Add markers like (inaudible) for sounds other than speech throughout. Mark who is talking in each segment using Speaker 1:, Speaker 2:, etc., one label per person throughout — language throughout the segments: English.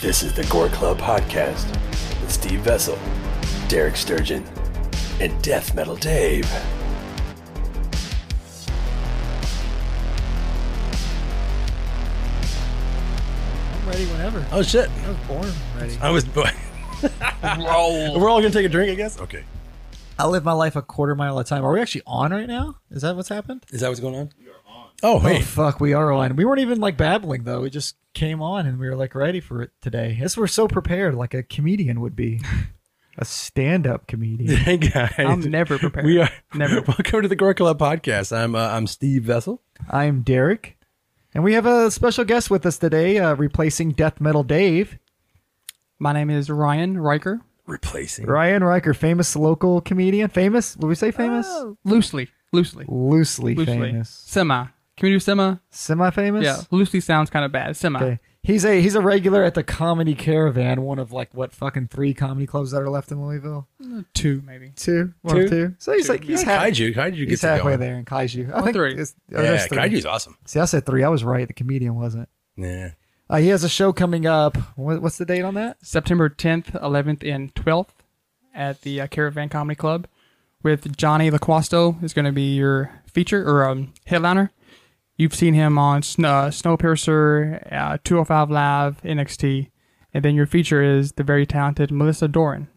Speaker 1: This is the Gore Club Podcast with Steve Vessel, Derek Sturgeon, and Death Metal Dave.
Speaker 2: I'm ready whenever.
Speaker 1: Oh, shit.
Speaker 2: I was born ready.
Speaker 1: I was. We're all going to take a drink, I guess? Okay.
Speaker 2: I live my life a quarter mile at a time. Are we actually on right now? Is that what's happened?
Speaker 1: Is that what's going on? We are on. Oh,
Speaker 2: Oh
Speaker 1: wait.
Speaker 2: fuck, we are on. We weren't even like babbling though. We just came on and we were like ready for it today. Yes, we're so prepared, like a comedian
Speaker 1: (laughs)
Speaker 2: would be, a stand-up
Speaker 1: (laughs)
Speaker 2: comedian.
Speaker 1: Hey, guys.
Speaker 3: I'm never prepared.
Speaker 1: We are.
Speaker 3: Never.
Speaker 1: (laughs) Welcome to the Gore Club Podcast. I'm, uh, I'm Steve Vessel.
Speaker 2: I'm Derek, and we have a special guest with us today, uh, replacing Death Metal Dave,
Speaker 3: My name is Ryan Riker.
Speaker 1: Replacing.
Speaker 2: Ryan Riker, famous local comedian. Famous? Would we say famous?
Speaker 3: Oh. Loosely. Loosely.
Speaker 2: Loosely,
Speaker 3: Loosely.
Speaker 2: famous.
Speaker 3: Semi. Can we do semi?
Speaker 2: Semi-famous.
Speaker 3: Yeah. Loosely sounds kind of bad. Semi.
Speaker 2: Okay. He's a he's a regular at the Comedy Caravan, one of like what fucking three comedy clubs that are left in Louisville.
Speaker 3: Two, maybe.
Speaker 2: Two, one
Speaker 1: Two?
Speaker 2: of two. So he's like he's, half,
Speaker 1: Kaiju. Kaiju
Speaker 2: he's
Speaker 1: gets
Speaker 2: halfway
Speaker 1: it going.
Speaker 2: there in Kaiju. I
Speaker 3: Or
Speaker 2: think
Speaker 3: three.
Speaker 2: it's-
Speaker 1: Yeah,
Speaker 2: oh, there's three.
Speaker 1: Kaiju's awesome.
Speaker 2: See, I said three. I was right. The comedian wasn't.
Speaker 1: Yeah.
Speaker 2: Uh, he has a show coming up. What, what's the date on that?
Speaker 3: September 10th, 11th, and 12th at the uh, Caravan Comedy Club with Johnny LaQuasto is going to be your feature or um, headliner. You've seen him on Sn- uh, Snowpiercer, uh, 205 Live, NXT, and then your feature is the very talented Melissa Doran.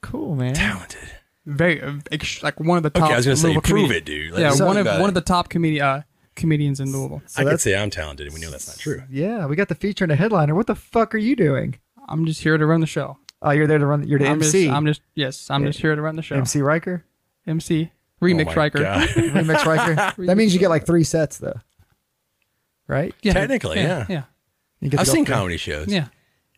Speaker 2: Cool, man.
Speaker 1: Talented.
Speaker 3: Very uh, ex- like one of the top.
Speaker 1: Okay, I was gonna say,
Speaker 3: Louisville
Speaker 1: prove
Speaker 3: comedi-
Speaker 1: it, dude. Like,
Speaker 3: yeah,
Speaker 1: something
Speaker 3: one of
Speaker 1: about it.
Speaker 3: one of the top comedi- uh, comedians in Louisville.
Speaker 2: So
Speaker 1: I could
Speaker 2: that's-
Speaker 1: say I'm talented, and we know that's not true.
Speaker 2: Yeah, we got the feature and a headliner. What the fuck are you doing?
Speaker 3: I'm just here to run the show.
Speaker 2: Oh, you're there to run. You're the
Speaker 3: I'm
Speaker 2: MC.
Speaker 3: Just, I'm just yes. I'm just here to run the show. MC,
Speaker 2: MC Riker.
Speaker 3: remix
Speaker 1: Oh my
Speaker 2: (laughs)
Speaker 3: Riker.
Speaker 1: God.
Speaker 2: Remix Riker. that means you get like three sets though, right?
Speaker 3: (laughs) Yeah.
Speaker 1: Technically, yeah.
Speaker 3: yeah. Yeah.
Speaker 2: You get to
Speaker 1: I've
Speaker 2: go
Speaker 1: seen
Speaker 2: through.
Speaker 1: comedy shows.
Speaker 3: Yeah.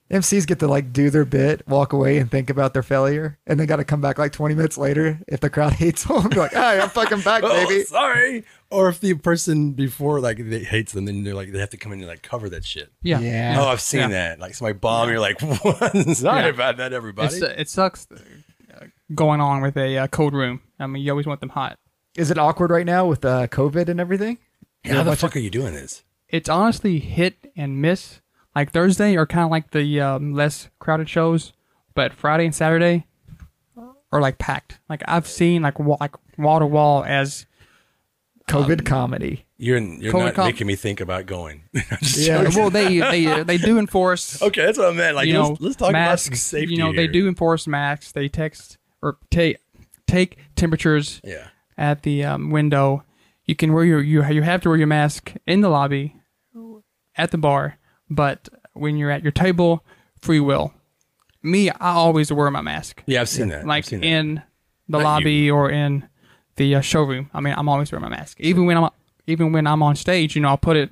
Speaker 2: MCs get to like do their bit, walk away, and think about their failure, and they got to come back like 20 minutes later if the crowd (laughs) hates them. Be like, "Hey, I'm fucking back,
Speaker 1: (laughs) Oh,
Speaker 2: baby."
Speaker 1: sorry. Or if the person before like they hates them, then they're like they have to come in and like cover that shit.
Speaker 3: Yeah.
Speaker 2: Yeah.
Speaker 1: Oh, I've seen
Speaker 3: Yeah.
Speaker 1: that. Like somebody bomb, you're like, (laughs) what? sorry
Speaker 3: Yeah.
Speaker 1: about that, everybody.
Speaker 3: It's, uh, it sucks uh, going on with a uh, cold room. I mean, you always want them hot.
Speaker 2: Is it awkward right now with uh, COVID and everything?
Speaker 1: How the fuck are you doing this?
Speaker 3: It's honestly hit and miss. Like Thursday are kind of like the um, less crowded shows, but Friday and Saturday are like packed. Like I've seen like wa- like wall to wall as
Speaker 2: COVID
Speaker 1: Um,
Speaker 2: comedy.
Speaker 1: You're you're
Speaker 3: Cold
Speaker 1: not
Speaker 3: com-
Speaker 1: making me think about going. (laughs) I'm just
Speaker 2: Yeah.
Speaker 1: joking.
Speaker 3: well they they they
Speaker 2: (laughs)
Speaker 3: do enforce
Speaker 1: Okay, that's what I meant. Like,
Speaker 3: you
Speaker 1: let's,
Speaker 3: know,
Speaker 1: let's talk
Speaker 3: masks,
Speaker 1: about safety.
Speaker 3: You know, they
Speaker 1: here.
Speaker 3: do enforce masks. They text or take take temperatures
Speaker 1: Yeah.
Speaker 3: at the um, window. You can wear your you you have to wear your mask in the lobby, at the bar, but when you're at your table, free will. Me, I always wear my mask,
Speaker 1: Yeah, I've seen that. I've
Speaker 3: like
Speaker 1: seen that.
Speaker 3: in the
Speaker 1: Not
Speaker 3: lobby or in the uh, showroom. I mean, I'm always wearing my mask, even when I'm even when I'm on stage. You know, I'll put it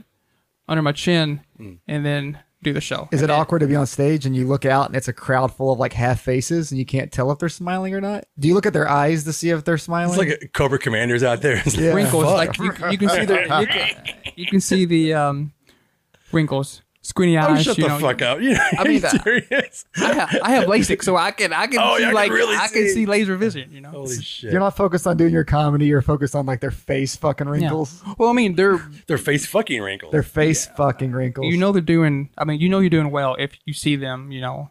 Speaker 3: under my chin
Speaker 1: Mm.
Speaker 3: and then do the show.
Speaker 2: Is it
Speaker 3: And then-
Speaker 2: awkward to be on stage and you look out and it's a crowd full of like half faces and you can't tell if they're smiling or not? Do you look at their eyes to see if they're smiling?
Speaker 1: It's like a Cobra Commanders out there. (laughs) It's like,
Speaker 2: Yeah.
Speaker 3: wrinkles.
Speaker 1: fuck.
Speaker 3: Like you, you can see the you can, you can see the um, wrinkles, squinty
Speaker 1: Oh,
Speaker 3: eyes.
Speaker 1: shut
Speaker 3: you
Speaker 1: the
Speaker 3: know,
Speaker 1: fuck up. (laughs) You know,
Speaker 3: I mean,
Speaker 1: are you
Speaker 3: uh, (laughs)
Speaker 1: serious?
Speaker 3: I have, I have LASIK, so I can I can
Speaker 1: Oh,
Speaker 3: see
Speaker 1: yeah, I can
Speaker 3: like
Speaker 1: really
Speaker 3: I can
Speaker 1: see. Oh,
Speaker 3: see laser vision. You know.
Speaker 1: Holy shit.
Speaker 2: You're not focused on doing your comedy. You're focused on like their face fucking
Speaker 3: Yeah.
Speaker 2: wrinkles.
Speaker 3: Well, I mean, they're
Speaker 1: Their face fucking wrinkles.
Speaker 2: Their face fucking wrinkles.
Speaker 3: you know they're doing. I mean, you know you're doing well if you see them. You know,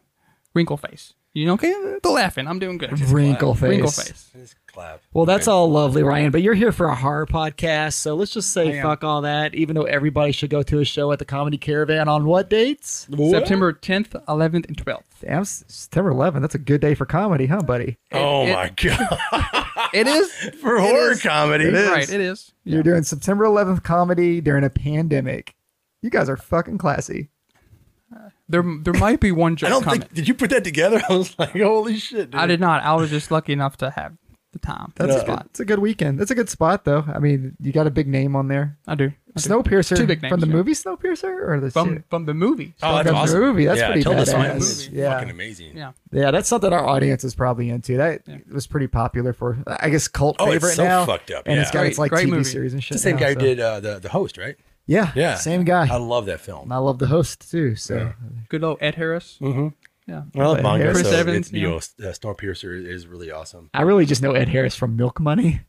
Speaker 3: wrinkle face. You know, okay, they're laughing. I'm doing good.
Speaker 2: Wrinkle face.
Speaker 3: Wrinkle face.
Speaker 1: Just clap.
Speaker 4: Well, that's
Speaker 1: Okay.
Speaker 4: all lovely, Ryan, but you're here for a horror podcast, so let's just say
Speaker 3: am.
Speaker 4: fuck all that, even though everybody should go to a show at the Comedy Caravan on what dates?
Speaker 1: What?
Speaker 3: September 10th, 11th, and 12th.
Speaker 2: Damn, S- September 11th. That's a good day for comedy, huh, buddy?
Speaker 1: Oh
Speaker 3: It- it-
Speaker 1: my god!
Speaker 3: It is
Speaker 1: (laughs) For horror comedy,
Speaker 3: right. It is. Yeah.
Speaker 2: You're doing September 11th comedy during a pandemic. You guys are fucking classy.
Speaker 3: There there might be one joke
Speaker 1: I don't
Speaker 3: coming.
Speaker 1: think. Did you put that together? (laughs) I was like, holy shit! Dude.
Speaker 3: I did not. I was just lucky enough to have the time.
Speaker 2: That's
Speaker 3: the
Speaker 2: a good,
Speaker 3: spot.
Speaker 2: it's a good weekend. That's a good spot, though. I mean, you got a big name on there.
Speaker 3: I do. I do.
Speaker 2: Snowpiercer
Speaker 3: Two big names,
Speaker 2: from the
Speaker 3: yeah.
Speaker 2: movie Snowpiercer or the
Speaker 3: From
Speaker 2: shit?
Speaker 3: from the movie.
Speaker 1: Oh, that's
Speaker 2: From the
Speaker 1: awesome.
Speaker 2: movie, that's
Speaker 1: yeah,
Speaker 2: pretty
Speaker 1: tell us
Speaker 2: badass.
Speaker 1: Movie.
Speaker 2: Yeah.
Speaker 1: fucking amazing.
Speaker 3: Yeah.
Speaker 2: Yeah, that's something our audience is probably into. That was pretty popular for, I guess, cult
Speaker 1: Oh, it's
Speaker 2: favorite
Speaker 1: so
Speaker 2: now.
Speaker 1: fucked up,
Speaker 2: And it's
Speaker 1: yeah.
Speaker 2: got
Speaker 3: Great-
Speaker 2: its like
Speaker 3: great
Speaker 2: TV
Speaker 3: movie.
Speaker 2: series and shit.
Speaker 1: It's the same
Speaker 2: now,
Speaker 1: guy
Speaker 2: so-
Speaker 1: who did uh, the the host, right?
Speaker 2: Yeah,
Speaker 1: Yeah.
Speaker 2: same guy.
Speaker 1: I
Speaker 2: I,
Speaker 1: love that film.
Speaker 2: I love the host too. So
Speaker 3: Good old Ed Harris. Mm-hmm. Yeah.
Speaker 1: I love manga.
Speaker 2: Chris
Speaker 1: so
Speaker 3: Evans,
Speaker 1: it's, you
Speaker 3: yeah.
Speaker 1: know, S- uh, Snowpiercer is, is really awesome.
Speaker 3: (laughs)
Speaker 4: I really just know Ed Harris from Milk Money.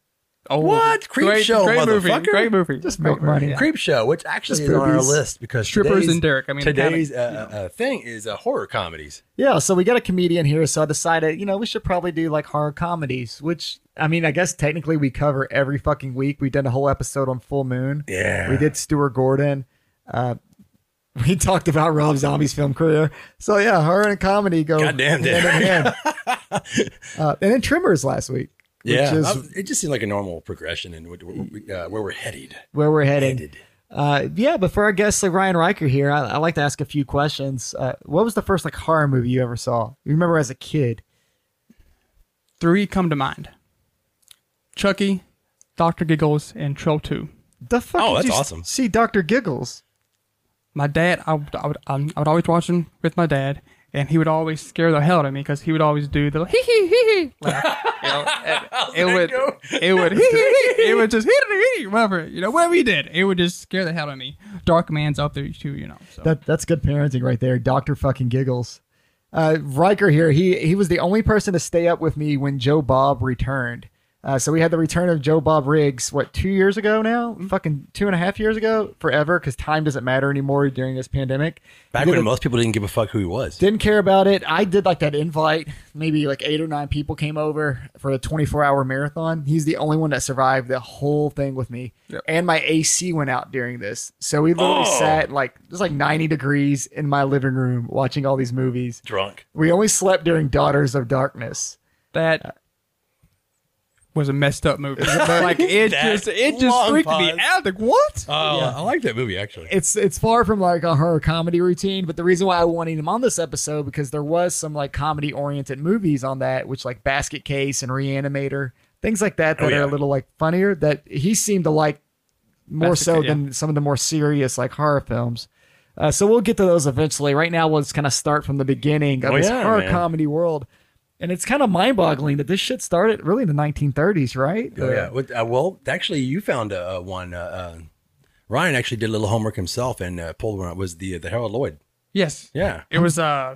Speaker 3: Oh,
Speaker 1: What? Creep
Speaker 3: great,
Speaker 1: show,
Speaker 3: great movie.
Speaker 1: motherfucker.
Speaker 3: Great movie.
Speaker 2: Just make money.
Speaker 1: Creep Show, which actually
Speaker 2: Just
Speaker 1: is on our
Speaker 2: boobies.
Speaker 1: list because
Speaker 3: Strippers
Speaker 1: today's-
Speaker 3: and Derek. I mean,
Speaker 1: today's uh, uh, thing is uh, horror comedies.
Speaker 2: Yeah, so we got a comedian here, so I decided, you know, we should probably do like horror comedies, which I mean, I guess technically we cover every fucking week. We did a whole episode on Full Moon.
Speaker 1: Yeah.
Speaker 2: We did Stuart Gordon. Uh, (laughs) we talked about Rob Zombie's film career. So yeah, horror and comedy go
Speaker 1: Goddamn, dude.
Speaker 2: hand in
Speaker 1: (laughs)
Speaker 2: hand. uh, and then Trimmers last week, which
Speaker 1: Yeah,
Speaker 2: is
Speaker 1: I- it just seemed like a normal progression and uh, where we're headed.
Speaker 2: where we're headed.
Speaker 1: Headed.
Speaker 2: Uh, yeah, but for our guest like Ryan Riker here, I, I like to ask a few questions. Uh, what was the first like horror movie you ever saw? You remember as a kid?
Speaker 3: three come to mind: Chucky, Doctor Giggles, and Troll Two.
Speaker 2: The fuck?
Speaker 1: Oh,
Speaker 2: did
Speaker 1: that's
Speaker 2: you s-
Speaker 1: awesome.
Speaker 2: See Doctor Giggles.
Speaker 3: My dad, I, would- I would, um, I would always watch him with my dad, and he would always scare the hell out of me because he would always do the hee hee hee (laughs) hee laugh. You know, and it would, it would, (laughs) hee hee hee, it would just hee hee hee, whatever, you know, whatever he did, it would just scare the hell out of me. Dark Man's up there too, you know. So.
Speaker 2: That that's good parenting right there. Doctor fucking Giggles. Uh, Riker here. He he was the only person to stay up with me when Joe Bob returned. Uh, so we had the return of Joe Bob Riggs. What two years ago now?
Speaker 1: Mm-hmm.
Speaker 2: Fucking two and a half years ago. Forever because time doesn't matter anymore during this pandemic.
Speaker 1: Back
Speaker 2: He did
Speaker 1: when
Speaker 2: a-
Speaker 1: most people didn't give a fuck who he was.
Speaker 2: didn't care about it. I did like that invite. Maybe like eight or nine people came over for the 24 hour marathon. He's the only one that survived the whole thing with me. And my AC went out during this. So we literally
Speaker 1: Oh.
Speaker 2: sat like, it was like 90 degrees in my living room watching all these movies.
Speaker 1: Drunk.
Speaker 2: We only slept during Daughters of Darkness.
Speaker 3: that Uh, was a messed up
Speaker 1: (laughs)
Speaker 3: movie. like it
Speaker 1: That
Speaker 3: just it just
Speaker 1: long
Speaker 3: freaked
Speaker 1: pause.
Speaker 3: me out. Like what?
Speaker 1: Oh, I like that movie actually.
Speaker 2: It's it's far from like a horror comedy routine, but the reason why I wanted him on this episode because there was some like comedy oriented movies on that, which like Basket Case and Reanimator, things like that that
Speaker 1: Oh, yeah.
Speaker 2: are a little like funnier that he seemed to like more
Speaker 3: Basket
Speaker 2: so
Speaker 3: Case,
Speaker 2: than some of the more serious like horror films. Uh, so we'll get to those eventually. Right now, we'll just kind of start from the beginning of
Speaker 1: Oh,
Speaker 2: this
Speaker 1: yeah,
Speaker 2: horror
Speaker 1: man.
Speaker 2: comedy world, and it's kind of mind boggling that this shit started really in the 1930s, right?
Speaker 1: Oh, yeah. What- uh, well, actually, you found uh, uh, one. Uh, uh, Ryan actually did a little homework himself and uh, pulled one. out. It was the the Harold Lloyd?
Speaker 3: Yes.
Speaker 1: Yeah,
Speaker 3: It was uh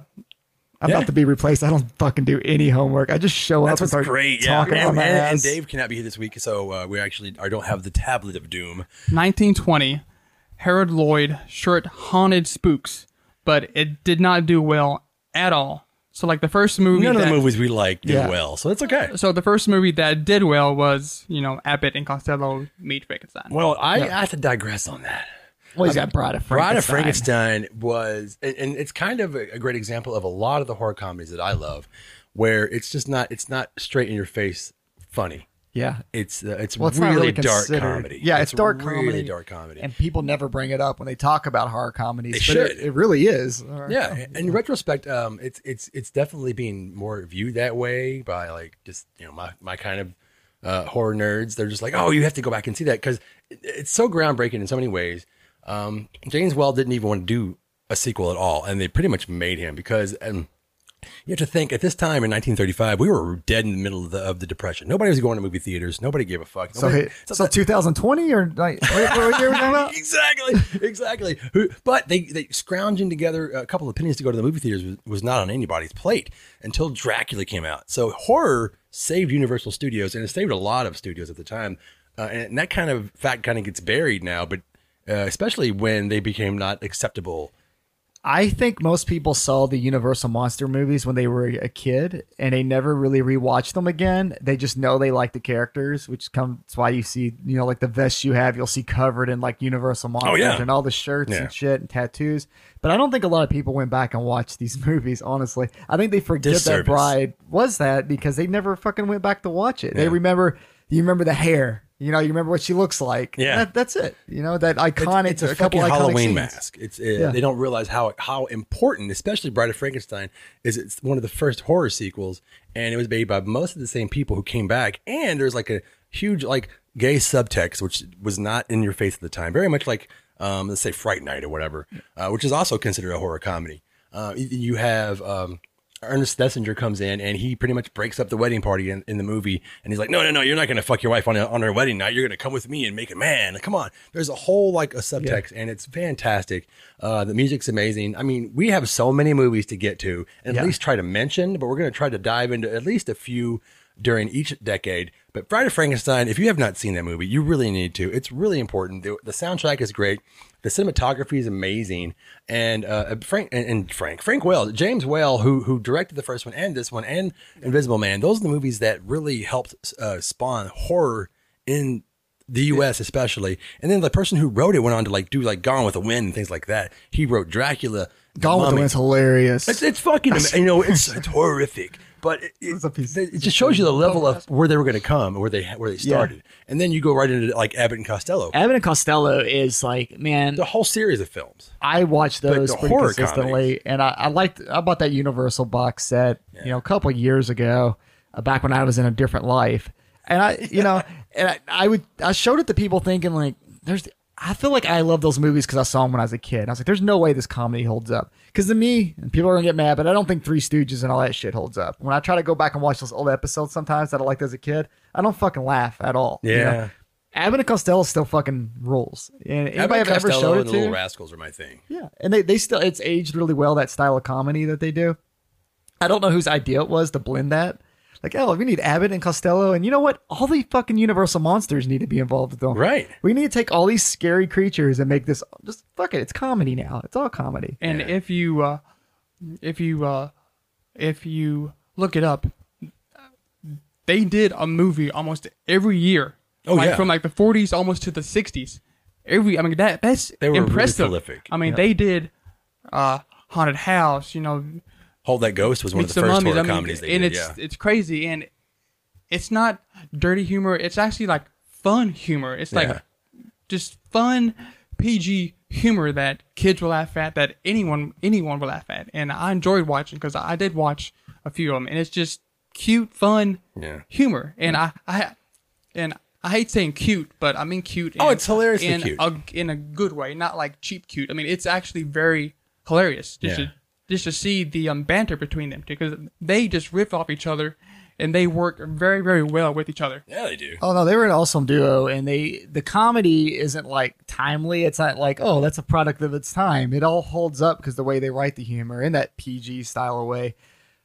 Speaker 2: I'm
Speaker 1: Yeah.
Speaker 2: about to be replaced. I don't fucking do any homework. I just show up. and start Talking
Speaker 1: And,
Speaker 2: on my
Speaker 1: and-
Speaker 2: ass.
Speaker 1: and Dave cannot be here this week, so uh, we actually I don't have the tablet of doom.
Speaker 3: 1920 Harold Lloyd short Haunted Spooks, but it did not do well at all. So like the first movie
Speaker 1: None of the
Speaker 3: that-
Speaker 1: movies we like did
Speaker 2: Yeah.
Speaker 1: well, so it's okay.
Speaker 3: so the first movie that did well was, you know, Abbott and Costello meet Frankenstein.
Speaker 1: Well, I, I have to digress on that.
Speaker 2: Well, he's got Bride of Frankenstein.
Speaker 1: Bride of Frankenstein was, and, and it's kind of a, a great example of a lot of the horror comedies that I love, where it's just not it's not straight in your face funny.
Speaker 2: Yeah.
Speaker 1: It's uh, it's,
Speaker 2: Well, it's
Speaker 1: really,
Speaker 2: not really
Speaker 1: dark
Speaker 2: considered-
Speaker 1: comedy.
Speaker 2: Yeah, it's dark
Speaker 1: really
Speaker 2: comedy.
Speaker 1: dark comedy.
Speaker 2: And people never bring it up when they talk about horror comedies.
Speaker 1: They
Speaker 2: but it-
Speaker 1: should.
Speaker 2: It, really is. All right.
Speaker 1: yeah, in retrospect, um, it's it's it's definitely being more viewed that way by like just you know my my kind of uh, horror nerds. They're just like, oh, you have to go back and see that because it, it's so groundbreaking in so many ways. Um, James Well didn't even want to do a sequel at all, and they pretty much made him because um, you have to think at this time in 1935, we were dead in the middle of the, of the depression. Nobody was going to movie theaters. Nobody gave a fuck.
Speaker 2: So,
Speaker 1: Nobody-
Speaker 2: hey, so 2020 or like, what, what year are we
Speaker 1: (laughs)
Speaker 2: talking about?
Speaker 1: exactly, exactly. Who- But they they scrounging together a couple of pennies to go to the movie theaters was, was not on anybody's plate until Dracula came out. So horror saved Universal Studios, and it saved a lot of studios at the time. Uh, and, and that kind of fact kind of gets buried now, but uh, especially when they became not acceptable.
Speaker 2: I think most people saw the Universal Monster movies when they were a kid and they never really rewatched them again. They just know they like the characters, which comes that's why you see, you know, like the vests you have, you'll see covered in like Universal Monsters
Speaker 1: Oh, yeah.
Speaker 2: and all the shirts
Speaker 1: Yeah.
Speaker 2: and shit and tattoos. But I don't think a lot of people went back and watched these (laughs) movies, honestly. I think they forget
Speaker 1: Disservice.
Speaker 2: that Bride was that because they never fucking went back to watch it. They remember, you remember the hair. You know, you remember what she looks like.
Speaker 1: Yeah.
Speaker 2: That- that's it. You know, that iconic.
Speaker 1: It's, it's a
Speaker 2: couple
Speaker 1: fucking
Speaker 2: iconic
Speaker 1: Halloween
Speaker 2: scenes.
Speaker 1: mask. It's uh,
Speaker 2: Yeah.
Speaker 1: they don't realize how how important, especially Bride of Frankenstein, is it's one of the first horror sequels, and it was made by most of the same people who came back. And there's like a huge like gay subtext, which was not in your face at the time, very much like um, let's say Fright Night or whatever, uh, which is also considered a horror comedy. Uh, y- you have um, Ernest Thesinger comes in and he pretty much breaks up the wedding party in, in the movie. And he's like, no, no, no, you're not going to fuck your wife on, on her wedding night. You're going to come with me and make a man. Come on. There's a whole like a subtext and it's fantastic. Uh, the music's amazing. I mean, we have so many movies to get to and at least try to mention, but we're going to try to dive into at least a few during each decade. But But Bride of Frankenstein, if you have not seen that movie, you really need to. It's really important. The, the soundtrack is great. The cinematography is amazing. And uh, Frank and, and Frank Frank Whale, James Whale, who who directed the first one and this one and Invisible Man, those are the movies that really helped uh, spawn horror in the U.S. especially. And then the person who wrote it went on to like do like Gone with the Wind and things like that. He wrote Dracula.
Speaker 2: Gone with the
Speaker 1: Mummy.
Speaker 2: Wind's hilarious.
Speaker 1: It's, it's fucking, ama- you know, it's it's horrific, but it, it,
Speaker 2: a piece-
Speaker 1: it just shows you the level of where they were going to come, where they where they started, and then you go right into like Abbott and Costello,
Speaker 4: Abbott and Costello is like, man,
Speaker 1: the whole series of films.
Speaker 2: I watch those
Speaker 1: the
Speaker 2: pretty
Speaker 1: horror
Speaker 2: consistently,
Speaker 1: comedies.
Speaker 2: and I, I liked. I bought that Universal box set, you know, a couple of years ago, uh, back when I was in a different life, and I,
Speaker 1: (laughs)
Speaker 2: you know, and I, I would, I showed it to people thinking like, there's. I feel like I love those movies because I saw them when I was a kid. I was like, there's no way this comedy holds up. Because to me, and people are going to get mad, but I don't think Three Stooges and all that shit holds up. When I try to go back and watch those old episodes sometimes that I liked as a kid, I don't fucking laugh at all. you know?
Speaker 1: Yeah.
Speaker 2: Abbott and Costello still fucking rules. And anybody
Speaker 1: Abbott
Speaker 2: I've
Speaker 1: and
Speaker 2: ever
Speaker 1: Costello
Speaker 2: showed it
Speaker 1: and
Speaker 2: to,
Speaker 1: the Little Rascals are my thing.
Speaker 2: yeah, and they, they still it's aged really well that style of comedy that they do. I don't know whose idea it was to blend that. Like, oh, we need Abbott and Costello, and you know what? All the fucking Universal monsters need to be involved with them.
Speaker 1: Right.
Speaker 2: We need to take all these scary creatures and make this just fuck it. It's comedy now. It's all comedy.
Speaker 3: And
Speaker 1: Yeah.
Speaker 3: if you, uh, if you, uh, if you look it up, they did a movie almost every year.
Speaker 1: Oh,
Speaker 3: like,
Speaker 1: yeah.
Speaker 3: from like the 40s almost to the 60s. Every I mean that that's
Speaker 1: They were really
Speaker 3: impressive.
Speaker 1: prolific.
Speaker 3: I mean they did uh, haunted house. You know,
Speaker 1: Hold that ghost was one
Speaker 3: Meets
Speaker 1: of the first
Speaker 3: Mummies,
Speaker 1: horror
Speaker 3: I mean,
Speaker 1: comedies they
Speaker 3: and
Speaker 1: did.
Speaker 3: it's
Speaker 1: yeah.
Speaker 3: it's crazy, and it's not dirty humor. It's actually like fun humor. It's like
Speaker 1: Yeah.
Speaker 3: just fun PG humor that kids will laugh at, that anyone anyone will laugh at, and I enjoyed watching because I did watch a few of them, and it's just cute, fun
Speaker 1: Yeah.
Speaker 3: humor, and I I and. I hate saying cute, but I mean cute.
Speaker 1: Oh,
Speaker 3: in-
Speaker 1: it's hilariously
Speaker 3: in
Speaker 1: cute.
Speaker 3: A, in a good way, not like cheap cute. I mean, it's actually very hilarious. Just
Speaker 1: Yeah.
Speaker 3: to, just to see the um, banter between them because they just riff off each other and they work very very well with each other.
Speaker 1: yeah, they do.
Speaker 4: Oh no, they were an awesome duo, and they the comedy isn't like timely. It's not like oh, that's a product of its time. It all holds up because the way they write the humor in that PG style of way.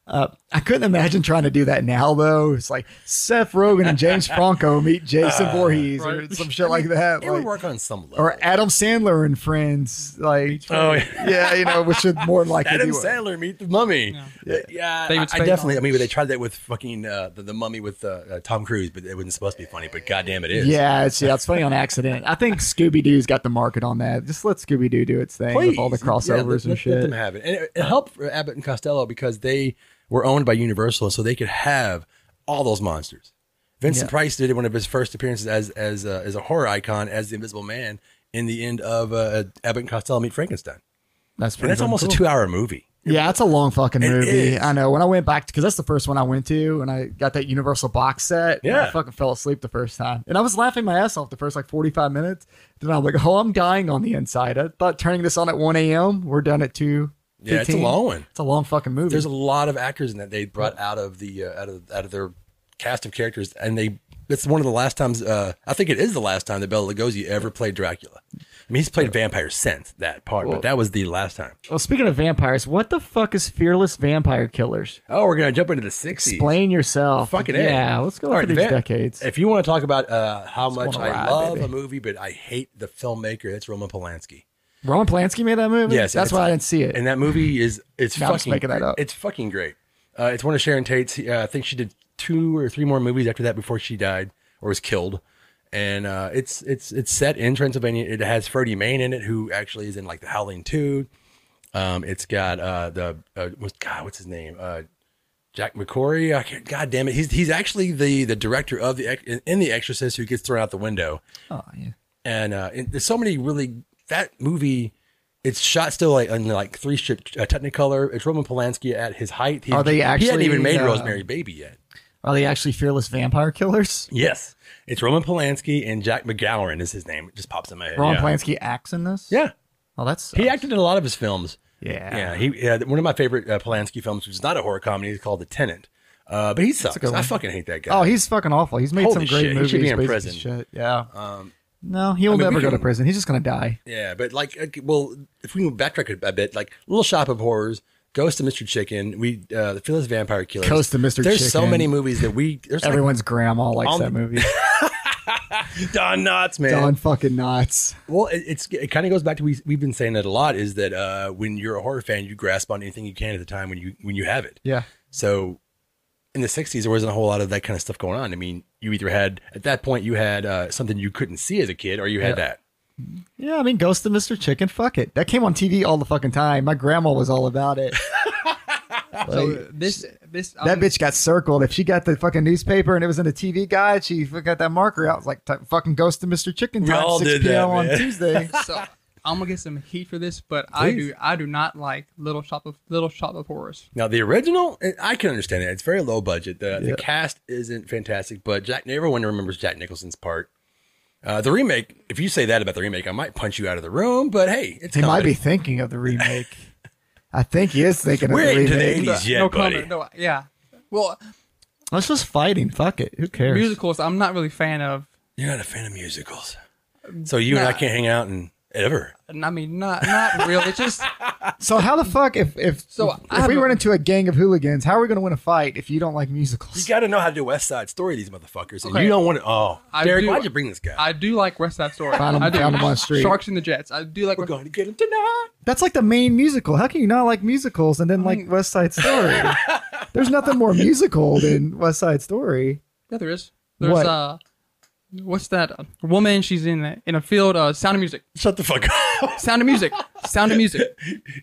Speaker 4: Uh, I couldn't imagine trying to do that now though. It's like Seth Rogen and James Franco meet
Speaker 1: (laughs)
Speaker 4: Jason
Speaker 1: Ah,
Speaker 4: Voorhees or
Speaker 3: right.
Speaker 4: some shit like that,
Speaker 1: It would
Speaker 4: like-
Speaker 1: work on some level.
Speaker 4: or Adam Sandler and Friends. Like,
Speaker 1: Oh, yeah.
Speaker 4: yeah, you know, which should more than likely
Speaker 1: Adam
Speaker 4: be what-
Speaker 1: Sandler meet the mummy. Yeah, yeah
Speaker 3: They
Speaker 1: I,
Speaker 3: would
Speaker 1: I
Speaker 3: spend
Speaker 1: definitely. I
Speaker 3: all-
Speaker 1: mean, they tried that with fucking uh, the, the mummy with uh, uh, Tom Cruise, but it wasn't supposed to be funny. But goddamn, it is.
Speaker 4: Yeah, it's yeah, it's funny on accident. I think Scooby Doo's got the market on that. Just let Scooby Doo do its thing with all the
Speaker 1: Please. Yeah, let-
Speaker 4: crossovers
Speaker 1: let-
Speaker 4: and shit.
Speaker 1: Let them have it, and it, it helped for Abbott and Costello because they were owned by Universal, so they could have all those monsters. Vincent Price did one of his first appearances as as a, as a horror icon as the Invisible Man in the end of uh, Abbott and Costello Meet Frankenstein,
Speaker 4: That's
Speaker 1: and
Speaker 4: pretty
Speaker 1: that's
Speaker 4: fucking
Speaker 1: almost
Speaker 4: cool.
Speaker 1: a two hour movie.
Speaker 4: Yeah, it's a long fucking movie.
Speaker 1: is.
Speaker 4: I know. When I went back, because that's the first one I went to, and I got that Universal box set. and
Speaker 1: Yeah.
Speaker 4: I fucking fell asleep the first time, and I was laughing my ass off the first like forty five minutes. Then I'm like, oh, I'm dying on the inside. I thought turning this on at one a.m. We're done at two.
Speaker 1: Yeah, it's a long one.
Speaker 4: It's a long fucking movie.
Speaker 1: There's a lot of actors in that they brought out of the uh, out of out of their cast of characters, and they. It's one of the last times. Uh, I think it is the last time that Bela Lugosi ever played Dracula. I mean, he's played vampires since that part, but that was the last time.
Speaker 4: well, speaking of vampires, what the fuck is Fearless Vampire Killers?
Speaker 1: Oh, we're gonna jump into the sixties.
Speaker 4: Explain yourself.
Speaker 1: Fucking A.
Speaker 4: yeah. Let's go
Speaker 1: eh? All
Speaker 4: through
Speaker 1: right,
Speaker 4: these
Speaker 1: Van-
Speaker 4: decades.
Speaker 1: If you want to talk about uh, how much
Speaker 4: on a
Speaker 1: I
Speaker 4: ride,
Speaker 1: love
Speaker 4: baby.
Speaker 1: a movie, but I hate the filmmaker, that's Roman Polanski.
Speaker 4: Roman Polanski made that movie.
Speaker 1: Yes,
Speaker 4: that's
Speaker 1: it's-
Speaker 4: why I didn't see it.
Speaker 1: And that movie is it's
Speaker 4: No, I'm just
Speaker 1: fucking
Speaker 4: making that up.
Speaker 1: it's fucking great. Uh, it's one of Sharon Tate's. Uh, I think she did two or three more movies after that before she died or was killed. And uh, it's it's it's set in Transylvania. It has Freddie Main in it, who actually is in like The Howling Two. Um, it's got uh, the uh, what's, God, what's his name? Uh, Jack McCory. I can't, God damn it, he's he's actually the the director of the Ex- in The Exorcist who gets thrown out the window
Speaker 4: oh yeah.
Speaker 1: and uh, it, there's so many really that movie. It's shot still like in like three strip uh, Technicolor. It's Roman Polanski at his height. He,
Speaker 4: Are they
Speaker 1: He hadn't
Speaker 4: actually,
Speaker 1: even made
Speaker 4: uh,
Speaker 1: Rosemary Baby yet.
Speaker 4: Are they actually fearless vampire killers?
Speaker 1: Yes, it's Roman Polanski and Jack McGowan is his name. It just pops in my head.
Speaker 4: Roman
Speaker 1: yeah.
Speaker 4: Polanski acts in this.
Speaker 1: Yeah,
Speaker 4: Oh, that's
Speaker 1: he acted in a lot of his films.
Speaker 4: Yeah.
Speaker 1: yeah. He yeah, one of my favorite uh, Polanski films, which is not a horror comedy, is called The Tenant. Uh, but he sucks. I fucking hate that guy.
Speaker 4: Oh, he's fucking awful. He's made
Speaker 1: Holy
Speaker 4: some great
Speaker 1: shit, he
Speaker 4: movies.
Speaker 1: should be in
Speaker 4: but he's
Speaker 1: prison. Um,
Speaker 4: Shit. Yeah. no, he'll
Speaker 1: I mean, we
Speaker 4: never go
Speaker 1: can-
Speaker 4: to prison. He's just gonna die.
Speaker 1: Yeah, but like, uh, well, if we can backtrack a bit, like Little Shop of Horrors Ghost of Mr. Chicken. We uh, the Fearless Vampire Killers.
Speaker 2: Ghost of Mr.
Speaker 1: There's so
Speaker 2: Chicken.
Speaker 1: many movies that we there's like
Speaker 2: Everyone's grandma likes
Speaker 1: Um, (laughs)
Speaker 2: that movie.
Speaker 1: Don Knotts, man.
Speaker 2: Don fucking Knotts.
Speaker 1: Well, it, it's it kind of goes back to we we've been saying that a lot is that uh, when you're a horror fan, you grasp on anything you can at the time when you when you have it.
Speaker 5: Yeah.
Speaker 1: So in the 60s, there wasn't a whole lot of that kind of stuff going on. I mean, you either had at that point you had uh, something you couldn't see as a kid, or you had that.
Speaker 5: Yeah, I mean, Ghost of Mr. Chicken. Fuck it.
Speaker 2: That came on TV all the fucking time. My grandma was all
Speaker 1: (laughs)
Speaker 2: about it.
Speaker 3: So this this um,
Speaker 1: um,
Speaker 2: That bitch got circled. If she got the fucking newspaper and it was in the TV guide, she got that marker out. It's like t- fucking Ghost to Mr. Chicken
Speaker 1: We
Speaker 2: time,
Speaker 1: all
Speaker 2: 6
Speaker 1: did
Speaker 2: p.m.
Speaker 1: that,
Speaker 2: on
Speaker 1: man. (laughs)
Speaker 2: Tuesday.
Speaker 3: so I'm gonna get some heat for this, but I
Speaker 1: Please.
Speaker 3: do I do not like Little Shop of Little Shop of Horrors.
Speaker 1: Now the original, eh, I can understand it. It's very low budget. The the cast isn't fantastic, but Jack everyone remembers Jack Nicholson's part. Uh, the remake, if you say that about the remake, I might punch you out of the room. But hey, it's
Speaker 2: he
Speaker 1: coming.
Speaker 2: might be thinking of the remake. I think he is thinking
Speaker 1: We're
Speaker 2: of the
Speaker 1: into the
Speaker 2: remake.
Speaker 1: 80s yet,
Speaker 3: no
Speaker 1: buddy.
Speaker 3: comment. No, yeah. Well,
Speaker 2: Let's just fighting. Fuck it. Who cares?
Speaker 3: musicals I'm not really a fan of.
Speaker 1: You're not a fan of musicals, so you and I can't hang out and ever.
Speaker 3: And I mean, not not really. It's just
Speaker 2: So how the fuck if if
Speaker 3: So
Speaker 2: if,
Speaker 3: I have
Speaker 2: we
Speaker 3: a-
Speaker 2: run into a gang of hooligans, how are we going to win a fight if you don't like
Speaker 1: You
Speaker 2: musicals?
Speaker 1: got to know how to do West Side Story, these motherfuckers, and
Speaker 3: Okay.
Speaker 1: you don't want to. Oh,
Speaker 3: I
Speaker 1: Derek,
Speaker 3: do-
Speaker 1: why'd you bring this guy?
Speaker 3: I do like West Side Story.
Speaker 2: Found 'em-
Speaker 3: I do.
Speaker 2: found 'em on the street.
Speaker 3: Sharks and the Jets. I do like.
Speaker 1: We're going to get him tonight.
Speaker 2: That's like the main musical. How can you not like musicals and then like West
Speaker 1: (laughs)
Speaker 2: Side Story? There's nothing more musical than West Side Story.
Speaker 3: yeah, there is. There's
Speaker 2: What?
Speaker 3: uh, what's that? uh, woman. She's in a, in a field. Uh, Sound of Music.
Speaker 1: Shut the fuck up. (laughs)
Speaker 3: Sound of Music. Sound of Music.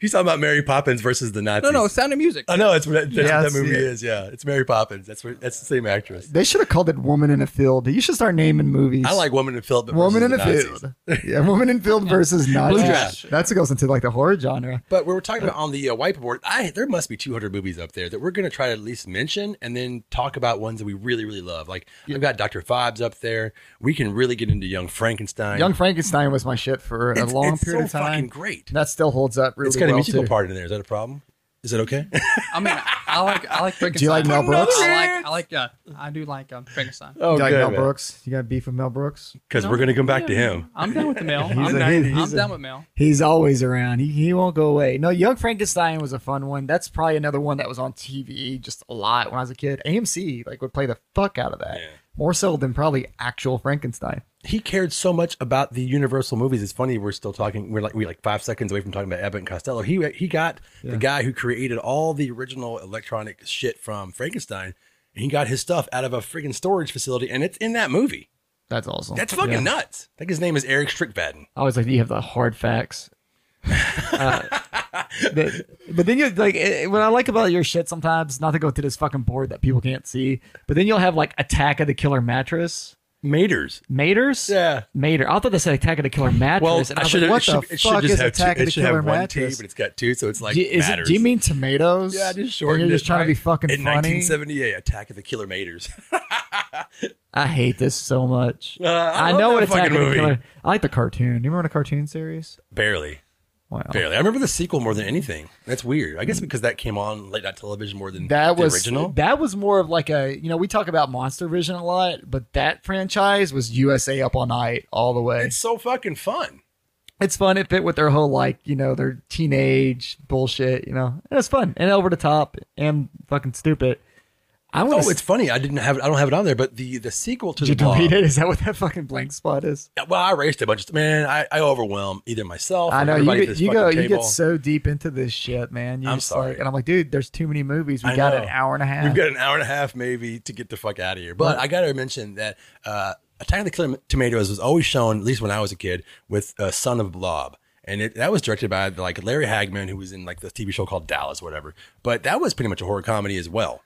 Speaker 1: He's talking about Mary Poppins versus the Nazis.
Speaker 3: No, no, Sound of Music.
Speaker 1: I know that's what, that's
Speaker 2: Yeah,
Speaker 1: what
Speaker 2: that's
Speaker 1: that movie
Speaker 2: it.
Speaker 1: is. Yeah, it's Mary Poppins. That's where, that's the same actress.
Speaker 2: They should have called it Woman in a Field. You should start naming movies.
Speaker 1: I like Woman in Field, but
Speaker 2: Woman in
Speaker 1: versus
Speaker 2: a
Speaker 1: the Nazis.
Speaker 2: Field. yeah, Woman in Field versus Nazis.
Speaker 3: Dress.
Speaker 2: That's what goes into like the horror genre.
Speaker 1: But we were talking about on the uh, whiteboard. I there must be 200 movies up there that we're going to try to at least mention and then talk about ones that we really really love. Like I've got Dr. Fobbs up there. We can really get into Young Frankenstein.
Speaker 2: Young Frankenstein was my shit for a
Speaker 1: It's-
Speaker 2: long
Speaker 1: it's
Speaker 2: period
Speaker 1: so
Speaker 2: of time.
Speaker 1: fucking great.
Speaker 2: And that still holds up really
Speaker 1: It's got a
Speaker 2: well,
Speaker 1: musical
Speaker 2: too.
Speaker 1: part in there. Is that a problem? Is that okay?
Speaker 3: I mean, I like I like Frankenstein.
Speaker 2: Do you like Mel Brooks?
Speaker 3: I like I like uh, I do like um, Frankenstein.
Speaker 1: oh,
Speaker 2: You like Mel Brooks? You got beef with Mel Brooks?
Speaker 1: Because we're going to come back to him.
Speaker 3: I'm down with the mail.
Speaker 2: He's
Speaker 3: I'm,
Speaker 2: a-
Speaker 3: down,
Speaker 2: he's
Speaker 3: I'm
Speaker 2: a-
Speaker 3: down with mail.
Speaker 2: He's always around. He, he won't go away. No, Young Frankenstein was a fun one. That's probably another one that was on TV just a lot when I was a kid. AMC like would play the fuck out of that. More so than probably actual Frankenstein.
Speaker 1: He cared so much about the Universal movies. It's funny we're still talking. We're like we like five seconds away from talking about Abbott and Costello. He he got the guy who created all the original electronic shit from Frankenstein. And he got his stuff out of a freaking storage facility, and it's in that movie.
Speaker 2: That's awesome.
Speaker 1: That's fucking nuts. I think his name is Eric Strickbaden.
Speaker 2: I was like, you have the hard facts.
Speaker 1: (laughs)
Speaker 2: Uh, but, but then you like eh, what I like about your shit sometimes, not to go to this fucking board that people can't see, but then you'll have like Attack of the Killer Mattress.
Speaker 1: Maters.
Speaker 2: Maters?
Speaker 1: Yeah.
Speaker 2: Mater. I thought they said Attack of the Killer Mattress.
Speaker 1: Well,
Speaker 2: and I
Speaker 1: I
Speaker 2: was
Speaker 1: should
Speaker 2: like,
Speaker 1: have.
Speaker 2: what
Speaker 1: It should,
Speaker 2: the
Speaker 1: it
Speaker 2: fuck
Speaker 1: should
Speaker 2: is
Speaker 1: just have. Two,
Speaker 2: Attack of
Speaker 1: it
Speaker 2: the
Speaker 1: should have
Speaker 2: Killer
Speaker 1: one T,
Speaker 2: Mattress?
Speaker 1: but it's got two, so it's like
Speaker 2: Do you- is it,
Speaker 1: matters.
Speaker 2: do you mean tomatoes?
Speaker 1: Yeah, I just
Speaker 2: And
Speaker 1: shortened
Speaker 2: you're just
Speaker 1: it.
Speaker 2: trying to be fucking
Speaker 1: in
Speaker 2: funny.
Speaker 1: 1978 Attack of the Killer Maters?
Speaker 2: I hate this so much.
Speaker 1: Uh, I
Speaker 2: I
Speaker 1: love
Speaker 2: know
Speaker 1: that
Speaker 2: what Attack
Speaker 1: fucking
Speaker 2: of the
Speaker 1: movie.
Speaker 2: Killer. I like the cartoon. Do you remember the cartoon series?
Speaker 1: Barely,
Speaker 2: Wow.
Speaker 1: barely. I remember the sequel more than anything. That's weird. I guess because that came on late night television more than
Speaker 2: Hmm. That
Speaker 1: the
Speaker 2: was
Speaker 1: original.
Speaker 2: that was more of like a you know we talk about Monster Vision a lot, but that franchise was USA up all night all the way.
Speaker 1: it's so fucking fun.
Speaker 2: it's fun. It fit with their whole like you know their teenage bullshit. You know it was fun and over the top and fucking stupid. I want
Speaker 1: Oh,
Speaker 2: to
Speaker 1: it's funny. I didn't have. I don't have it on there, but the the sequel to
Speaker 2: did you
Speaker 1: the blog.
Speaker 2: delete it? Is that what that fucking blank spot is?
Speaker 1: Well, I erased a bunch of man. I, I overwhelm either myself.
Speaker 2: I
Speaker 1: or
Speaker 2: know you,
Speaker 1: everybody at
Speaker 2: get-
Speaker 1: this
Speaker 2: you
Speaker 1: fucking
Speaker 2: go you get
Speaker 1: table.
Speaker 2: so deep into this shit, man. You
Speaker 1: I'm
Speaker 2: just
Speaker 1: sorry.
Speaker 2: like, and I'm like, dude, there's too many movies. We
Speaker 1: I
Speaker 2: got
Speaker 1: know.
Speaker 2: an hour and a half.
Speaker 1: We've got an hour and a half maybe to get the fuck out of here. But I got to mention that uh, Attack of the Killer Tomatoes was always shown, at least when I was a kid, with uh, Son of Blob. And it, that was directed by like Larry Hagman, who was in like the TV show called Dallas, whatever. But that was pretty much a horror comedy as well.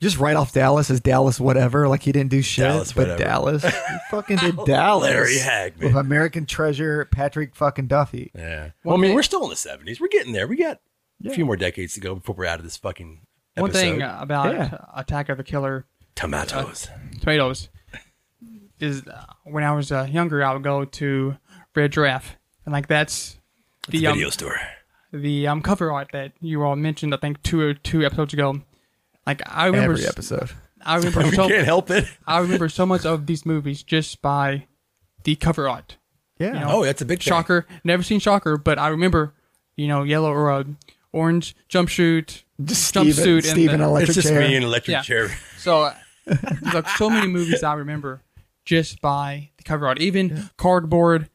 Speaker 2: just right off Dallas as Dallas whatever. Like he didn't do shit,
Speaker 1: Dallas
Speaker 2: but
Speaker 1: whatever.
Speaker 2: Dallas, (laughs) he fucking did Dallas.
Speaker 1: Larry Hagman.
Speaker 2: with American Treasure, Patrick fucking Duffy.
Speaker 1: Yeah. Well, I mean, we're still in the seventies. We're getting there. We got a few more decades to go before we're out of this fucking episode.
Speaker 3: One thing uh, about
Speaker 2: Yeah.
Speaker 3: Attack of the Killer
Speaker 1: Tomatoes.
Speaker 3: Tomatoes is uh, when I was uh, younger, I would go to Red Giraffe, and like that's the
Speaker 1: video
Speaker 3: um,
Speaker 1: store. (laughs)
Speaker 3: the um, cover art that you all mentioned. I think two or two episodes ago. Like I remember,
Speaker 2: Every episode.
Speaker 3: I remember
Speaker 1: (laughs) We
Speaker 3: so
Speaker 1: can't help it.
Speaker 3: I remember so much of these movies just by the cover art.
Speaker 2: Yeah.
Speaker 3: You know,
Speaker 1: Oh, that's a big thing.
Speaker 3: Shocker. Never seen Shocker, but I remember, you know, yellow or uh, orange jumpsuit,
Speaker 2: Oh, Just
Speaker 3: jumpsuit, and
Speaker 2: Steven
Speaker 3: the-
Speaker 2: electric
Speaker 1: it's just
Speaker 2: chair.
Speaker 1: me in an electric
Speaker 3: Yeah.
Speaker 1: chair.
Speaker 3: (laughs) So, uh, there's, like so many movies I remember just by the cover art, even cardboard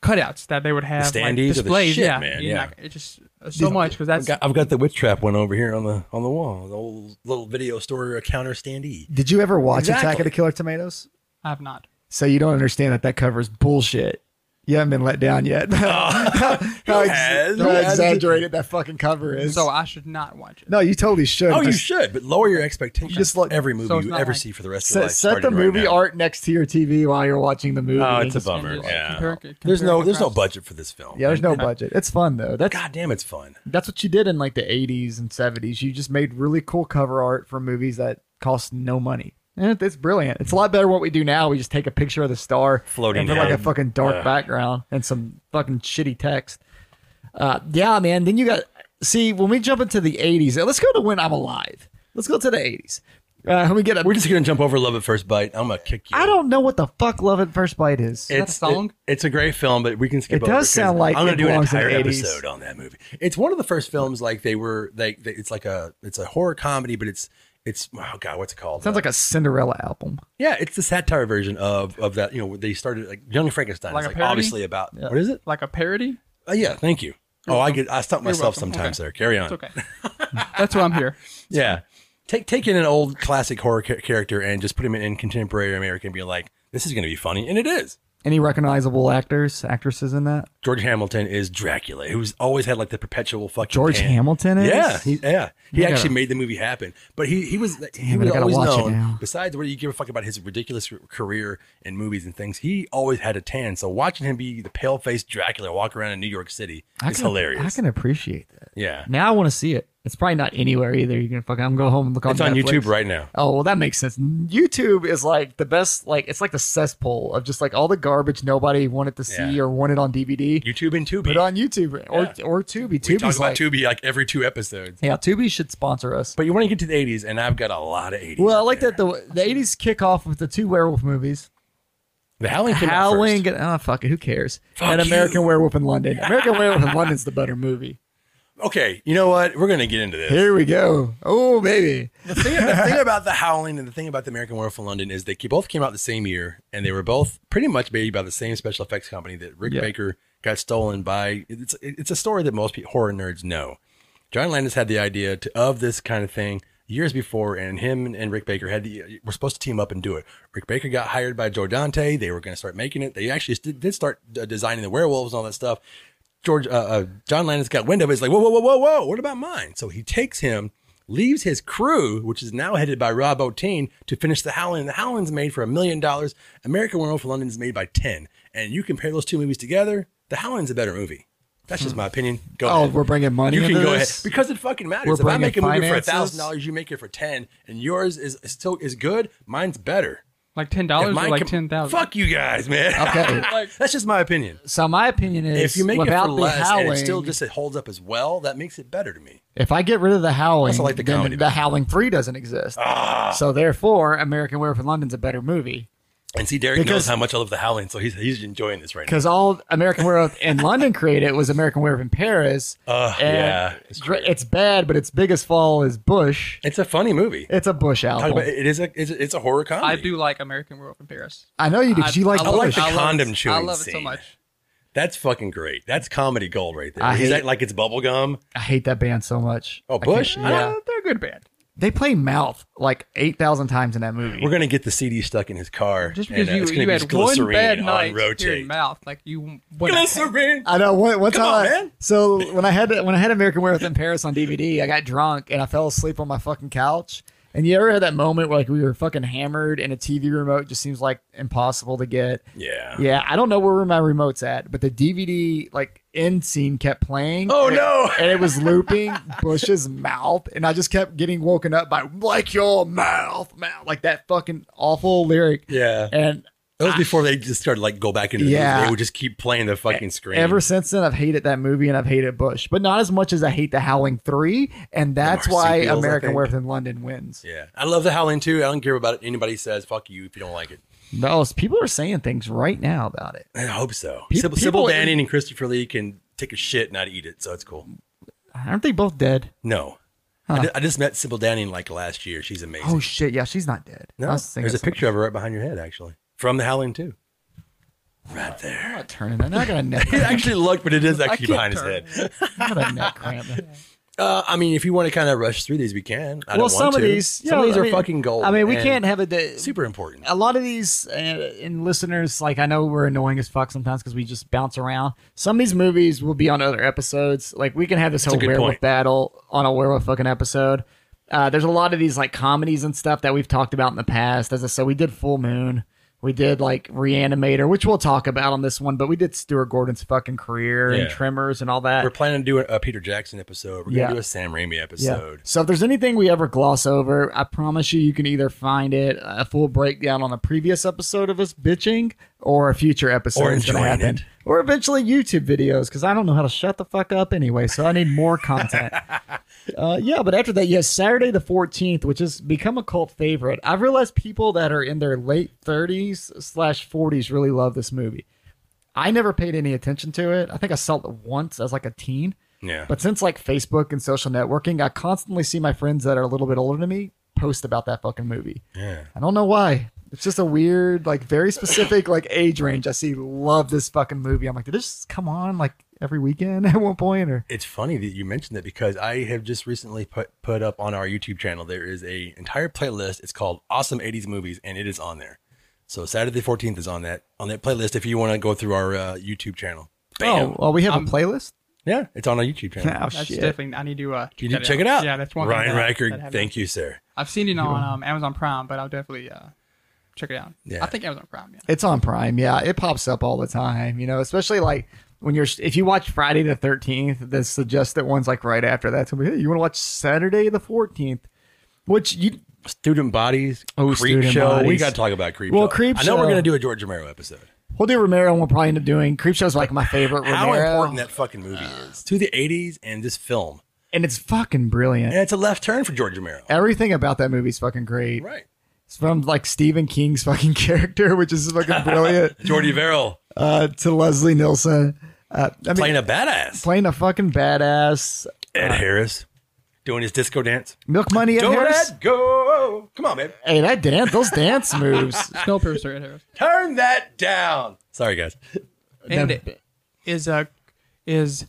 Speaker 3: cutouts that they would have,
Speaker 1: The
Speaker 3: like
Speaker 1: standees of the
Speaker 3: displays.
Speaker 1: shit,
Speaker 3: yeah,
Speaker 1: man,
Speaker 3: you know,
Speaker 1: yeah.
Speaker 3: like, it just uh, so much because that's
Speaker 1: I've (laughs) got, I've got the witch trap one over here on the on the wall, the old little video store uh, counter standee.
Speaker 2: Did you ever watch Attack
Speaker 1: Exactly.
Speaker 2: of the Killer Tomatoes?
Speaker 3: I have not.
Speaker 2: So you don't understand that that covers bullshit. You haven't been let down yet. (laughs) how (laughs) how ex-
Speaker 1: has?
Speaker 2: how
Speaker 1: Who has?
Speaker 2: exaggerated that fucking cover is.
Speaker 3: So I should not watch it.
Speaker 2: no, you totally should.
Speaker 1: Oh, you
Speaker 2: Just
Speaker 1: should, but lower your expectations.
Speaker 2: Just like-
Speaker 1: every movie
Speaker 3: So it's
Speaker 1: you
Speaker 3: not
Speaker 1: ever
Speaker 3: like-
Speaker 1: see for the rest of your
Speaker 2: set,
Speaker 1: life.
Speaker 2: set the
Speaker 1: starting right
Speaker 2: movie
Speaker 1: now.
Speaker 2: art next to your TV while you're watching the movie.
Speaker 1: Oh, it's a
Speaker 2: Just-
Speaker 1: bummer.
Speaker 3: And just
Speaker 1: Yeah.
Speaker 3: compare- compare
Speaker 1: There's no there's no
Speaker 3: contrast.
Speaker 1: budget for this film.
Speaker 2: Yeah, there's (laughs) no budget. It's fun though. That's
Speaker 1: God damn, it's fun.
Speaker 2: that's what you did in like the 80s and 70s. You just made really cool cover art for movies that cost no money. And it- it's brilliant. It's a lot better than what we do now. We just take a picture of the star
Speaker 1: Floating
Speaker 2: and put like a
Speaker 1: head.
Speaker 2: fucking dark
Speaker 1: Ugh.
Speaker 2: background and some fucking shitty text. Uh, yeah, man. Then you got see when we jump into the 80s. Let's go to when I'm alive. Let's go to the 80s. Uh, when we get
Speaker 1: We're
Speaker 2: a,
Speaker 1: just gonna jump over Love at First Bite. I'm gonna kick you.
Speaker 2: I don't know what the fuck Love at First Bite is.
Speaker 1: It's
Speaker 3: that a song?
Speaker 1: it- it's a great film, but we can skip.
Speaker 2: It
Speaker 1: over
Speaker 2: does sound
Speaker 1: 'cause
Speaker 2: like
Speaker 1: I'm
Speaker 2: it
Speaker 1: gonna do an
Speaker 2: belongs in
Speaker 1: entire
Speaker 2: the 80s.
Speaker 1: episode on that movie. It's one of the first films like they were like they, it's like a it's a horror comedy, but it's it's oh god, what's it called?
Speaker 2: sounds
Speaker 1: Uh,
Speaker 2: like a Cinderella album.
Speaker 1: yeah, it's the satire version of of that. You know, they started like Young Frankenstein.
Speaker 3: Like
Speaker 1: is,
Speaker 3: a
Speaker 1: like
Speaker 3: parody?
Speaker 1: obviously about what is it?
Speaker 3: Like a parody.
Speaker 1: Uh, yeah, thank you. oh, I get I stop myself
Speaker 3: welcome.
Speaker 1: sometimes
Speaker 3: Okay.
Speaker 1: there. Carry on.
Speaker 2: (laughs)
Speaker 3: It's okay. that's why I'm here.
Speaker 1: Yeah. Take taking an old classic horror cha- character and just put him in contemporary America and be like, this is going to be funny, and it is.
Speaker 2: Any recognizable actors, actresses in that?
Speaker 1: George Hamilton is Dracula, who's always had like the perpetual fucking
Speaker 2: George
Speaker 1: tan.
Speaker 2: Hamilton is?
Speaker 1: Yeah, he, yeah, he
Speaker 2: gotta-
Speaker 1: actually made the movie happen. But he he was he
Speaker 2: it,
Speaker 1: was
Speaker 2: I gotta
Speaker 1: always
Speaker 2: watch it
Speaker 1: known.
Speaker 2: now.
Speaker 1: Besides, what do you give a fuck about his ridiculous r- career in movies and things? He always had a tan. So watching him be the pale faced Dracula walk around in New York City
Speaker 2: I
Speaker 1: is
Speaker 2: can-
Speaker 1: hilarious.
Speaker 2: I can appreciate that.
Speaker 1: yeah,
Speaker 2: Now I want to see it. It's probably not anywhere either. You can fucking I'm gonna go home and look on.
Speaker 1: it's on
Speaker 2: Netflix.
Speaker 1: YouTube right now.
Speaker 2: Oh well, that makes sense. YouTube is like the best. Like it's like the cesspool of just like all the garbage nobody wanted to see
Speaker 1: Yeah.
Speaker 2: or wanted on DVD.
Speaker 1: YouTube and Tubi.
Speaker 2: Put it on YouTube or
Speaker 1: Yeah.
Speaker 2: or Tubi.
Speaker 1: we talk
Speaker 2: uh, Tubi's
Speaker 1: about
Speaker 2: like
Speaker 1: Tubi like every two episodes.
Speaker 2: yeah, Tubi should sponsor us.
Speaker 1: But you want to get to the 80s, and I've got a lot of 80s.
Speaker 2: well, I
Speaker 1: out
Speaker 2: like
Speaker 1: there.
Speaker 2: that the the eighties kick off with the two werewolf movies.
Speaker 1: The Howling came out
Speaker 2: Howling
Speaker 1: first.
Speaker 2: and oh fuck it, who cares?
Speaker 1: Fuck
Speaker 2: and American
Speaker 1: you.
Speaker 2: Werewolf in London. American Werewolf in London's the better movie.
Speaker 1: Okay, you know what? We're going to get into this.
Speaker 2: Here we go. Oh baby.
Speaker 1: The thing, the thing about The Howling and the thing about The American Werewolf in London is they ke- both came out the same year, and they were both pretty much made by the same special effects company that Rick
Speaker 2: Yeah.
Speaker 1: Baker got stolen by. It's, it's a story that most pe- horror nerds know. John Landis had the idea to, of this kind of thing years before, and him and Rick Baker had the, were supposed to team up and do it. Rick Baker got hired by Joe Dante. They were going to start making it. They actually did, did start uh, designing the werewolves and all that stuff. George uh, uh, John Landis got wind of it. He's like, whoa, whoa, whoa, whoa, whoa! What about mine? So he takes him, leaves his crew, which is now headed by Rob O'Teen, to finish the Howling. The Howling's made for a million dollars. American Werewolf in London is made by ten. And you compare those two movies together, The Howling's a better movie. That's just my opinion. Go
Speaker 2: Oh,
Speaker 1: ahead.
Speaker 2: we're bringing money.
Speaker 1: You can
Speaker 2: into
Speaker 1: go ahead
Speaker 2: this?
Speaker 1: because it fucking matters.
Speaker 2: We're
Speaker 1: if I
Speaker 2: bringing
Speaker 1: make a movie for a
Speaker 2: finances?
Speaker 1: thousand dollars, you make it for ten, and yours is still is good. Mine's better.
Speaker 3: Like ten
Speaker 1: If
Speaker 3: dollars or
Speaker 1: mine
Speaker 3: like
Speaker 1: com-
Speaker 3: ten thousand.
Speaker 1: Fuck you guys, man.
Speaker 2: Okay.
Speaker 1: (laughs) Like, that's just my opinion.
Speaker 2: So my opinion is,
Speaker 1: If you make it for
Speaker 2: without the
Speaker 1: less
Speaker 2: howling,
Speaker 1: and it still just it holds up as well, that makes it better to me.
Speaker 2: if I get rid of the howling,
Speaker 1: Also like the
Speaker 2: then
Speaker 1: comedy Ah.
Speaker 2: the
Speaker 1: bit.
Speaker 2: howling three doesn't exist. So therefore, American Werewolf in London's a better movie
Speaker 1: And see, Derek knows
Speaker 2: Because-
Speaker 1: how much I love the Howling, so he's he's enjoying this right now.
Speaker 2: because all American Werewolf in London created was American Werewolf in Paris.
Speaker 1: Uh,
Speaker 2: and
Speaker 1: yeah,
Speaker 2: it's, dr- it's bad, but its biggest fall is Bush.
Speaker 1: It's a funny movie.
Speaker 2: It's a Bush
Speaker 1: Talk
Speaker 2: album.
Speaker 1: about, it is a it's, a- it's a horror comedy.
Speaker 3: I do like American Werewolf in Paris.
Speaker 2: I know you do. 'cause you like
Speaker 3: love
Speaker 1: like
Speaker 2: Bush.
Speaker 1: the
Speaker 3: it. love
Speaker 1: condom
Speaker 3: it. I
Speaker 1: chewing
Speaker 3: love it so
Speaker 1: scene.
Speaker 3: much.
Speaker 1: That's fucking great. That's comedy gold right there.
Speaker 2: I
Speaker 1: he's
Speaker 2: hate-
Speaker 1: act like it's bubblegum.
Speaker 2: I hate that band so much.
Speaker 1: Oh,
Speaker 2: I
Speaker 1: Bush?
Speaker 2: can't- Yeah,
Speaker 3: Uh, they're a good band.
Speaker 2: they play Mouth like eight thousand times in that movie.
Speaker 1: We're gonna get the CD stuck in his car.
Speaker 3: Just because
Speaker 1: and, uh, it's
Speaker 3: you,
Speaker 1: gonna
Speaker 3: you
Speaker 1: be
Speaker 3: had one
Speaker 1: glycerine
Speaker 3: bad
Speaker 1: on
Speaker 3: night
Speaker 1: rotate.
Speaker 3: hearing mouth, like you went
Speaker 2: (laughs)
Speaker 1: Glycerine.
Speaker 2: I know. One, one
Speaker 1: Come
Speaker 2: time,
Speaker 1: on,
Speaker 2: I-
Speaker 1: man.
Speaker 2: so when I had when I had American Werewolf in Paris on DVD, I got drunk and I fell asleep on my fucking couch. And you ever had that moment where like we were fucking hammered and a TV remote just seems like impossible to get?
Speaker 1: Yeah.
Speaker 2: Yeah, I don't know where my remote's at, but the DVD like end scene kept playing.
Speaker 1: Oh
Speaker 2: and it-
Speaker 1: no.
Speaker 2: and it was looping Bush's mouth, and I just kept getting woken up by like your mouth, mouth, like that fucking awful lyric.
Speaker 1: Yeah.
Speaker 2: And
Speaker 1: That was before they just started like go back into the
Speaker 2: Yeah.
Speaker 1: movie. They would just keep playing the fucking screen.
Speaker 2: Ever since then, I've hated that movie and I've hated Bush, but not as much as I hate The Howling Three, and that's why
Speaker 1: Marsupials, I
Speaker 2: American
Speaker 1: think.
Speaker 2: Werewolf in London wins.
Speaker 1: yeah. I love the Howling too. I don't care about it. Anybody says fuck you if you don't like it.
Speaker 2: No, people are saying things right now about it.
Speaker 1: I hope so.
Speaker 2: Pe-
Speaker 1: Sybil, Sybil
Speaker 2: people-
Speaker 1: Danning and Christopher Lee can take a shit and not eat it, so it's cool.
Speaker 2: Aren't they both dead?
Speaker 1: No. I, ju- I just met Sybil Danning like last year. She's amazing.
Speaker 2: Oh shit! Yeah, she's not dead. I
Speaker 1: no,
Speaker 2: was thinking
Speaker 1: there's a
Speaker 2: something.
Speaker 1: picture of her right behind your head, actually, from The Howling Two.
Speaker 2: (laughs)
Speaker 1: Right
Speaker 2: I'm
Speaker 1: there.
Speaker 2: not turning. that. Now I got
Speaker 1: (laughs)
Speaker 2: a neck.
Speaker 1: It actually looked, but it is actually behind
Speaker 3: can't
Speaker 1: his
Speaker 3: turn.
Speaker 1: head.
Speaker 2: I got a neck cramp.
Speaker 1: Uh, I mean, if you want to kind of rush through these, we can. I
Speaker 2: well,
Speaker 1: don't want
Speaker 2: some
Speaker 1: to.
Speaker 2: of these,
Speaker 1: some of
Speaker 2: yeah,
Speaker 1: these
Speaker 2: I
Speaker 1: are
Speaker 2: mean-
Speaker 1: fucking gold.
Speaker 2: I mean, we
Speaker 1: and
Speaker 2: can't have a day.
Speaker 1: super important.
Speaker 2: a lot of these uh, in listeners like i know we're annoying as fuck sometimes because we just bounce around some of these movies will be on other episodes like we can have this
Speaker 1: a
Speaker 2: whole
Speaker 1: good
Speaker 2: werewolf
Speaker 1: point.
Speaker 2: battle on a werewolf fucking episode uh, there's a lot of these like comedies and stuff that we've talked about in the past as i said we did full moon we did like reanimator which we'll talk about on this one but we did stuart gordon's fucking career
Speaker 1: Yeah.
Speaker 2: and tremors and all that
Speaker 1: We're planning to do a, a Peter Jackson episode. We're gonna
Speaker 2: Yeah.
Speaker 1: do a Sam Raimi episode.
Speaker 2: So if there's anything we ever gloss over, I promise you, you can either find it uh, a full breakdown on a previous episode of us bitching, or a future episode
Speaker 1: Or
Speaker 2: is going to
Speaker 1: enjoying
Speaker 2: happen,
Speaker 1: it.
Speaker 2: or eventually YouTube videos because I don't know how to shut the fuck up anyway. So I need more
Speaker 1: (laughs)
Speaker 2: content. uh, yeah, but after that, yes, Saturday the 14th, which has become a cult favorite. I've realized people that are in their late 30s slash 40s really love this movie. I never paid any attention to it. I think I saw it once as like a teen.
Speaker 1: Yeah.
Speaker 2: But since like Facebook and social networking, I constantly see my friends that are a little bit older than me post about that fucking movie.
Speaker 1: Yeah.
Speaker 2: I don't know why. It's just a weird, like very specific, like age range. I see love this fucking movie. I'm like, did this come on like every weekend (laughs) at one point or?
Speaker 1: It's funny that you mentioned that because I have just recently put put up on our YouTube channel. There is a entire playlist. It's called Awesome 80s Movies, and it is on there. So Saturday the 14th is on that on that playlist. If you want to go through our uh, YouTube channel, bam.
Speaker 2: Oh, well, we have a playlist.
Speaker 1: yeah, it's on our YouTube channel.
Speaker 2: Oh
Speaker 3: That's
Speaker 2: shit!
Speaker 3: definitely. I need to uh, check,
Speaker 1: You
Speaker 3: that
Speaker 1: need to check it out.
Speaker 3: Yeah, that's one.
Speaker 1: Ryan
Speaker 3: thing that- that I
Speaker 1: Riker,
Speaker 3: haven't-
Speaker 1: thank you, sir.
Speaker 3: I've seen it on um, Amazon Prime, but I'll definitely uh, check it out.
Speaker 1: Yeah.
Speaker 3: I think Amazon Prime. Yeah.
Speaker 2: It's on Prime. Yeah, it pops up all the time. You know, especially like when you're if you watch Friday the 13th, the suggested one's like right after that. So, hey, you want to watch Saturday the 14th, which you
Speaker 1: Student Bodies,
Speaker 2: Oh,
Speaker 1: Creep
Speaker 2: Student
Speaker 1: Show. We
Speaker 2: Bodies.
Speaker 1: got to talk about Creep
Speaker 2: Well,
Speaker 1: Show.
Speaker 2: Creep
Speaker 1: I know we're
Speaker 2: Show-
Speaker 1: going to do a George Romero episode.
Speaker 2: We'll do Romero, and we'll probably end up doing Creepshow's like my favorite Romero,
Speaker 1: How important that fucking movie is to the 80s and this film.
Speaker 2: and it's fucking brilliant.
Speaker 1: And it's a left turn for George Romero.
Speaker 2: Everything about that movie's fucking great.
Speaker 1: Right.
Speaker 2: It's from like Stephen King's fucking (laughs) character, which is fucking brilliant,
Speaker 1: Jordy Verrill
Speaker 2: uh, to Leslie Nielsen. Uh, I mean,
Speaker 1: playing a badass.
Speaker 2: playing a fucking badass
Speaker 1: Ed Harris doing his disco dance.
Speaker 2: milk money. Ed
Speaker 1: Don't
Speaker 2: Harris.
Speaker 1: let go. Come on, man.
Speaker 2: Hey, that dance, those dance moves. (laughs)
Speaker 3: Snowpiercer it is.
Speaker 1: Turn that down. Sorry, guys.
Speaker 3: And it is uh, is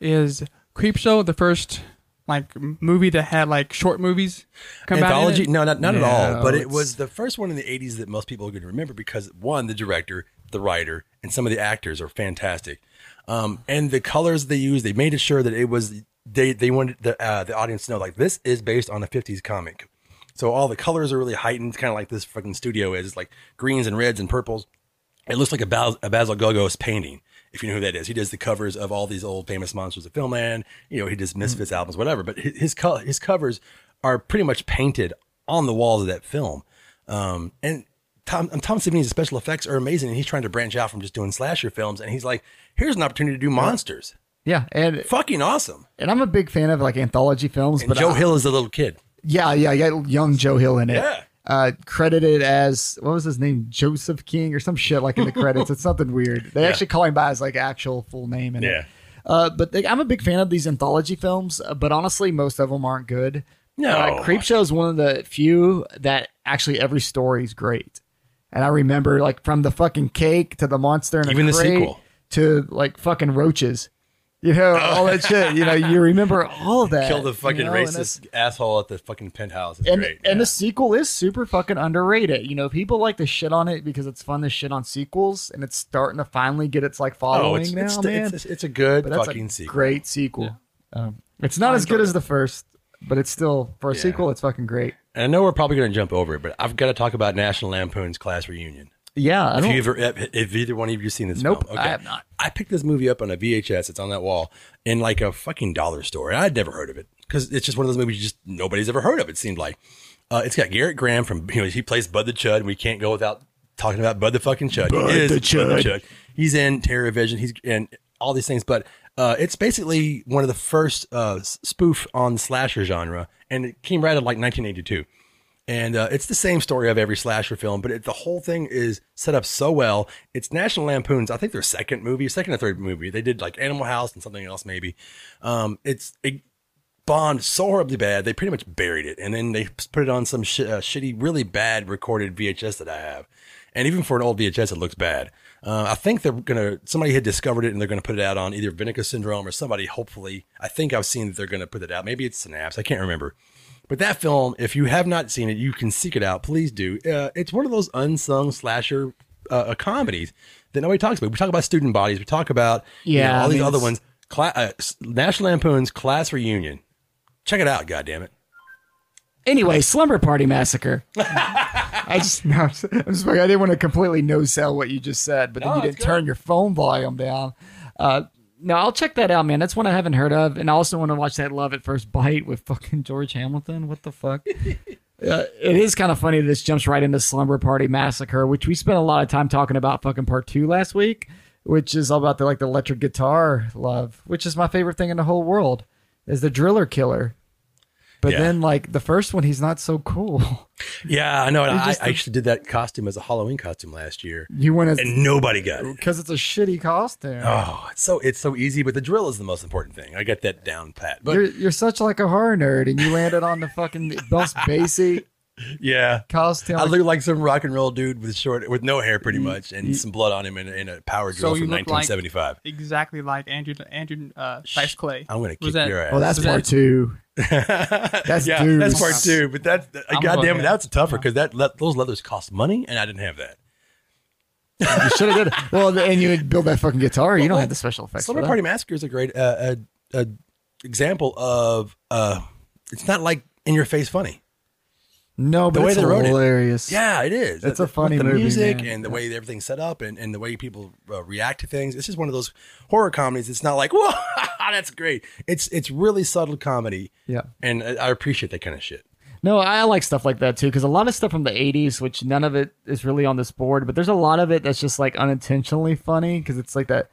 Speaker 3: is Creepshow the first like m- movie that had like short movies? combined in
Speaker 1: Anthology?
Speaker 3: it?
Speaker 1: No, not, not at all.
Speaker 2: No,
Speaker 1: But it
Speaker 2: it's-
Speaker 1: was the first one in the 80s that most people are going to remember because one, the director, the writer, and some of the actors are fantastic. Um, and the colors they used, they made sure that it was they they wanted the uh, the audience to know like this is based on a 50s comic. So all the colors are really heightened, kind of like this fucking studio is. It's like greens and reds and purples. It looks like a, Bas- a Basil Gogos painting, if you know who that is. He does the covers of all these old famous monsters of Filmland. You know, he
Speaker 2: Hmm.
Speaker 1: does Misfits albums, whatever. But his his, co- his covers are pretty much painted on the walls of that film. Um, and Tom um, Tom Savini's special effects are amazing, and he's trying to branch out from just doing slasher films. And he's like, "Here's an opportunity to do monsters.
Speaker 2: yeah, and
Speaker 1: Fucking awesome!"
Speaker 2: and I'm a big fan of like anthology films,
Speaker 1: And
Speaker 2: but
Speaker 1: Joe
Speaker 2: I-
Speaker 1: Hill is the little kid.
Speaker 2: Yeah, yeah, yeah. Young Joe Hill in it.
Speaker 1: Yeah.
Speaker 2: Uh, credited as what was his name, Joseph King or some shit like in the credits. it's something weird. They actually call him by his like actual full name. In
Speaker 1: Yeah.
Speaker 2: It. Uh, but they, I'm a big fan of these anthology films, uh, but honestly, most of them aren't good.
Speaker 1: No.
Speaker 2: uh, Creepshow is one of the few that actually every story is great. And I remember like from the fucking cake to the monster and
Speaker 1: Even the sequel.
Speaker 2: to like fucking roaches, you know, all that shit. You know, you remember all of that.
Speaker 1: Oh. (laughs) Kill the fucking
Speaker 2: you know, Uh, and that's-
Speaker 1: racist asshole at the fucking penthouse. It's
Speaker 2: and
Speaker 1: great.
Speaker 2: and
Speaker 1: yeah.
Speaker 2: the sequel is super fucking underrated. You know, people like to shit on it because it's fun to shit on sequels, and it's starting to finally get its like following
Speaker 1: Oh, it's,
Speaker 2: now,
Speaker 1: it's,
Speaker 2: man.
Speaker 1: It's, it's a good
Speaker 2: but that's
Speaker 1: fucking
Speaker 2: a
Speaker 1: sequel.
Speaker 2: great sequel. Um, it's not as good as the first, but it's still for a
Speaker 1: Yeah.
Speaker 2: sequel, it's fucking great.
Speaker 1: And I know we're probably going to jump over it, but I've got to talk about National Lampoon's Class Reunion.
Speaker 2: Yeah, I
Speaker 1: If
Speaker 2: don't.
Speaker 1: you ever, if, if either one of you seen this
Speaker 2: Nope,
Speaker 1: film,
Speaker 2: I have not.
Speaker 1: I picked this movie up on a VHS. It's on that wall in like a fucking dollar store, and I'd never heard of it because it's just one of those movies you just nobody's ever heard of. It seemed like uh, it's got Garrett Graham from you know he plays Bud the Chud, and we can't go without talking about Bud the fucking Chud. Bud he is
Speaker 2: the
Speaker 1: Bud
Speaker 2: Chud.
Speaker 1: the Chud. He's in Terror Vision. He's in all these things, but uh, it's basically one of the first uh, s- spoof on the slasher genre, and it came right out of like 1982 And uh, it's the same story of every slasher film, but it, the whole thing is set up so well. It's National Lampoon's, I think their second movie, second or third movie. They did like Animal House and something else maybe. Um, it's it bombed so horribly bad they pretty much buried it, and then they put it on some sh- uh, shitty, really bad recorded VHS that I have. And even for an old VHS, it looks bad. Uh, I think they're gonna somebody had discovered it and they're gonna put it out on either Vinica Syndrome or somebody. Hopefully, I think I've seen that they're gonna put it out. Maybe it's Synapse. I can't remember. But that film, if you have not seen it, you can seek it out. Please do. Uh, it's one of those unsung slasher uh, uh, comedies that nobody talks about. We talk about student bodies. We talk about you know,
Speaker 2: Yeah,
Speaker 1: all
Speaker 2: I
Speaker 1: these
Speaker 2: mean,
Speaker 1: other
Speaker 2: it's-
Speaker 1: ones. Cla- uh, S- National Lampoon's Class Reunion. Check it out. God damn it.
Speaker 2: Anyway, Slumber Party Massacre.
Speaker 6: (laughs) I just, no, I'm just- I'm sorry, I didn't want to completely no sell what you just said, but then
Speaker 1: No,
Speaker 6: you
Speaker 1: it's
Speaker 6: didn't turn
Speaker 2: good.
Speaker 6: your phone volume down.
Speaker 2: Uh, no, I'll check that out, man. That's one I haven't heard of, and I also want to watch that Love at First Bite with fucking George Hamilton. What the fuck? Uh, it is kind of funny that this jumps right into Slumber Party Massacre, which we spent a lot of time talking about fucking part two last week, which is all about the like the electric guitar love, which is my favorite thing in the whole world, is the driller killer. But
Speaker 1: Yeah.
Speaker 2: then like the first one, he's not so cool. (laughs)
Speaker 1: Yeah, I know. And I,
Speaker 2: just-
Speaker 1: I actually did that costume as a Halloween costume last year,
Speaker 2: You want to
Speaker 1: and nobody got it.
Speaker 2: because it's a shitty costume.
Speaker 1: Oh, it's so it's so easy, but the drill is the most important thing. I got that down pat. But
Speaker 2: You're you're such like a horror nerd, and you landed on the fucking
Speaker 1: (laughs)
Speaker 2: most basic
Speaker 1: yeah,
Speaker 2: costume.
Speaker 1: I look like some rock and roll dude with short, with no hair, pretty much, and some blood on him, and, and a power
Speaker 3: So
Speaker 1: drill
Speaker 3: you
Speaker 1: from
Speaker 3: look like-
Speaker 1: 1975.
Speaker 3: Exactly like Andrew Andrew uh, Dice Clay.
Speaker 1: I'm gonna
Speaker 3: Was
Speaker 1: kick
Speaker 3: that-
Speaker 1: your ass.
Speaker 2: Well, that's
Speaker 3: Was that-
Speaker 1: (laughs)
Speaker 2: part two.
Speaker 1: that's yeah,
Speaker 2: dudes.
Speaker 1: that's part two. But that's
Speaker 3: I'm
Speaker 1: goddamn,
Speaker 3: okay.
Speaker 1: it, that's tougher because that, that those leathers cost money, and I didn't have that.
Speaker 2: You should have did. it. Well, th- and you would build that fucking guitar. You don't have the special effects.
Speaker 1: Slumber
Speaker 2: for that.
Speaker 1: Party Massacre is a great uh, a, a example of uh, it's not like in your face funny.
Speaker 2: No, but
Speaker 1: the way
Speaker 2: it's
Speaker 1: they wrote it.
Speaker 2: hilarious.
Speaker 1: Yeah, it is.
Speaker 2: It's
Speaker 1: The-
Speaker 2: a funny
Speaker 1: the
Speaker 2: movie,
Speaker 1: music
Speaker 2: man.
Speaker 1: and the way everything's set up and, and the way people uh, react to things. It's just one of those horror comedies. It's not like (laughs) whoa, that's great. It's it's really subtle comedy.
Speaker 2: Yeah.
Speaker 1: and I I appreciate that kind of shit.
Speaker 2: No, I like stuff like that too because a lot of stuff from the '80s, which none of it is really on this board, but there's a lot of it that's just like unintentionally funny because it's like that.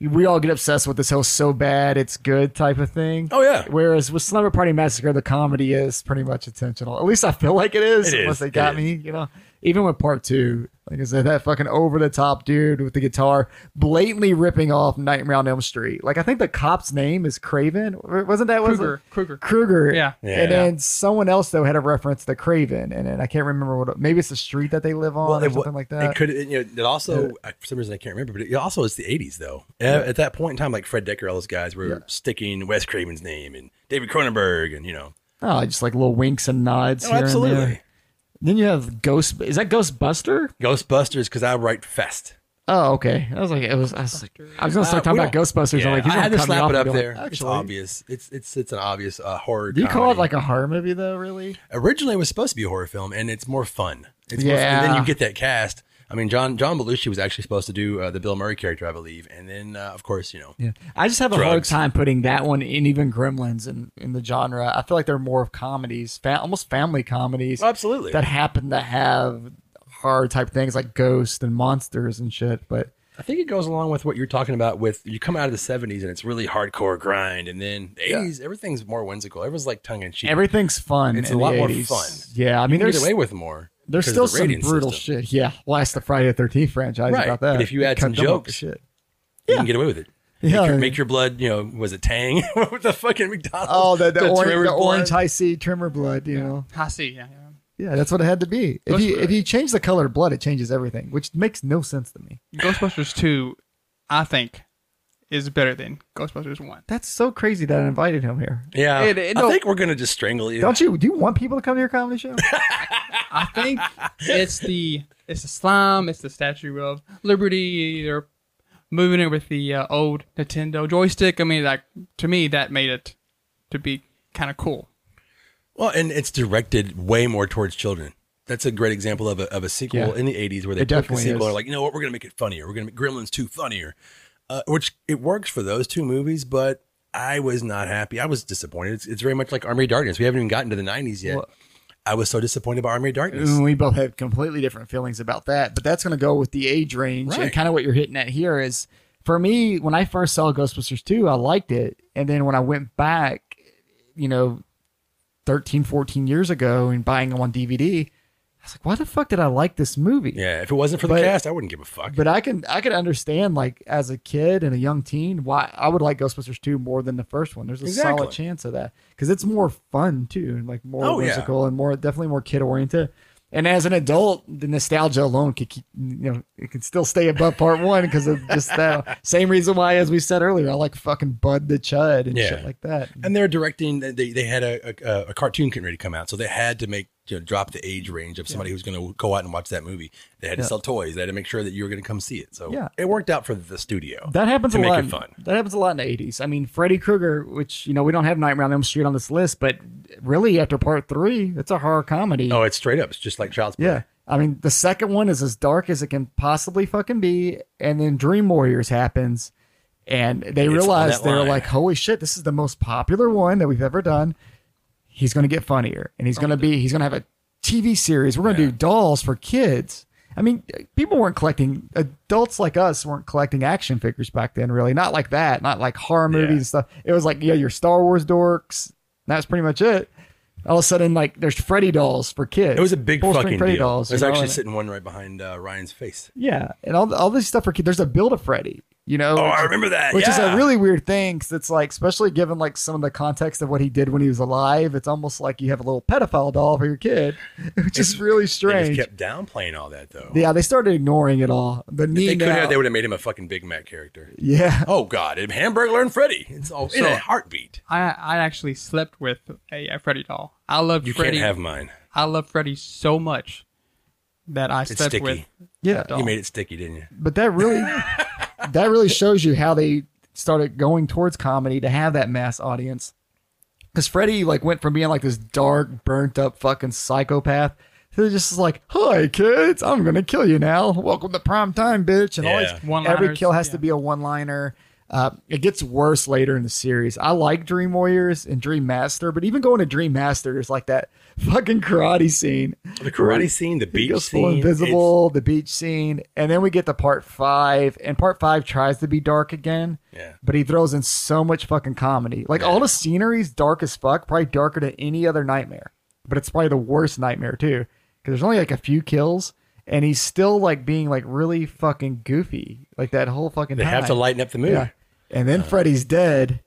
Speaker 2: We all get obsessed with this whole so bad it's good type of thing.
Speaker 1: Oh, yeah.
Speaker 2: Whereas with Slumber Party Massacre, the comedy is pretty much intentional. At least I feel like it is.
Speaker 1: It is.
Speaker 2: unless they
Speaker 1: It
Speaker 2: got
Speaker 1: is.
Speaker 2: me, you know. Even with part two, like I said, that fucking over the top dude with the guitar blatantly ripping off Nightmare on Elm Street. Like I think the cop's name is Craven. Wasn't that was it?
Speaker 3: Krueger, Krueger.
Speaker 2: Kruger.
Speaker 3: Yeah.
Speaker 1: Yeah.
Speaker 2: And then someone else though had a reference to Craven, and then I can't remember what. Maybe it's the street that they live on or
Speaker 1: it wa-
Speaker 2: something like that.
Speaker 1: It could. It, you know, it also, I for some reason, I can't remember, but it also is the '80s though. Uh, At that point in time, like Fred Decker, all those guys were sticking Wes Craven's name and David Cronenberg, and you know,
Speaker 2: oh, just like little winks and nods.
Speaker 1: oh,
Speaker 2: here and
Speaker 1: absolutely
Speaker 2: there. Then you have Ghost. Is that Ghostbuster?
Speaker 1: Ghostbusters because I write fest.
Speaker 2: Oh, okay. I was like, it was. I was, like, I was gonna start
Speaker 1: Uh,
Speaker 2: talking
Speaker 1: we
Speaker 2: about
Speaker 1: don't-
Speaker 2: Ghostbusters.
Speaker 1: Yeah,
Speaker 2: I'm like, he's
Speaker 1: I
Speaker 2: gonna
Speaker 1: had to
Speaker 2: cut me
Speaker 1: slap
Speaker 2: off
Speaker 1: it
Speaker 2: and
Speaker 1: up
Speaker 2: be like,
Speaker 1: there. it's
Speaker 2: actually,
Speaker 1: obvious. It's it's it's an obvious uh, horror.
Speaker 2: Do you call it
Speaker 1: comedy.
Speaker 2: like a horror movie though? Really?
Speaker 1: originally it was supposed to be a horror film and it's more fun. It's more fun.
Speaker 2: Yeah.
Speaker 1: And then you get that cast. I mean, John John Belushi was actually supposed to do uh, the Bill Murray character, I believe, and then uh, of course, you know,
Speaker 2: Yeah. I just have a hard
Speaker 1: Drugs.
Speaker 2: time putting that one in even Gremlins in, in the genre. I feel like they're more of comedies, fa- almost family comedies.
Speaker 1: absolutely.
Speaker 2: that happen to have horror type things like ghosts and monsters and shit. But
Speaker 1: I think it goes along with what you're talking about. With you come out of the '70s and it's really hardcore grind, and then the '80s, everything's more whimsical. Everyone's like tongue in cheek.
Speaker 2: everything's fun.
Speaker 1: It's
Speaker 2: in
Speaker 1: a lot
Speaker 2: the
Speaker 1: more
Speaker 2: 80s.
Speaker 1: fun.
Speaker 2: Yeah, I mean,
Speaker 1: you can get
Speaker 2: there's
Speaker 1: away with more.
Speaker 2: there's
Speaker 1: because
Speaker 2: still
Speaker 1: of the
Speaker 2: some
Speaker 1: rating
Speaker 2: brutal
Speaker 1: system.
Speaker 2: shit. Yeah, well, that's the Friday the Thirteenth franchise
Speaker 1: Right,
Speaker 2: about that.
Speaker 1: but if you add
Speaker 2: cut
Speaker 1: some
Speaker 2: them up
Speaker 1: jokes-
Speaker 2: for shit.
Speaker 1: You can get away with it.
Speaker 2: Yeah,
Speaker 1: make,
Speaker 2: I
Speaker 1: your,
Speaker 2: mean-
Speaker 1: make your blood, you know, was it Tang? (laughs) what was the fucking McDonald's?
Speaker 2: Oh, the, the, orange,
Speaker 1: Trevor
Speaker 2: the
Speaker 1: blood?
Speaker 2: orange high C trimmer blood, you know.
Speaker 3: I see. Yeah, yeah.
Speaker 2: Yeah, that's what it had to be. If
Speaker 3: That's
Speaker 2: you
Speaker 3: right.
Speaker 2: if you change the color of blood, it changes everything, which makes no sense to me.
Speaker 3: Ghostbusters two, I think, is better than Ghostbusters one.
Speaker 2: That's so crazy that I invited him here.
Speaker 1: Yeah,
Speaker 3: It- it
Speaker 1: I
Speaker 3: don't-
Speaker 1: think we're gonna just strangle you.
Speaker 2: Don't you? Do you want people to come to your comedy show?
Speaker 3: I think it's the it's the slime, it's the Statue of Liberty. They're moving it with the uh, old Nintendo joystick. I mean, like to me, that made it to be kind of cool.
Speaker 1: Well, and it's directed way more towards children. That's a great example of a, of a sequel
Speaker 2: Yeah.
Speaker 1: in the 80s where they
Speaker 2: It
Speaker 1: took the
Speaker 2: definitely
Speaker 1: sequel
Speaker 2: is.
Speaker 1: and like, you know what, we're going to make it funnier. We're going to make Gremlins 2 funnier, uh, which it works for those two movies, but I was not happy. I was disappointed. It's, it's very much like Army of Darkness. We haven't even gotten to the 90s yet. I was so disappointed by Army of Darkness.
Speaker 2: And we both have completely different feelings about that, but that's going to go with the age range
Speaker 1: Right.
Speaker 2: and kind of what you're hitting at here is for me when I first saw Ghostbusters 2, I liked it, and then when I went back, you know, 13, 14 years ago and buying them on DVD. I was like, why the fuck did I like this movie?
Speaker 1: Yeah, if it wasn't for the
Speaker 2: But-
Speaker 1: cast, I wouldn't give a fuck.
Speaker 2: But I can I can understand like as a kid and a young teen why I would like Ghostbusters 2 more than the first one. There's a
Speaker 1: Exactly.
Speaker 2: solid chance of that because it's more fun too and like more
Speaker 1: Oh, yeah.
Speaker 2: musical and more definitely more kid oriented. And as an adult, the nostalgia alone could keep, you know it can still stay above part one because of just that same reason why as we said earlier I like fucking Bud the Chud and
Speaker 1: Yeah.
Speaker 2: shit like that.
Speaker 1: and they're directing. They they had a, a a cartoon getting ready to come out, so they had to make you know, drop the age range of somebody who's going to go out and watch that movie. They had to sell toys. They had to make sure that you were going to come see it. So
Speaker 2: Yeah.
Speaker 1: it worked out for the studio.
Speaker 2: That happens
Speaker 1: to
Speaker 2: a
Speaker 1: make
Speaker 2: lot.
Speaker 1: it fun.
Speaker 2: That happens a lot in the eighties. I mean, Freddy Krueger, which you know we don't have Nightmare on Elm Street on this list, but really after part three, it's a horror comedy.
Speaker 1: oh, it's straight up. It's just like Child's Play.
Speaker 2: yeah. I mean, the second one is as dark as it can possibly fucking be, and then Dream Warriors happens, and they
Speaker 1: on
Speaker 2: realize
Speaker 1: that
Speaker 2: they're
Speaker 1: line.
Speaker 2: like, "Holy shit, this is the most popular one that we've ever done." He's gonna get funnier, and he's gonna be he's gonna have a TV series. We're gonna do dolls for kids. I mean, people weren't collecting adults like us weren't collecting action figures back then, really. Not like that, not like horror movies and stuff. It was like, yeah, your Star Wars dorks. That's pretty much it. All of a sudden, like there's Freddy dolls for kids.
Speaker 1: It was a big
Speaker 2: Full-screen
Speaker 1: fucking
Speaker 2: Freddy
Speaker 1: deal.
Speaker 2: dolls.
Speaker 1: There's
Speaker 2: you know,
Speaker 1: actually
Speaker 2: and-
Speaker 1: sitting one right behind uh, Ryan's face.
Speaker 2: yeah, and all all this stuff for kids. There's a build a Freddy, you know,
Speaker 1: Oh,
Speaker 2: which,
Speaker 1: I remember that.
Speaker 2: which is
Speaker 1: yeah.
Speaker 2: a really weird thing because it's like, especially given like some of the context of what he did when he was alive, it's almost like you have a little pedophile doll for your kid, (laughs) which is really
Speaker 1: They just
Speaker 2: strange.
Speaker 1: kept downplaying all that though.
Speaker 2: yeah, they started ignoring it all. The
Speaker 1: If
Speaker 2: need
Speaker 1: they could
Speaker 2: now-
Speaker 1: have. They would have made him a fucking Big Mac character.
Speaker 2: yeah,
Speaker 1: Oh God, it- Hamburglar and Freddy. It's all in a heartbeat.
Speaker 3: I I actually slept with a, a Freddy doll. I loved
Speaker 1: You
Speaker 3: Freddy.
Speaker 1: can't have mine.
Speaker 3: I love Freddy so much that I
Speaker 1: It's
Speaker 3: slept
Speaker 1: sticky.
Speaker 3: with
Speaker 2: yeah.
Speaker 3: that doll.
Speaker 1: You made it sticky, didn't you?
Speaker 2: but that really that really shows you how they started going towards comedy to have that mass audience because freddy like went from being like this dark burnt up fucking psychopath to just like hi kids i'm gonna kill you now welcome to prime time bitch and all
Speaker 1: Yeah.
Speaker 2: these
Speaker 3: One-liners,
Speaker 2: every kill has
Speaker 3: yeah.
Speaker 2: to be a one liner uh, it gets worse later in the series. I like Dream Warriors and Dream Master, but even going to Dream Master, there's like that fucking karate scene
Speaker 1: The karate scene, the
Speaker 2: he
Speaker 1: beach
Speaker 2: goes full
Speaker 1: scene,
Speaker 2: invisible, the beach scene, and then we get to part five, and part five tries to be dark again.
Speaker 1: Yeah.
Speaker 2: But he throws in so much fucking comedy. Like all the scenery's dark as fuck, probably darker than any other nightmare. But it's probably the worst nightmare too, because there's only like a few kills, and he's still like being like really fucking goofy, like that whole fucking.
Speaker 1: They have to Uh-huh.
Speaker 2: time.
Speaker 1: lighten up the mood. (laughs)
Speaker 2: Yeah. And then Freddy's dead.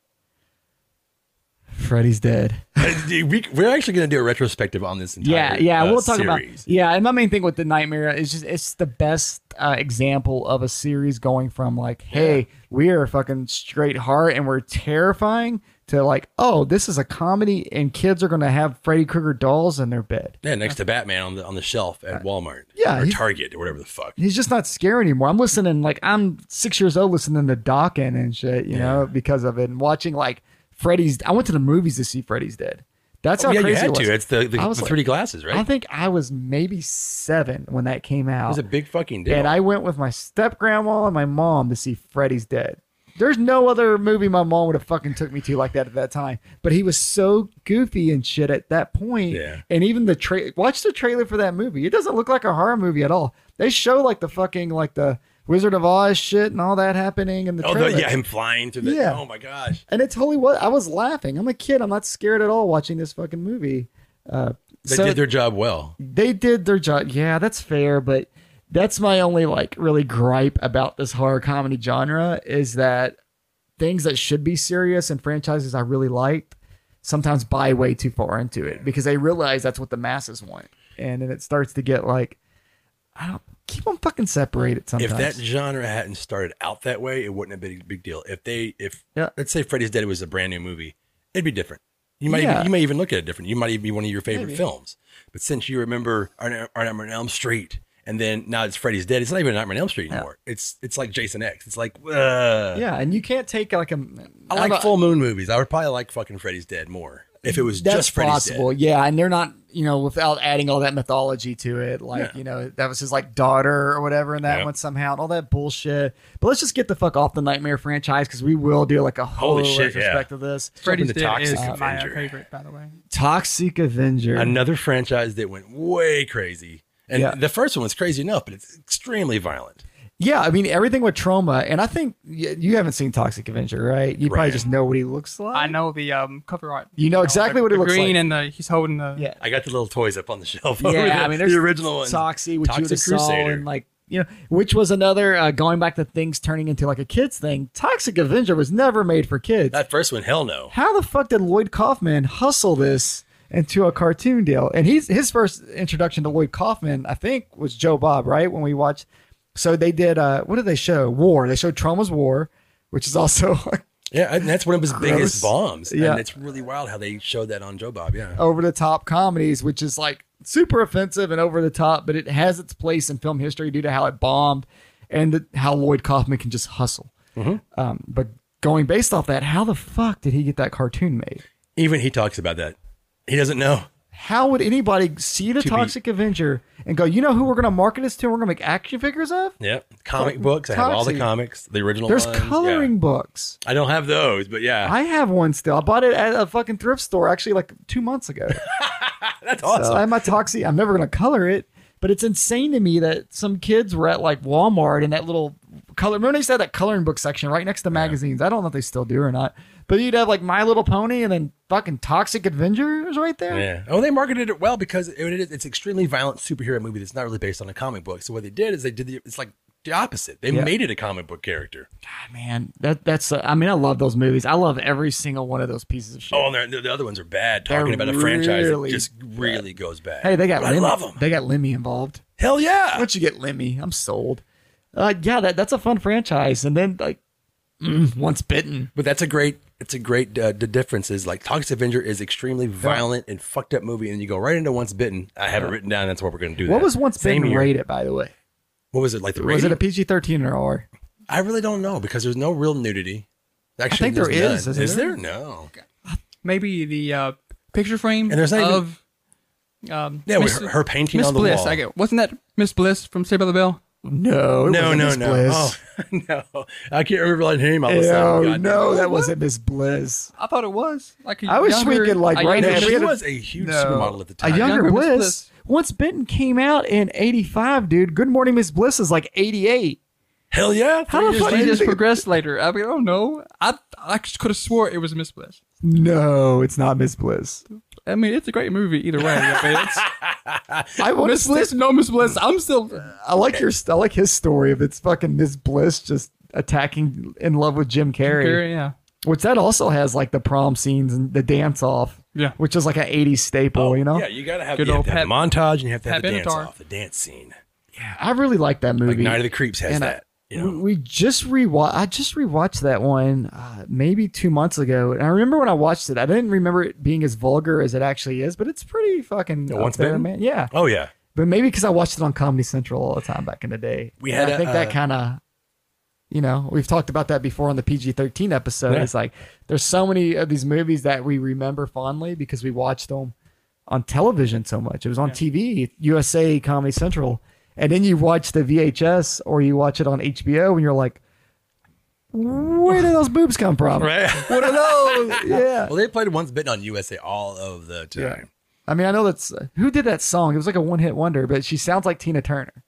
Speaker 2: Freddy's dead.
Speaker 1: we, we're actually going to do a retrospective on this
Speaker 2: yeah
Speaker 1: entire
Speaker 2: yeah
Speaker 1: uh,
Speaker 2: we'll talk about
Speaker 1: series.
Speaker 2: yeah and my main thing with the nightmare is just it's the best uh, example of a series going from like hey we are fucking straight heart and we're terrifying to like oh this is a comedy and kids are gonna have freddy krueger dolls in their bed
Speaker 1: Yeah, next to Batman on the on the shelf at Walmart.
Speaker 2: yeah,
Speaker 1: or
Speaker 2: he's-
Speaker 1: Target or whatever the fuck.
Speaker 2: he's just not scary anymore i'm listening like i'm six years old listening to dawkins and shit you know because of it and watching like freddy's i went to the movies to see freddy's dead that's how
Speaker 1: Oh, yeah, you
Speaker 2: crazy
Speaker 1: had
Speaker 2: it was.
Speaker 1: to. It's the the,
Speaker 2: I was
Speaker 1: the
Speaker 2: like-
Speaker 1: 3D glasses, right?
Speaker 2: I think I was maybe seven when that came out.
Speaker 1: it was a big fucking deal.
Speaker 2: and I went with my step grandma and my mom to see Freddy's Dead. There's no other movie my mom would have fucking took me to like that at that time. But he was so goofy and shit at that point.
Speaker 1: Yeah.
Speaker 2: And even the tra- watch the trailer for that movie. It doesn't look like a horror movie at all. They show like the fucking like the Wizard of Oz shit and all that happening in the
Speaker 1: oh,
Speaker 2: trailer.
Speaker 1: the, yeah, him flying through the.
Speaker 2: Yeah.
Speaker 1: Oh my gosh.
Speaker 2: And it totally was. I was laughing. I'm a kid. I'm not scared at all watching this fucking movie. Uh,
Speaker 1: They
Speaker 2: so-
Speaker 1: did their job well.
Speaker 2: they did their job. Yeah, that's fair, but that's my only like really gripe about this horror comedy genre is that things that should be serious and franchises I really liked sometimes buy way too far into it because they realize that's what the masses want, and then it starts to get like, I don't keep them fucking separated sometimes.
Speaker 1: If that genre hadn't started out that way, it wouldn't have been a big deal. If they, if
Speaker 2: Yeah.
Speaker 1: let's say Freddy's Dead was a brand new movie, it'd be different. You might,
Speaker 2: Yeah.
Speaker 1: even, you may even look at it different. You might even be one of your favorite films. But since you remember Our Our Nightmare on Elm Street, and then now it's Freddy's Dead, it's not even Nightmare on Elm Street anymore. It's it's like Jason X. It's like, uh,
Speaker 2: yeah, and you can't take like a.
Speaker 1: I like full moon movies. I would probably like fucking Freddy's Dead more if it was
Speaker 2: that's
Speaker 1: just Freddy's
Speaker 2: possible.
Speaker 1: Dead.
Speaker 2: Yeah, and they're not, you know, without adding all that mythology to it. Like,
Speaker 1: Yeah.
Speaker 2: you know, that was his like daughter or whatever in that
Speaker 1: Yeah.
Speaker 2: one somehow, and all that bullshit. But let's just get the fuck off the Nightmare franchise because we will do like a whole
Speaker 1: Holy shit, yeah.
Speaker 2: retrospect of this.
Speaker 3: Freddy's
Speaker 1: the
Speaker 3: Dead
Speaker 1: Toxic
Speaker 3: is my uh,
Speaker 1: Avenger.
Speaker 3: favorite, by the way.
Speaker 2: Toxic Avenger.
Speaker 1: Another franchise that went way crazy. And
Speaker 2: Yeah.
Speaker 1: the first one was crazy enough, but it's extremely violent.
Speaker 2: Yeah, I mean everything with trauma, and I think y- you haven't seen Toxic Avenger, right? You probably
Speaker 1: Right.
Speaker 2: just know what he looks like.
Speaker 3: I know the um, cover art.
Speaker 2: You know exactly
Speaker 3: the-
Speaker 2: what it
Speaker 3: the
Speaker 2: looks
Speaker 3: green
Speaker 2: like.
Speaker 3: and the he's holding the
Speaker 2: Yeah.
Speaker 1: I got the little toys up on the (laughs) shelf.
Speaker 2: (laughs)
Speaker 4: yeah,
Speaker 1: over there,
Speaker 4: I mean, there's
Speaker 1: the original one.
Speaker 4: Toxie, which you
Speaker 1: Toxic
Speaker 4: just saw,
Speaker 1: Crusader.
Speaker 4: and like you know, which was another uh, going back to things turning into like a kids thing. Toxic Avenger was never made for kids.
Speaker 1: That first one, hell no.
Speaker 4: How the fuck did Lloyd Kaufman hustle this?
Speaker 2: into a cartoon deal. And he's his first introduction to Lloyd Kaufman, I think, was Joe Bob, right? When we watched so they did uh what did they show? War. They showed Trauma's War, which is also (laughs)
Speaker 1: Yeah, and that's one of his biggest bombs.
Speaker 2: Yeah.
Speaker 1: and it's really wild how they showed that on Joe Bob. Yeah,
Speaker 2: over the top comedies, which is like super offensive and over the top, but it has its place in film history due to how it bombed and the, how Lloyd Kaufman can just hustle. Um, but going based off that, how the fuck did he get that cartoon made?
Speaker 1: even he talks about that. He doesn't know.
Speaker 2: How would anybody see the Toxic Avenger and go, you know who we're going to market this to? We're going to make action figures of?
Speaker 1: Yeah, comic books. I have all the
Speaker 2: Toxic.
Speaker 1: comics, the original.
Speaker 2: There's
Speaker 1: ones, yeah.
Speaker 2: coloring books.
Speaker 1: I don't have those, but yeah,
Speaker 2: I have one still. I bought it at a fucking thrift store actually like two months ago.
Speaker 1: (laughs) that's awesome.
Speaker 2: So I have my Toxie. I'm never going to color it, but it's insane to me that some kids were at like Walmart in that little color. Remember they used to have that coloring book section right next to magazines. I don't know if they still do or not, but you'd have like My Little Pony and then fucking Toxic Avengers right there.
Speaker 1: Yeah. Oh, they marketed it well because it is, it's extremely violent superhero movie that's not really based on a comic book. So what they did is they did the it's like the opposite. They made it a comic book character.
Speaker 2: Ah, Man, that that's. Uh, I mean, I love those movies. I love every single one of those pieces of shit.
Speaker 1: Oh, and the, the other ones are bad. Talking
Speaker 2: They're
Speaker 1: about a franchise that
Speaker 2: really
Speaker 1: just really goes bad.
Speaker 2: hey, they got.
Speaker 1: But I
Speaker 2: Lemmy,
Speaker 1: love them.
Speaker 2: They got Lemmy involved.
Speaker 1: Hell yeah.
Speaker 2: Once you get Lemmy, I'm sold. Uh, yeah, that, that's a fun franchise. And then like, mm, once bitten,
Speaker 1: But that's a great. It's a great. Uh, the difference is like Toxic Avenger is extremely violent and fucked up movie, and you go right into Once Bitten. I have it written down. That's what we're going to do.
Speaker 2: what
Speaker 1: that.
Speaker 2: was once
Speaker 1: Same
Speaker 2: bitten
Speaker 1: year.
Speaker 2: rated? By the way,
Speaker 1: What was it like? The
Speaker 2: was
Speaker 1: rating?
Speaker 2: it a PG-13 or R?
Speaker 1: I really don't know because there's no real nudity. Actually,
Speaker 2: think there
Speaker 1: there's none.
Speaker 2: is, isn't
Speaker 1: Is
Speaker 2: there?
Speaker 1: there? No.
Speaker 3: maybe the uh, picture frame
Speaker 1: And there's not even-
Speaker 3: of um,
Speaker 1: Yeah, with
Speaker 3: Miss-
Speaker 1: her- her painting
Speaker 3: Miss
Speaker 1: on the
Speaker 3: Bliss.
Speaker 1: wall.
Speaker 3: I get, wasn't that Miss Bliss from Saved by the Bell?
Speaker 2: No, it
Speaker 1: No,
Speaker 2: wasn't
Speaker 1: no,
Speaker 2: Miss
Speaker 1: no.
Speaker 2: Bliss.
Speaker 1: Oh, (laughs) no. I can't remember the name. I was
Speaker 2: Ew,
Speaker 1: like,
Speaker 2: no, that
Speaker 1: was.
Speaker 2: wasn't Miss Bliss.
Speaker 3: I thought it was. Like a
Speaker 2: I was
Speaker 3: younger-
Speaker 2: thinking, like,
Speaker 3: a
Speaker 2: right
Speaker 3: younger
Speaker 2: now,
Speaker 3: Miss
Speaker 2: we
Speaker 1: She
Speaker 2: had a-
Speaker 1: was a huge
Speaker 2: No.
Speaker 1: supermodel at the
Speaker 2: A
Speaker 1: time.
Speaker 2: younger,
Speaker 3: Younger Miss
Speaker 2: Bliss.
Speaker 3: Bliss.
Speaker 2: Once Bitten came out in '85, dude. Good Morning Miss Bliss is like '88.
Speaker 1: Hell yeah!
Speaker 2: How
Speaker 1: three
Speaker 2: the
Speaker 1: years
Speaker 2: fuck
Speaker 3: She
Speaker 1: later.
Speaker 2: did
Speaker 3: just
Speaker 2: Bliss.
Speaker 3: progressed later. I mean, I don't know. I I could have swore it was Miss Bliss.
Speaker 2: No, it's not Miss Bliss.
Speaker 3: I mean, it's a great movie either way. I mean, (laughs) it's-
Speaker 2: I want
Speaker 3: Miss Bliss, no Miss Bliss. I'm still.
Speaker 2: I like your I like his story of it's fucking Miss Bliss just attacking in love with Jim Carrey,
Speaker 3: Yeah.
Speaker 2: which that also has like the prom scenes and the dance off,
Speaker 3: Yeah.
Speaker 2: which is like an '80s staple, you know.
Speaker 1: Oh, yeah, you gotta have,
Speaker 3: Good
Speaker 1: you have
Speaker 3: old
Speaker 1: to have
Speaker 3: Pat-
Speaker 1: the montage, and you have to have
Speaker 3: Pat
Speaker 1: the dance
Speaker 3: Benatar.
Speaker 1: off, the dance scene.
Speaker 2: I really like that movie.
Speaker 1: Like Night of the Creeps has
Speaker 2: and I-
Speaker 1: that. you know?
Speaker 2: we, we just rewatch. I just rewatched that one uh, maybe two months ago, and I remember when I watched it, I didn't remember it being as vulgar as it actually is, but it's pretty fucking up
Speaker 1: Once
Speaker 2: there,
Speaker 1: Bitten?
Speaker 2: man. Yeah,
Speaker 1: oh yeah,
Speaker 2: but maybe because I watched it on Comedy Central all the time back in the day.
Speaker 1: We
Speaker 2: And
Speaker 1: had
Speaker 2: I
Speaker 1: a,
Speaker 2: think that
Speaker 1: uh,
Speaker 2: kind of, you know, we've talked about that before on the PG thirteen episode.
Speaker 1: Yeah.
Speaker 2: It's like there's so many of these movies that we remember fondly because we watched them on television so much. It was on TV, USA Comedy Central, and then you watch the VHS or you watch it on HBO, and you're like, where did those boobs come from?
Speaker 1: right.
Speaker 2: (laughs) What are those?
Speaker 1: (laughs)
Speaker 2: yeah.
Speaker 1: well, they played once bitten on USA all of the time.
Speaker 2: Yeah. I mean, I know that's who did that song. It was like a one hit wonder, but she sounds like Tina Turner.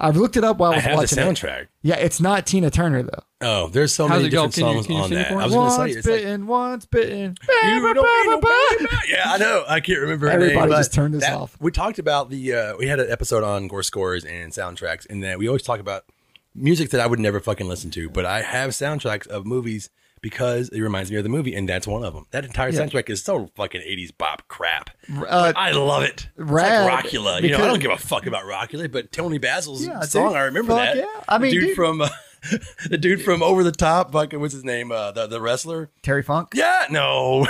Speaker 2: I've looked it up while I
Speaker 1: I
Speaker 2: was
Speaker 1: have the
Speaker 2: watching it.
Speaker 1: soundtrack.
Speaker 2: Yeah, it's not Tina Turner though.
Speaker 1: Oh, there's so
Speaker 3: How's
Speaker 1: many
Speaker 3: it go?
Speaker 1: different
Speaker 3: Can you-
Speaker 1: songs
Speaker 3: can you
Speaker 1: on
Speaker 3: sing it
Speaker 1: that. I
Speaker 3: for us?
Speaker 1: was gonna
Speaker 2: Once
Speaker 1: say it's like,
Speaker 2: bitten, once bitten.
Speaker 1: You don't need no baby back. Yeah, I know. I can't remember. her
Speaker 2: Everybody
Speaker 1: name, but
Speaker 2: just turned this
Speaker 1: that-
Speaker 2: off.
Speaker 1: We talked about the. Uh, we had an episode on gore scores and soundtracks, and then we always talk about music that I would never fucking listen to. But I have soundtracks of movies because it reminds me of the movie, and that's one of them. That entire soundtrack is so fucking eighties bop crap.
Speaker 2: Uh,
Speaker 1: I love it. it's like
Speaker 2: rad,
Speaker 1: Rockula. You know, I
Speaker 2: because-
Speaker 1: don't give a fuck about Rockula, but Tony Basil's
Speaker 2: Yeah, dude.
Speaker 1: song, I remember
Speaker 2: Fuck
Speaker 1: that.
Speaker 2: yeah. I mean,
Speaker 1: dude,
Speaker 2: dude.
Speaker 1: from. (laughs) Uh, the dude from Over the Top, fucking what's his name? Uh, the the wrestler.
Speaker 2: Terry Funk.
Speaker 1: Yeah, no.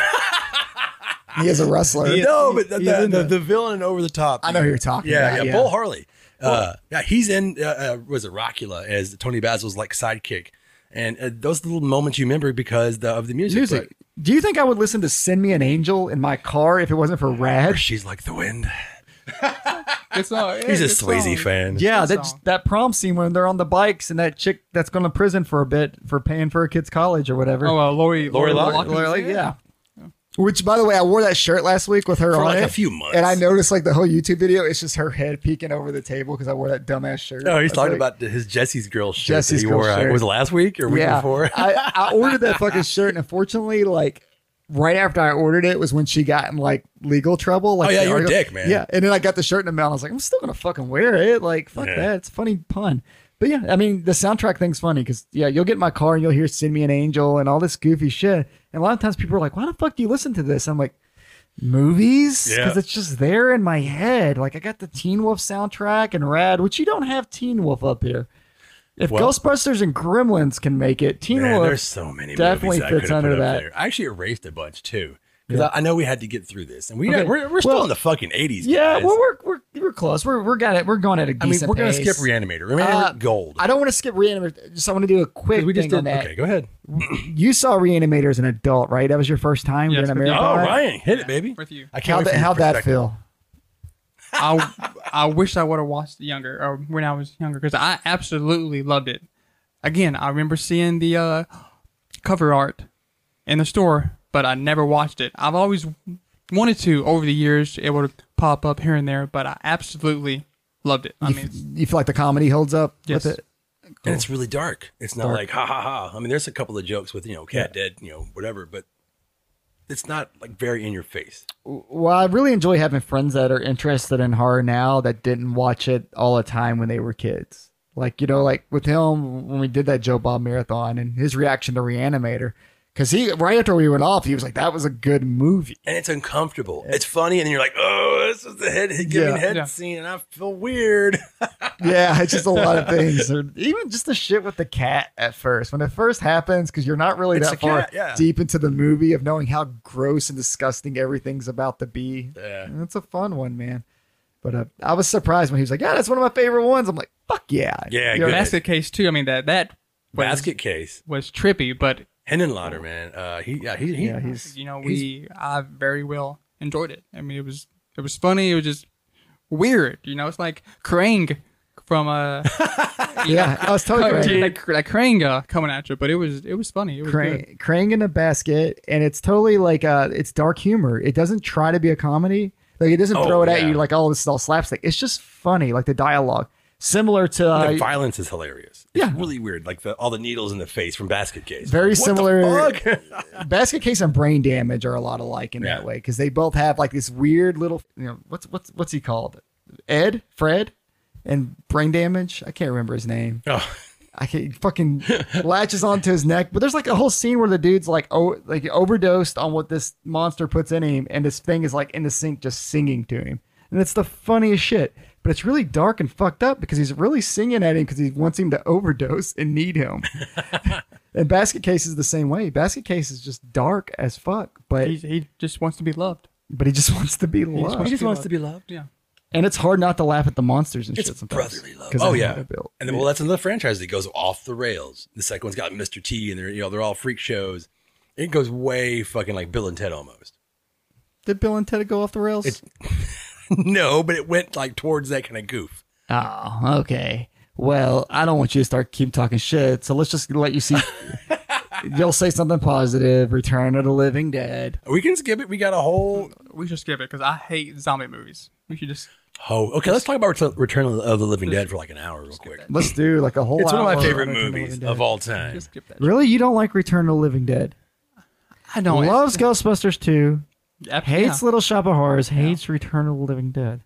Speaker 2: He is
Speaker 1: (laughs)
Speaker 2: a wrestler.
Speaker 1: no, but the,
Speaker 2: he is
Speaker 1: the,
Speaker 2: in
Speaker 1: the,
Speaker 2: it.
Speaker 1: the villain in over the top.
Speaker 2: I know who you're talking
Speaker 1: yeah,
Speaker 2: about.
Speaker 1: yeah, Bull Harley. Uh, yeah, he's in. Uh, uh, was it Rockula as Tony Basil's like sidekick? And uh, those little moments you remember because the, of the music.
Speaker 2: Music. Do you think I would listen to "Send Me an Angel" in my car if it wasn't for
Speaker 1: But
Speaker 2: Rad?
Speaker 1: she's like the wind.
Speaker 3: It's not.
Speaker 1: He's a
Speaker 3: it's
Speaker 1: sleazy
Speaker 3: song.
Speaker 1: fan.
Speaker 2: Yeah,
Speaker 3: Good
Speaker 2: that
Speaker 3: song.
Speaker 2: that prom scene when they're on the bikes and that chick that's going to prison for a bit for paying for a kid's college or whatever.
Speaker 3: Oh, uh, Lori.
Speaker 1: Lori Loughlin.
Speaker 2: Well, like, yeah. Which, by the way, I wore that shirt last week with her
Speaker 1: For
Speaker 2: on
Speaker 1: like
Speaker 2: it,
Speaker 1: a few months.
Speaker 2: and I noticed like the whole YouTube video. It's just her head peeking over the table because I wore that dumbass shirt.
Speaker 1: No, Oh, he's
Speaker 2: I was
Speaker 1: talking
Speaker 2: like,
Speaker 1: about his Jesse's girl shirt.
Speaker 2: Jesse's
Speaker 1: that he
Speaker 2: girl
Speaker 1: wore, uh,
Speaker 2: shirt.
Speaker 1: was it last week or week
Speaker 2: yeah.
Speaker 1: before?
Speaker 2: I,
Speaker 1: (laughs)
Speaker 2: I ordered that fucking shirt, and unfortunately, like right after I ordered it was when she got in like legal trouble. Like,
Speaker 1: Oh, yeah,
Speaker 2: they
Speaker 1: you're a
Speaker 2: argu-
Speaker 1: dick, man.
Speaker 2: Yeah, and then I got the shirt in the mail. And I was like, I'm still gonna fucking wear it. Like, fuck
Speaker 1: Yeah.
Speaker 2: that. It's a funny pun. But yeah, I mean, the soundtrack thing's funny because yeah, you'll get in my car and you'll hear "Send Me an Angel" and all this goofy shit. And a lot of times people are like, "Why the fuck do you listen to this?" I'm like, movies
Speaker 1: Yeah.
Speaker 2: because it's just there in my head. Like I got the Teen Wolf soundtrack and Rad, which you don't have Teen Wolf up here. If
Speaker 1: Well-
Speaker 2: Ghostbusters and Gremlins can make it,
Speaker 1: (laughs)
Speaker 2: Teen
Speaker 1: Man,
Speaker 2: Wolf
Speaker 1: there's so many
Speaker 2: definitely
Speaker 1: movies I
Speaker 2: fits
Speaker 1: could've put
Speaker 2: under
Speaker 1: up
Speaker 2: that.
Speaker 1: There. I actually erased a bunch too because I, I know we had to get through this, and we
Speaker 2: Okay,
Speaker 1: we're, we're still
Speaker 2: well-
Speaker 1: in the fucking 80s.
Speaker 2: Yeah,
Speaker 1: guys.
Speaker 2: well, we're we're we're close. We're we're got it. We're going at a
Speaker 1: I mean,
Speaker 2: decent.
Speaker 1: we're gonna
Speaker 2: pace.
Speaker 1: skip Reanimator. Reanimator
Speaker 2: Uh,
Speaker 1: Gold.
Speaker 2: I don't want to skip Reanimator. Just I want to do a quick
Speaker 1: 'Cause we just
Speaker 2: thing
Speaker 1: did.
Speaker 2: on that.
Speaker 1: Okay, go ahead.
Speaker 2: You saw Reanimator as an adult, right? That was your first time
Speaker 3: Yes,
Speaker 2: doing a
Speaker 3: but-
Speaker 1: Oh,
Speaker 2: marathon.
Speaker 1: Ryan, hit it, baby.
Speaker 3: With you.
Speaker 1: I can't
Speaker 2: How
Speaker 1: wait
Speaker 2: that,
Speaker 1: for your
Speaker 2: how'd that
Speaker 1: perspective.
Speaker 2: feel?
Speaker 3: I I wish I would have watched it younger or when I was younger because I absolutely loved it. Again, I remember seeing the uh, cover art in the store, but I never watched it. I've always wanted to over the years. It would pop up here and there, but I absolutely loved it. I
Speaker 2: You,
Speaker 3: mean,
Speaker 2: f-
Speaker 3: it's-
Speaker 2: you feel like the comedy holds up
Speaker 3: Yes.
Speaker 2: with it?
Speaker 1: And it's really dark. It's not like ha ha ha. I mean, there's a couple of jokes with you know cat dead, you know whatever, but it's not like very in your face.
Speaker 2: Well, I really enjoy having friends that are interested in horror now that didn't watch it all the time when they were kids. Like, you know, like with him when we did that Joe Bob marathon and his reaction to Reanimator. Because he, right after we went off, he was like, that was a good movie.
Speaker 1: and it's uncomfortable. It's funny, and then you're like, "Oh, this is the head giving
Speaker 2: Yeah.
Speaker 1: head
Speaker 3: Yeah.
Speaker 1: scene," and I feel
Speaker 2: (laughs)
Speaker 1: weird.
Speaker 2: yeah, (laughs) it's just a lot of things. Or even just the shit with the cat at first. When it first happens, because you're not really
Speaker 1: It's
Speaker 2: that
Speaker 1: the
Speaker 2: far
Speaker 1: cat, yeah.
Speaker 2: deep into the movie of knowing how gross and disgusting everything's about to be.
Speaker 1: Yeah.
Speaker 2: And it's a fun one, man. But uh, I was surprised when he was like, yeah, that's one of my favorite ones. I'm like, fuck yeah.
Speaker 1: Yeah,
Speaker 2: You know,
Speaker 1: good.
Speaker 3: basket case too. I mean that that was,
Speaker 1: Basket case,
Speaker 3: was trippy, but
Speaker 1: Henenlotter, man. Uh, he, yeah, he, he,
Speaker 2: yeah, he's
Speaker 1: (laughs)
Speaker 3: you know we I very well enjoyed it. I mean it was it was funny. It was just weird. You know, it's like Krang from uh
Speaker 2: yeah. I was (laughs) totally
Speaker 3: Like,
Speaker 2: Krang,
Speaker 3: like, like Krang uh, coming at you, but it was it was funny. It was good.
Speaker 2: Krang, Krang in a basket, and it's totally like uh, it's dark humor. It doesn't try to be a comedy. Like it doesn't
Speaker 1: Oh,
Speaker 2: throw it at
Speaker 1: yeah.
Speaker 2: you like oh this is all slapstick. It's just funny, like the dialogue, similar to
Speaker 1: the
Speaker 2: uh,
Speaker 1: violence is hilarious. It's
Speaker 2: Yeah.
Speaker 1: really weird, like the all the needles in the face from Basket Case.
Speaker 2: Very
Speaker 1: What the
Speaker 2: similar-
Speaker 1: fuck? (laughs)
Speaker 2: (laughs) Basket Case and Brain Damage are a lot alike in
Speaker 1: Yeah.
Speaker 2: that way because they both have like this weird little you know what's what's what's he called Ed Fred and Brain Damage I can't remember his name
Speaker 1: oh,
Speaker 2: I can't
Speaker 1: (laughs)
Speaker 2: he fucking latches onto his neck but there's like a whole scene where the dude's like oh like overdosed on what this monster puts in him and this thing is like in the sink just singing to him and it's the funniest shit but it's really dark and fucked up because he's really singing at him because he wants him to overdose and
Speaker 1: (laughs)
Speaker 2: need him. And Basket Case is the same way. Basket Case is just dark as fuck, but
Speaker 3: He, he just wants to be loved.
Speaker 2: but he just (laughs) wants to be loved.
Speaker 3: wants- He just to
Speaker 1: be loved.
Speaker 3: Yeah.
Speaker 2: and it's hard not to laugh at the monsters and
Speaker 1: It's
Speaker 2: shit sometimes.
Speaker 1: brotherly love.
Speaker 2: 'Cause
Speaker 1: Oh
Speaker 2: of
Speaker 1: yeah,
Speaker 2: how they're built.
Speaker 1: and then well, that's another franchise that goes off the rails. The second one's got Mr. T, and they're you know they're all freak shows. It goes way fucking like Bill and Ted almost. (laughs)
Speaker 2: Did Bill and Ted go off the rails?
Speaker 1: no, but it went like towards that kind of goof.
Speaker 2: oh, okay. Well, I don't want you to start keep talking shit, so let's just let
Speaker 1: (laughs)
Speaker 2: you see. You'll say something positive. Return of the Living Dead.
Speaker 1: We can skip it. We got a whole
Speaker 3: We should skip it because I hate zombie movies. We should just
Speaker 1: Oh, okay. Let's talk about Ret- Return of the Living Dead for like an hour, real quick.
Speaker 2: Let's do like a whole.
Speaker 1: It's one of my
Speaker 2: hour
Speaker 1: favorite
Speaker 2: Return of the
Speaker 1: movies
Speaker 2: Living
Speaker 1: of
Speaker 2: Dead.
Speaker 1: all time.
Speaker 3: just skip that.
Speaker 2: Really, you don't like Return of the Living Dead?
Speaker 3: I don't
Speaker 2: Loves Ghostbusters 2.
Speaker 3: Ab-
Speaker 2: Hates
Speaker 3: yeah.
Speaker 2: Little Shop of Horrors. Hates Return of the Living Dead.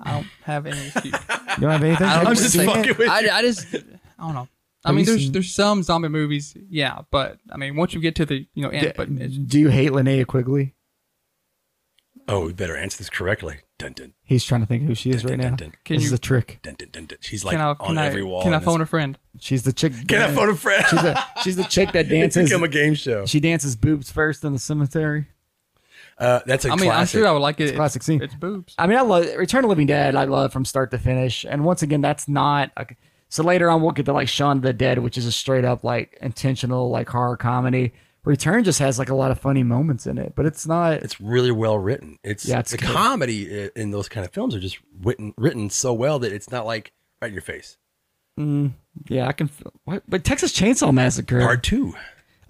Speaker 3: I don't
Speaker 1: (laughs)
Speaker 3: have any excuse.
Speaker 2: You don't have anything?
Speaker 3: I don't
Speaker 1: I'm just
Speaker 3: think-
Speaker 1: fucking with
Speaker 3: I,
Speaker 1: you.
Speaker 3: I just I don't know. I
Speaker 2: Have
Speaker 3: mean,
Speaker 2: you
Speaker 3: there's
Speaker 2: seen-
Speaker 3: there's some zombie movies, yeah, but I mean, once you get to the you know end, but it's,
Speaker 2: Do you hate Linnea Quigley?
Speaker 1: Oh, we better answer this correctly. Dun dun
Speaker 2: He's trying to think who she is right now.
Speaker 1: Dun, dun,
Speaker 3: Can
Speaker 2: this is
Speaker 3: you-
Speaker 2: a trick.
Speaker 1: dun, dun, dun, dun. She's like
Speaker 3: can I
Speaker 1: on
Speaker 3: can I
Speaker 1: every wall.
Speaker 3: can I
Speaker 1: in this-
Speaker 3: phone a friend?
Speaker 2: She's the chick.
Speaker 1: (laughs) Can I phone a friend?
Speaker 2: she's, the, she's the chick that
Speaker 1: (laughs) It's
Speaker 2: dances.
Speaker 1: become a game show.
Speaker 2: she dances boobs first in the cemetery.
Speaker 1: Uh, that's a
Speaker 3: I mean, I'm
Speaker 1: classic.
Speaker 3: sure I would like it. It's
Speaker 2: classic scene.
Speaker 3: It's boobs.
Speaker 2: I mean, I love Return of the Living Dead. I love from start to finish. And once again, that's not. A, so later on, we'll get to like Shaun of the Dead, which is a straight up like intentional like horror comedy. Return just has like a lot of funny moments in it, but it's not.
Speaker 1: it's really well written. It's
Speaker 2: Yeah, it's
Speaker 1: the
Speaker 2: good.
Speaker 1: comedy i- in those kind of films are just written written so well that it's not like right in your face.
Speaker 2: yeah, I can. feel- What, but Texas Chainsaw Massacre.
Speaker 1: Part two.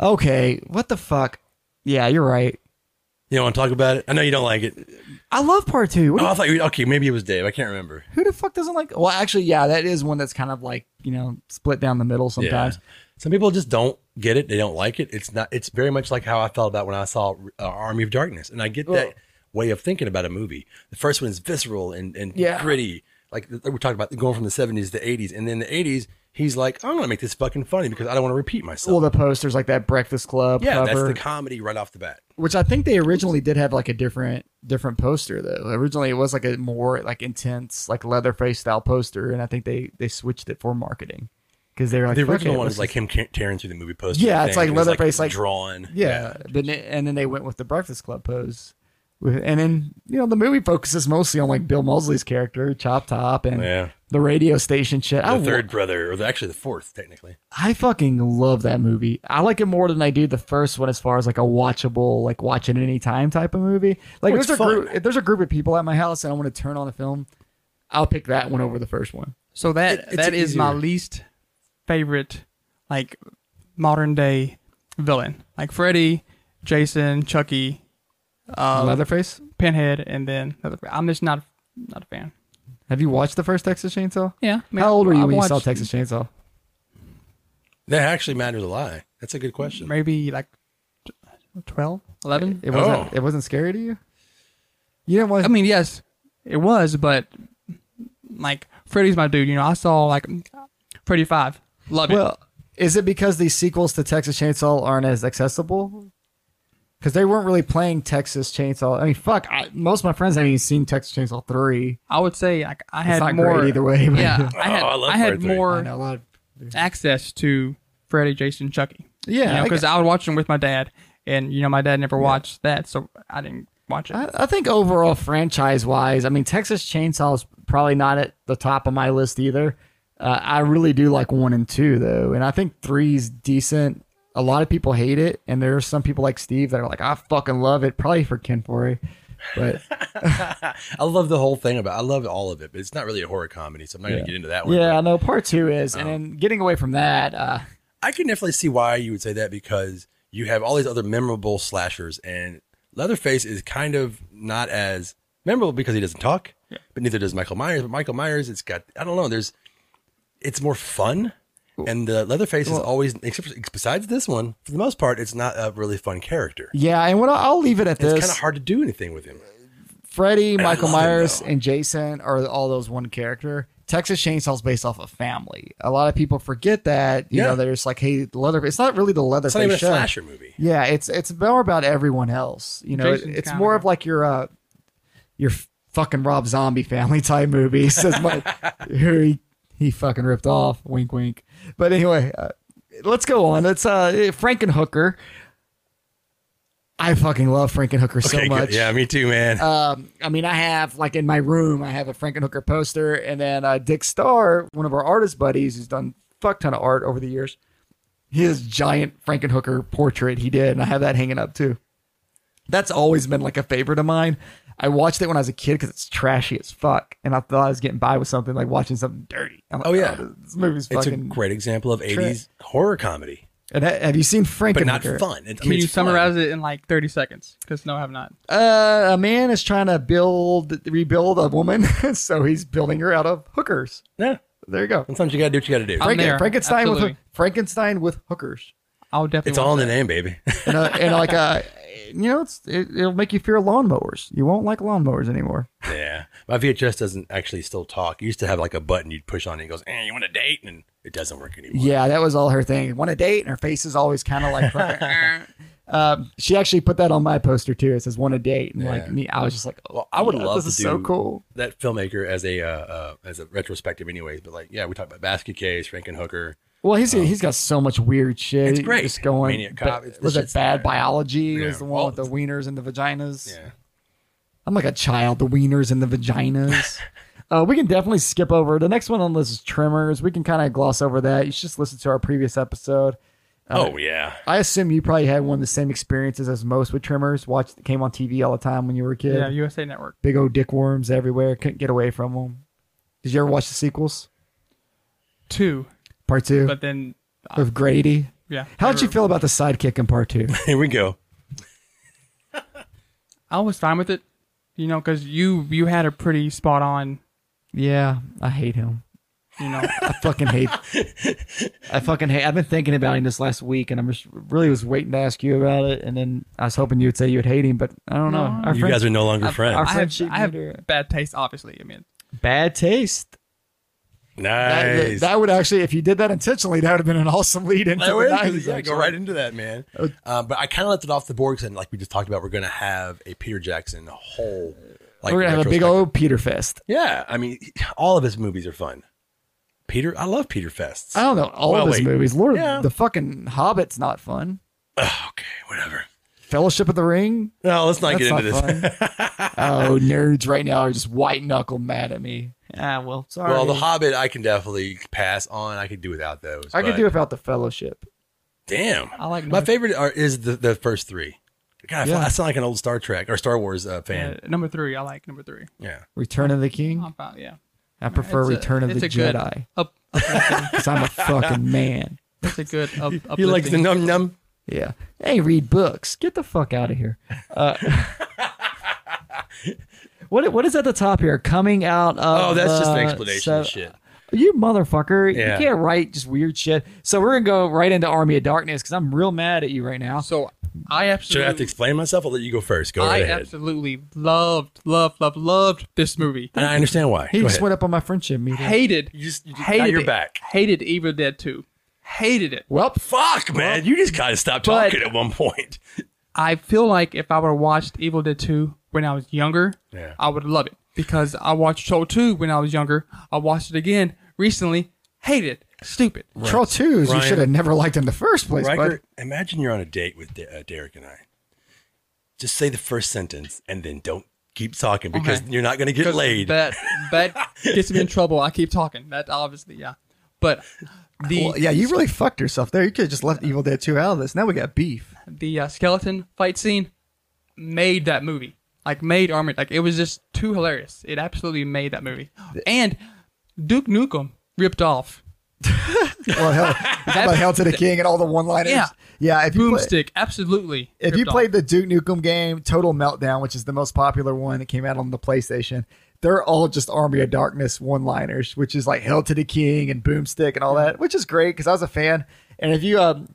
Speaker 2: Okay, what the fuck? Yeah, you're right.
Speaker 1: You don't want to talk about it? I know you don't like it.
Speaker 2: I love part two. What
Speaker 1: Oh,
Speaker 2: the-
Speaker 1: I thought you. Okay, maybe it was Dave. I can't remember.
Speaker 2: who the fuck doesn't like? Well, actually, yeah, that is one that's kind of like you know split down the middle sometimes.
Speaker 1: Some people just don't get it. They don't like it. It's not. It's very much like how I felt about when I saw uh, Army of Darkness, and I get that way of thinking about a movie. The first one is visceral and and
Speaker 2: Yeah.
Speaker 1: gritty. Like th- we're talking about going from the seventies to eighties, and then the eighties, he's like, I'm gonna make this fucking funny because I don't want to repeat myself.
Speaker 2: Well, the posters like that Breakfast Club
Speaker 1: yeah,
Speaker 2: cover,
Speaker 1: that's the comedy right off the bat.
Speaker 2: which I think they originally did have like a different different poster though. Originally, it was like a more like intense like Leatherface style poster, and I think they they switched it for marketing because they were like
Speaker 1: The
Speaker 2: "Fuck
Speaker 1: original
Speaker 2: it,
Speaker 1: one
Speaker 2: let's
Speaker 1: is like
Speaker 2: just-
Speaker 1: him ca- tearing through the movie poster.
Speaker 2: Yeah, it's
Speaker 1: thing,
Speaker 2: like
Speaker 1: and it's,
Speaker 2: Leatherface, like-
Speaker 1: drawn.
Speaker 2: yeah, but ne- and then they went with the Breakfast Club pose. With- And then you know the movie focuses mostly on like Bill Mosley's character, Chop Top, and
Speaker 1: Yeah.
Speaker 2: the radio station shit. I
Speaker 1: The
Speaker 2: wa-
Speaker 1: third brother, or the, actually the fourth, technically.
Speaker 2: I fucking love that movie. I like it more than I do the first one as far as like a watchable, like watching it any time type of movie. Like
Speaker 1: Oh,
Speaker 2: if
Speaker 1: it's
Speaker 2: there's a
Speaker 1: fun.
Speaker 2: group if there's a group of people at my house and I want to turn on a film, I'll pick that one over the first one.
Speaker 3: So that
Speaker 1: It- it's
Speaker 3: that is my
Speaker 1: easier.
Speaker 3: least favorite, like modern day villain, like Freddy, Jason, Chucky,
Speaker 1: Um,
Speaker 3: uh,
Speaker 2: Leatherface?
Speaker 3: Pinhead, and then Leatherface. I'm just not not a fan.
Speaker 2: Have you watched the first Texas Chainsaw?
Speaker 3: Yeah. I mean,
Speaker 2: How old were you
Speaker 3: I
Speaker 2: when you saw
Speaker 3: watched
Speaker 2: Texas Chainsaw?
Speaker 1: That actually matters a lot. That's a good question.
Speaker 3: Maybe like t- 12, 11?
Speaker 2: It wasn't
Speaker 1: Oh.
Speaker 2: it wasn't scary to you? You didn't want
Speaker 3: I mean, yes, it was, but like Freddy's my dude. You know, I saw like Freddy Five, love it.
Speaker 2: Well, is it because these sequels to Texas Chainsaw aren't as accessible? Because they weren't really playing Texas Chainsaw. I mean, fuck, I, most of my friends haven't even seen Texas Chainsaw 3.
Speaker 3: I would say like I
Speaker 2: It's
Speaker 3: had
Speaker 2: not
Speaker 3: more
Speaker 2: great either way. But (laughs)
Speaker 3: Yeah, I had
Speaker 1: Oh, I
Speaker 3: I,
Speaker 1: love
Speaker 3: had
Speaker 1: Freddy Three.
Speaker 2: I
Speaker 3: more
Speaker 2: know, a lot of-
Speaker 3: access to Freddy, Jason, Chucky.
Speaker 2: Yeah, I
Speaker 3: because
Speaker 2: got-
Speaker 3: I, would watch them with my dad, and you know my dad never watched that, so I didn't watch it.
Speaker 2: I, I think overall, franchise wise, I mean, Texas Chainsaw is probably not at the top of my list either. Uh, I really do like one and two, though. And I think three's decent. A lot of people hate it. And there are some people like Steve that are like, I fucking love it, probably for Ken Forey. But
Speaker 1: I love the whole thing about. I love all of it, but it's not really a horror comedy, so I'm not gonna get into that one.
Speaker 2: Yeah, no, part two is,
Speaker 1: Oh.
Speaker 2: and then getting away from that, uh,
Speaker 1: I can definitely see why you would say that because you have all these other memorable slashers, and Leatherface is kind of not as memorable because he doesn't talk, but neither does Michael Myers. But Michael Myers, it's got I don't know. There's it's more fun, and the Leatherface is always except for- besides this one for the most part, it's not a really fun character.
Speaker 2: yeah, and what I- I'll leave it at
Speaker 1: It's
Speaker 2: this:
Speaker 1: kind of hard to do anything with him.
Speaker 2: Freddy,
Speaker 1: I
Speaker 2: Michael
Speaker 1: love him,
Speaker 2: Myers,
Speaker 1: though.
Speaker 2: and Jason are all those one character. Texas Chainsaw's based off of family. A lot of people forget that. You
Speaker 1: Yeah.
Speaker 2: know, they're just like, hey, the leather. It's not really the leather.
Speaker 1: It's not even a
Speaker 2: show.
Speaker 1: slasher movie.
Speaker 2: Yeah, it's it's more about everyone else. You know,
Speaker 3: Jason's
Speaker 2: it's
Speaker 3: kinda-
Speaker 2: more of like your uh, your fucking Rob Zombie family type movies. (laughs) Says Mike, who he he fucking ripped off. Wink, wink. But anyway, uh, let's go on. It's uh, Frankenhooker. I fucking love Frankenhooker so
Speaker 1: Okay, good.
Speaker 2: much.
Speaker 1: yeah, me too, man.
Speaker 3: Uh,
Speaker 2: Um, I mean, I have like in my room, I have a Frankenhooker poster, and then uh, Dick Starr, one of our artist buddies, who's done fuck ton of art over the years. His giant Frankenhooker portrait he did, and I have that hanging up too. That's always been like a favorite of mine. I watched it when I was a kid because it's trashy as fuck, and I thought I was getting by with something like watching something dirty. I'm like,
Speaker 1: Oh, yeah.
Speaker 2: this movie's
Speaker 1: it's a
Speaker 2: fucking.
Speaker 1: great example of 80s horror comedy,
Speaker 2: and ha- have you seen Frankenhooker?
Speaker 1: but not fun. It- I
Speaker 3: Can
Speaker 1: mean,
Speaker 3: you
Speaker 1: it's fun.
Speaker 3: summarize it in like 30 seconds? Because no, I have not.
Speaker 2: uh, a man is trying to build, rebuild a woman, (laughs) so he's building her out of hookers.
Speaker 1: Yeah.
Speaker 2: There you go.
Speaker 1: Sometimes you got to do what you got to do.
Speaker 3: I'm
Speaker 2: Franken-
Speaker 3: there.
Speaker 2: Frankenstein with
Speaker 3: Absolutely.
Speaker 2: Frankenstein with hookers,
Speaker 3: I'll definitely.
Speaker 1: It's all in the
Speaker 3: watch
Speaker 1: name, baby.
Speaker 2: (laughs) and, uh and like uh you know, it's it, it'll make you fear lawnmowers. You won't like lawnmowers anymore.
Speaker 1: yeah. My VHS doesn't actually still talk. It used to have like a button you'd push on it. It goes, eh, you want a date? And it doesn't work anymore.
Speaker 2: Yeah, that was all her thing. Want a date, and her face is always kind of (laughs) like. fucking, um, she actually put that on my poster too. It says "Want a date," and like
Speaker 1: Yeah.
Speaker 2: me, I was just like,
Speaker 1: Well, I would
Speaker 2: yeah,
Speaker 1: love
Speaker 2: this
Speaker 1: to
Speaker 2: is
Speaker 1: do
Speaker 2: so cool."
Speaker 1: that filmmaker as a uh, uh, as a retrospective, anyways. But like, yeah, we talked about Basket Case, Frankenhooker.
Speaker 2: Well, he's he's got so much weird shit.
Speaker 1: Um, It's great.
Speaker 2: Just going.
Speaker 1: Maniac Cop, it's-
Speaker 2: was
Speaker 1: this
Speaker 2: it
Speaker 1: shit's-
Speaker 2: bad biology?
Speaker 1: Yeah.
Speaker 2: Was the one with the wieners and the vaginas?
Speaker 1: Yeah.
Speaker 2: I'm like a child. The wieners and the
Speaker 1: (laughs)
Speaker 2: vaginas. uh, we can definitely skip over the next one on the list is Tremors. We can kind of gloss over that. You should just listen to our previous episode.
Speaker 1: Oh, yeah.
Speaker 2: I assume you probably had one of the same experiences as most with Tremors. Watched came on TV all the time when you were a
Speaker 3: it.
Speaker 2: kid.
Speaker 3: Yeah, USA Network.
Speaker 2: Big old dickworms everywhere. Couldn't get away from them. Did you ever watch the sequels?
Speaker 3: Two,
Speaker 2: Part two
Speaker 3: but then
Speaker 2: of Grady.
Speaker 3: yeah.
Speaker 2: How'd
Speaker 3: They
Speaker 2: you
Speaker 3: were-
Speaker 2: feel about the sidekick in part two?
Speaker 1: (laughs) Here we go.
Speaker 3: I was fine with it, you know, because you you had a pretty spot on,
Speaker 2: (laughs) yeah, I hate him.
Speaker 3: you
Speaker 2: (laughs)
Speaker 3: know.
Speaker 2: I fucking hate. I fucking hate. I've been thinking about him this last week, and I'm just really was waiting to ask you about it, and then I was hoping you would say you would hate him, but I don't know. Our
Speaker 1: You
Speaker 2: friend-
Speaker 1: guys are no longer friends.
Speaker 2: our
Speaker 3: I have,
Speaker 2: friendship
Speaker 3: I have
Speaker 2: meter.
Speaker 3: bad taste, obviously. I mean,
Speaker 2: bad taste.
Speaker 7: That,
Speaker 1: nice.
Speaker 7: that would actually, if you did that intentionally, that would have been an awesome lead into
Speaker 1: That
Speaker 7: the 90s.
Speaker 1: way, yeah, go
Speaker 7: actually.
Speaker 1: right into that, man.
Speaker 2: Oh.
Speaker 1: Um, but I kind of left it off the board because, like we just talked about, we're going to have a Peter Jackson whole. Like,
Speaker 2: We're gonna have a big
Speaker 1: retrospect-
Speaker 2: old Peter fest.
Speaker 1: Yeah, I mean, all of his movies are fun. Peter, I love Peter Fests.
Speaker 2: I don't know all
Speaker 1: Well,
Speaker 2: of his
Speaker 1: wait.
Speaker 2: movies. Lord,
Speaker 1: Yeah.
Speaker 2: the fucking Hobbit's not fun.
Speaker 1: Ugh, okay, whatever.
Speaker 2: Fellowship of the Ring.
Speaker 1: No, let's not get
Speaker 2: That's
Speaker 1: into
Speaker 2: not
Speaker 1: this.
Speaker 2: Oh, nerds right now are just white knuckle mad at me. Ah, well,
Speaker 1: (laughs)
Speaker 2: sorry.
Speaker 1: well, The Hobbit, I can definitely pass on. I could do without those.
Speaker 2: I
Speaker 1: but-
Speaker 2: could do without the Fellowship.
Speaker 1: Damn,
Speaker 3: I like
Speaker 1: my
Speaker 3: those.
Speaker 1: favorite are, is the the first three. God, I, feel,
Speaker 2: Yeah.
Speaker 1: I sound like an old Star Trek or Star Wars uh,
Speaker 3: uh,
Speaker 1: fan.
Speaker 3: number three, I like number three.
Speaker 1: Yeah.
Speaker 2: Return of the King.
Speaker 1: Oh,
Speaker 3: I'm fine, yeah.
Speaker 2: I prefer
Speaker 3: It's a-
Speaker 2: Return of
Speaker 3: it's
Speaker 2: the
Speaker 3: a good
Speaker 2: Jedi
Speaker 3: Up, uplifting.
Speaker 2: because I'm
Speaker 1: (laughs)
Speaker 2: a fucking man.
Speaker 3: that's a good
Speaker 2: (laughs)
Speaker 3: up, uplifting.
Speaker 1: he likes the num num.
Speaker 2: Yeah. Hey, read books. Get the fuck out of here. Uh, (laughs) what what is at the top here? Coming out of
Speaker 1: Oh, that's just an
Speaker 2: uh,
Speaker 1: explanation
Speaker 2: so-
Speaker 1: of shit.
Speaker 2: You motherfucker.
Speaker 1: Yeah.
Speaker 2: You can't write just weird shit. So we're gonna go right into Army of Darkness because I'm real mad at you right now.
Speaker 3: So
Speaker 1: Should
Speaker 3: I
Speaker 1: I have to
Speaker 3: absolutely,
Speaker 1: explain myself? I'll let you go first. Go right
Speaker 3: I
Speaker 1: ahead.
Speaker 3: absolutely loved, loved, loved, loved this movie.
Speaker 1: And I understand why.
Speaker 2: He
Speaker 1: Go
Speaker 2: just
Speaker 1: ahead.
Speaker 2: went up on my friendship meter.
Speaker 3: Hated.
Speaker 1: You just- you just- now
Speaker 3: hated
Speaker 1: you're
Speaker 3: it.
Speaker 1: back.
Speaker 3: Hated Evil Dead 2. Hated it.
Speaker 2: (laughs) Well,
Speaker 1: Fuck, man. You just gotta stop
Speaker 3: But-
Speaker 1: talking at one point.
Speaker 3: I feel like if I would have watched Evil Dead 2 when I was younger,
Speaker 1: Yeah.
Speaker 3: I would love it because I watched Troll 2 when I was younger. I watched it again recently. Hated. it. Stupid.
Speaker 7: Troll 2s, you
Speaker 1: Ryan-
Speaker 7: should have never liked in the first place,
Speaker 1: Riker, imagine you're on a date with De- uh, Derek and I. Just say the first sentence and then don't keep talking because
Speaker 3: Okay.
Speaker 1: you're not gonna get laid.
Speaker 3: That that gets me in trouble. I keep talking. That obviously, yeah. But the
Speaker 7: bud. Well, yeah, you really fucked yourself there. You could have just
Speaker 1: Uh,
Speaker 7: left Evil Dead 2 out of this. Now we got beef.
Speaker 3: the uh, skeleton fight scene made that movie. Like made Armored. Like it was just too hilarious. It absolutely made that movie. And Duke Nukem ripped off
Speaker 7: Well,
Speaker 3: (laughs)
Speaker 7: hell, how about Hell to the King and all the one-liners?
Speaker 3: Yeah.
Speaker 7: Yeah, if you, play,
Speaker 3: Boomstick. Absolutely.
Speaker 7: if you
Speaker 3: ripped off.
Speaker 7: played the Duke Nukem game, Total Meltdown, which is the most popular one that came out on the PlayStation, they're all just Army of Darkness one-liners, which is like Hell to the King and Boomstick and all that, which is great because I was a fan. And if you um,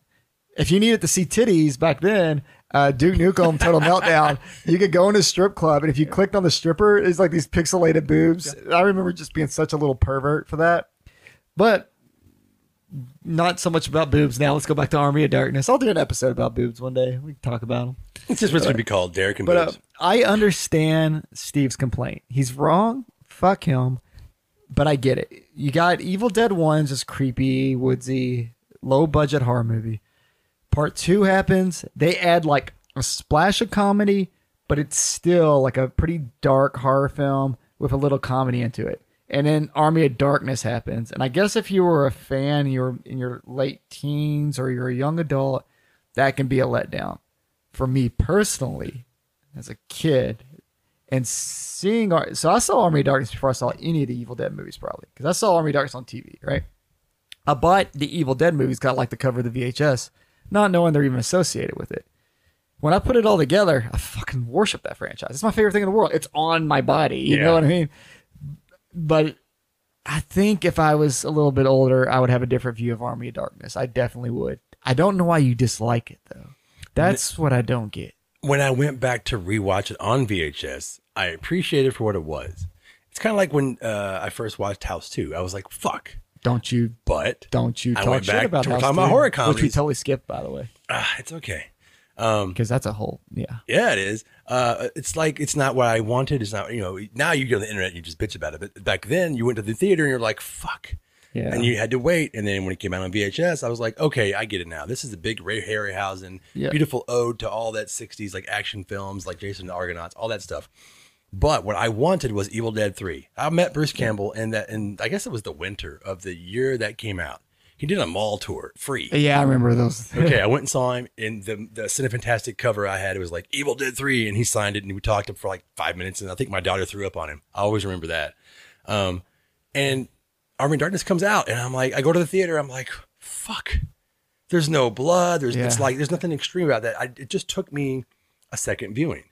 Speaker 7: if you needed to see titties back then, uh, Duke Nukem Total
Speaker 3: (laughs)
Speaker 7: Meltdown, you could go into a strip club, and if you clicked on the stripper, it's like these pixelated boobs. I remember just being such a little pervert for that.
Speaker 2: but not so much about boobs now. Let's go back to Army of Darkness. I'll do an episode about boobes one day. We can talk about them.
Speaker 1: (laughs) it's just what's gonna be called Derek and
Speaker 2: But uh,
Speaker 1: boobs.
Speaker 2: I understand Steve's complaint. He's wrong. Fuck him. But I get it. You got Evil Dead 1's just creepy, woodsy, low budget horror movie. Part 2 happens. They add like a splash of comedy, but it's still like a pretty dark horror film with a little comedy into it. And then Army of Darkness happens. And I guess if you were a fan, you're in your late teens or you're a young adult, that can be a letdown. For me personally, as a kid and seeing Ar- so I saw Army of Darkness before I saw any of the Evil Dead movies probably because I saw Army of Darkness on TV right I bought the Evil Dead movies got like the cover of the VHS not knowing they're even associated with it when I put it all together I fucking worship that franchise it's my favorite thing in the world it's on my body you
Speaker 1: Yeah.
Speaker 2: know what I mean but I think if I was a little bit older I would have a different view of Army of Darkness I definitely would I don't know why you dislike it though that's what I don't get
Speaker 1: when I went back to rewatch it on VHS, I appreciated it for what it was. It's kind of like when uh, I first watched House 2. I was like, fuck.
Speaker 2: don't you
Speaker 1: But
Speaker 2: Don't you
Speaker 1: I
Speaker 2: talk
Speaker 1: went
Speaker 2: shit
Speaker 1: back
Speaker 2: about
Speaker 1: to- we're
Speaker 2: House
Speaker 1: talking about
Speaker 2: three,
Speaker 1: horror
Speaker 2: which we
Speaker 1: comedies. Um,
Speaker 2: totally skipped, by the way,
Speaker 1: ah, it's okay.
Speaker 2: because that's a whole yeah.
Speaker 1: Yeah, it is. Uh, it's like it's not what I wanted. It's not you know. Now you go to the internet and you just bitch about it. But back then, you went to the theater and you're like, "Fuck,"
Speaker 2: Yeah.
Speaker 1: and you had to wait. And then when it came out on VHS, I was like, "Okay, I get it now. This is a big Ray Harryhausen,
Speaker 2: Yeah.
Speaker 1: beautiful ode to all that '60s like action films, like Jason and the Argonauts, all that stuff." But what I wanted was Evil Dead Three. I met Bruce Campbell and that, and I guess it was the winter of the year that came out. He did a mall tour free.
Speaker 2: Yeah,
Speaker 3: (laughs)
Speaker 2: I remember those.
Speaker 1: Okay, I went and saw him, and the the Cinefantastic cover I had it was like Evil Dead Three, and he signed it, and we talked for like five minutes, and I think my daughter threw up on him. I always remember that. Um, and Army of Darkness comes out, and I'm like, I go to the theater, I'm like, fuck, there's no blood. There's it's
Speaker 3: Yeah.
Speaker 1: like there's nothing extreme about that. I, it just took me a second viewing,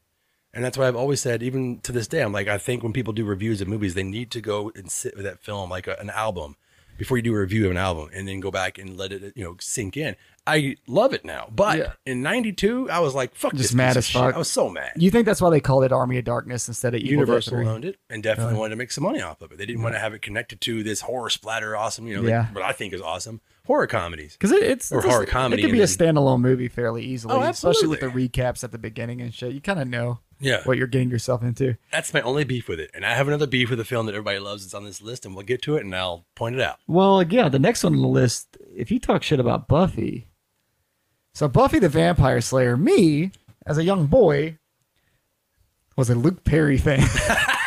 Speaker 1: and that's why I've always said, even to this day, I'm like I think when people do reviews of movies, they need to go and sit with that film like a, an album before you do a review of an album, and then go back and let it you know sink in. I love it now, but
Speaker 2: Yeah.
Speaker 1: in '92, I was like, fuck,
Speaker 2: Just
Speaker 1: this
Speaker 2: mad
Speaker 1: piece of
Speaker 2: as
Speaker 1: shit.
Speaker 2: fuck.
Speaker 1: I was so mad.
Speaker 2: You think that's why they called it Army of Darkness instead of Evil
Speaker 1: Universal
Speaker 2: Dead 3?
Speaker 1: owned it and definitely wanted to make some money off of it. They didn't want to have it connected to this horror splatter, awesome, you know, like,
Speaker 2: Yeah.
Speaker 1: what I think is awesome horror comedies.
Speaker 2: Because it, it's
Speaker 1: Or
Speaker 2: it's a-
Speaker 1: horror comedy
Speaker 2: It could be a
Speaker 1: and
Speaker 2: standalone movie fairly easily,
Speaker 1: Oh,
Speaker 2: especially with the
Speaker 1: absolutely.
Speaker 2: recaps at the beginning and shit. You kind of know
Speaker 1: Yeah,
Speaker 2: what you're getting yourself into.
Speaker 1: that's my only beef with it. And I have another beef with a film that everybody loves. It's on this list, and we'll get to it, and I'll point it out.
Speaker 4: Well, yeah, the next one on the list, if you talk shit about Buffy,
Speaker 2: So Buffy the Vampire Slayer, me as a young boy, was a Luke Perry fan. (laughs)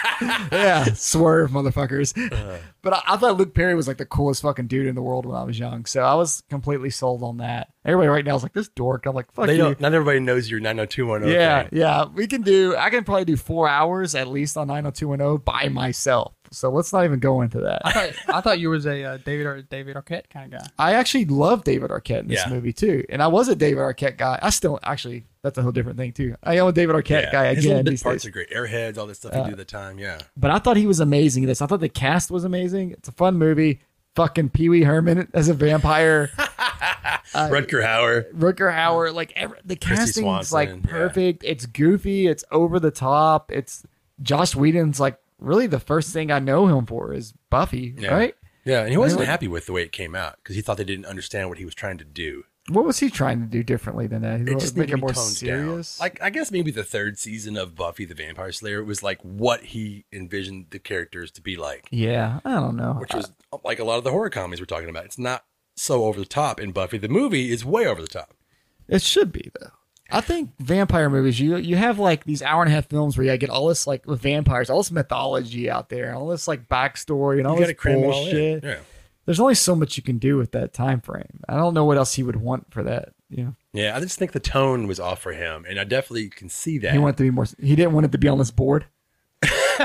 Speaker 2: yeah, swerve, motherfuckers.
Speaker 1: Uh-huh.
Speaker 2: but I, I thought Luke Perry was like the coolest fucking dude in the world when I was young, so I was completely sold on that. Everybody right now is like this dork. I'm like, fuck
Speaker 1: They
Speaker 2: you.
Speaker 1: don't. Not everybody knows your 90210.
Speaker 2: yeah,
Speaker 1: thing.
Speaker 2: yeah. We can do. I can probably do four hours at least on 90210 by myself. So let's not even go into that.
Speaker 3: I thought, I thought you was a uh, David Ar- David Arquette kind of guy.
Speaker 2: I actually love David Arquette in this
Speaker 1: Yeah.
Speaker 2: movie too, and I was a David Arquette guy. I still actually that's a whole different thing too. I am a David Arquette
Speaker 1: Yeah.
Speaker 2: guy
Speaker 1: His little
Speaker 2: again.
Speaker 1: bit
Speaker 2: These
Speaker 1: parts
Speaker 2: days. Uh,
Speaker 1: are great. Airheads, all this stuff he did at the time. Yeah,
Speaker 4: but I thought he was amazing in this. I thought the cast was amazing.
Speaker 2: It's a fun movie. Fucking Pee Wee Herman as
Speaker 1: (laughs)
Speaker 2: a vampire, uh,
Speaker 1: Rutger Hauer.
Speaker 2: Rooker Hauer, like every, the casting's
Speaker 1: Swanson,
Speaker 2: like
Speaker 1: yeah.
Speaker 2: perfect. It's goofy. It's over the top. It's Josh Whedon's like really the first thing I know him for is Buffy,
Speaker 1: Yeah.
Speaker 2: right?
Speaker 1: Yeah, and he wasn't happy with the way it came out because he thought they didn't understand what he was trying to do.
Speaker 2: What was he trying to do differently than that? He
Speaker 1: it
Speaker 2: was
Speaker 1: just
Speaker 2: making
Speaker 1: needed to be
Speaker 2: more
Speaker 1: toned
Speaker 2: serious.
Speaker 1: down. Like I guess maybe the third season of Buffy the Vampire Slayer was like what he envisioned the characters to be like,
Speaker 2: yeah, I don't know.
Speaker 1: which was
Speaker 2: Uh,
Speaker 1: like a lot of the horror comedies we're talking about. It's not so over the top, and Buffy the movie is way over the top.
Speaker 2: It should be though. I think vampire movies. You you have like these hour and a half films where you get all this like with vampires, all this mythology out there, and all this like backstory and all
Speaker 1: You got to
Speaker 2: this
Speaker 1: cram it all in.
Speaker 2: bullshit.
Speaker 1: Yeah,
Speaker 2: There's only so much you can do with that time frame. I don't know what else he would want for that. Yeah,
Speaker 1: yeah. I just think the tone was off for him, and I definitely can see that.
Speaker 2: he wanted to be more. He didn't want it to be on this board.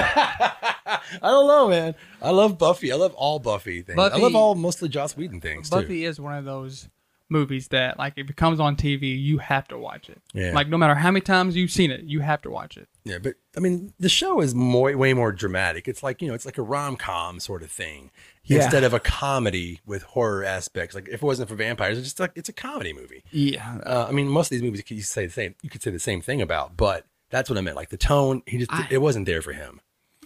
Speaker 1: I don't know, man. I love Buffy. I love all Buffy things. I
Speaker 3: Buffy-
Speaker 1: love all mostly Joss Whedon things too.
Speaker 3: Buffy is one of those movies that like if it comes on TV, you have to watch it.
Speaker 1: Yeah.
Speaker 3: Like no matter how many times you've seen it, you have to watch it.
Speaker 1: Yeah, but I mean, the show is more, way more dramatic. It's like you know, it's like a rom com sort of thing
Speaker 2: Yeah.
Speaker 1: instead of a comedy with horror aspects. Like if it wasn't for vampires, it's just like it's a comedy movie.
Speaker 2: Yeah,
Speaker 1: Uh, I mean, most of these movies you could say the same. You could say the same thing about, but that's what I meant. Like the tone, he just it wasn't there for him.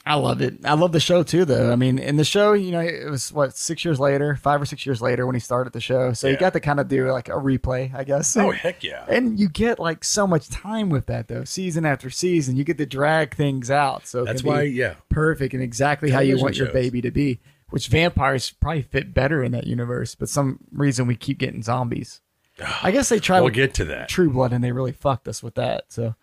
Speaker 2: I love it. I love the show too, though. I mean, in the show, you know, it was what six years later, five or six years later when he started the show. So you
Speaker 1: Yeah.
Speaker 2: got to kind of do like a replay, I guess.
Speaker 1: Oh heck yeah!
Speaker 2: And you get like so much time with that though, season after season. You get to drag things out, so it
Speaker 1: That's
Speaker 2: can be
Speaker 1: why yeah.
Speaker 2: perfect and exactly how you
Speaker 1: Television
Speaker 2: want your
Speaker 1: shows.
Speaker 2: baby to be. Which vampires probably fit better in that universe, but some reason we keep
Speaker 1: (sighs)
Speaker 2: getting zombies. I guess they tried
Speaker 1: We'll
Speaker 2: with
Speaker 1: get to that.
Speaker 2: True Blood and they really fucked us with that. So,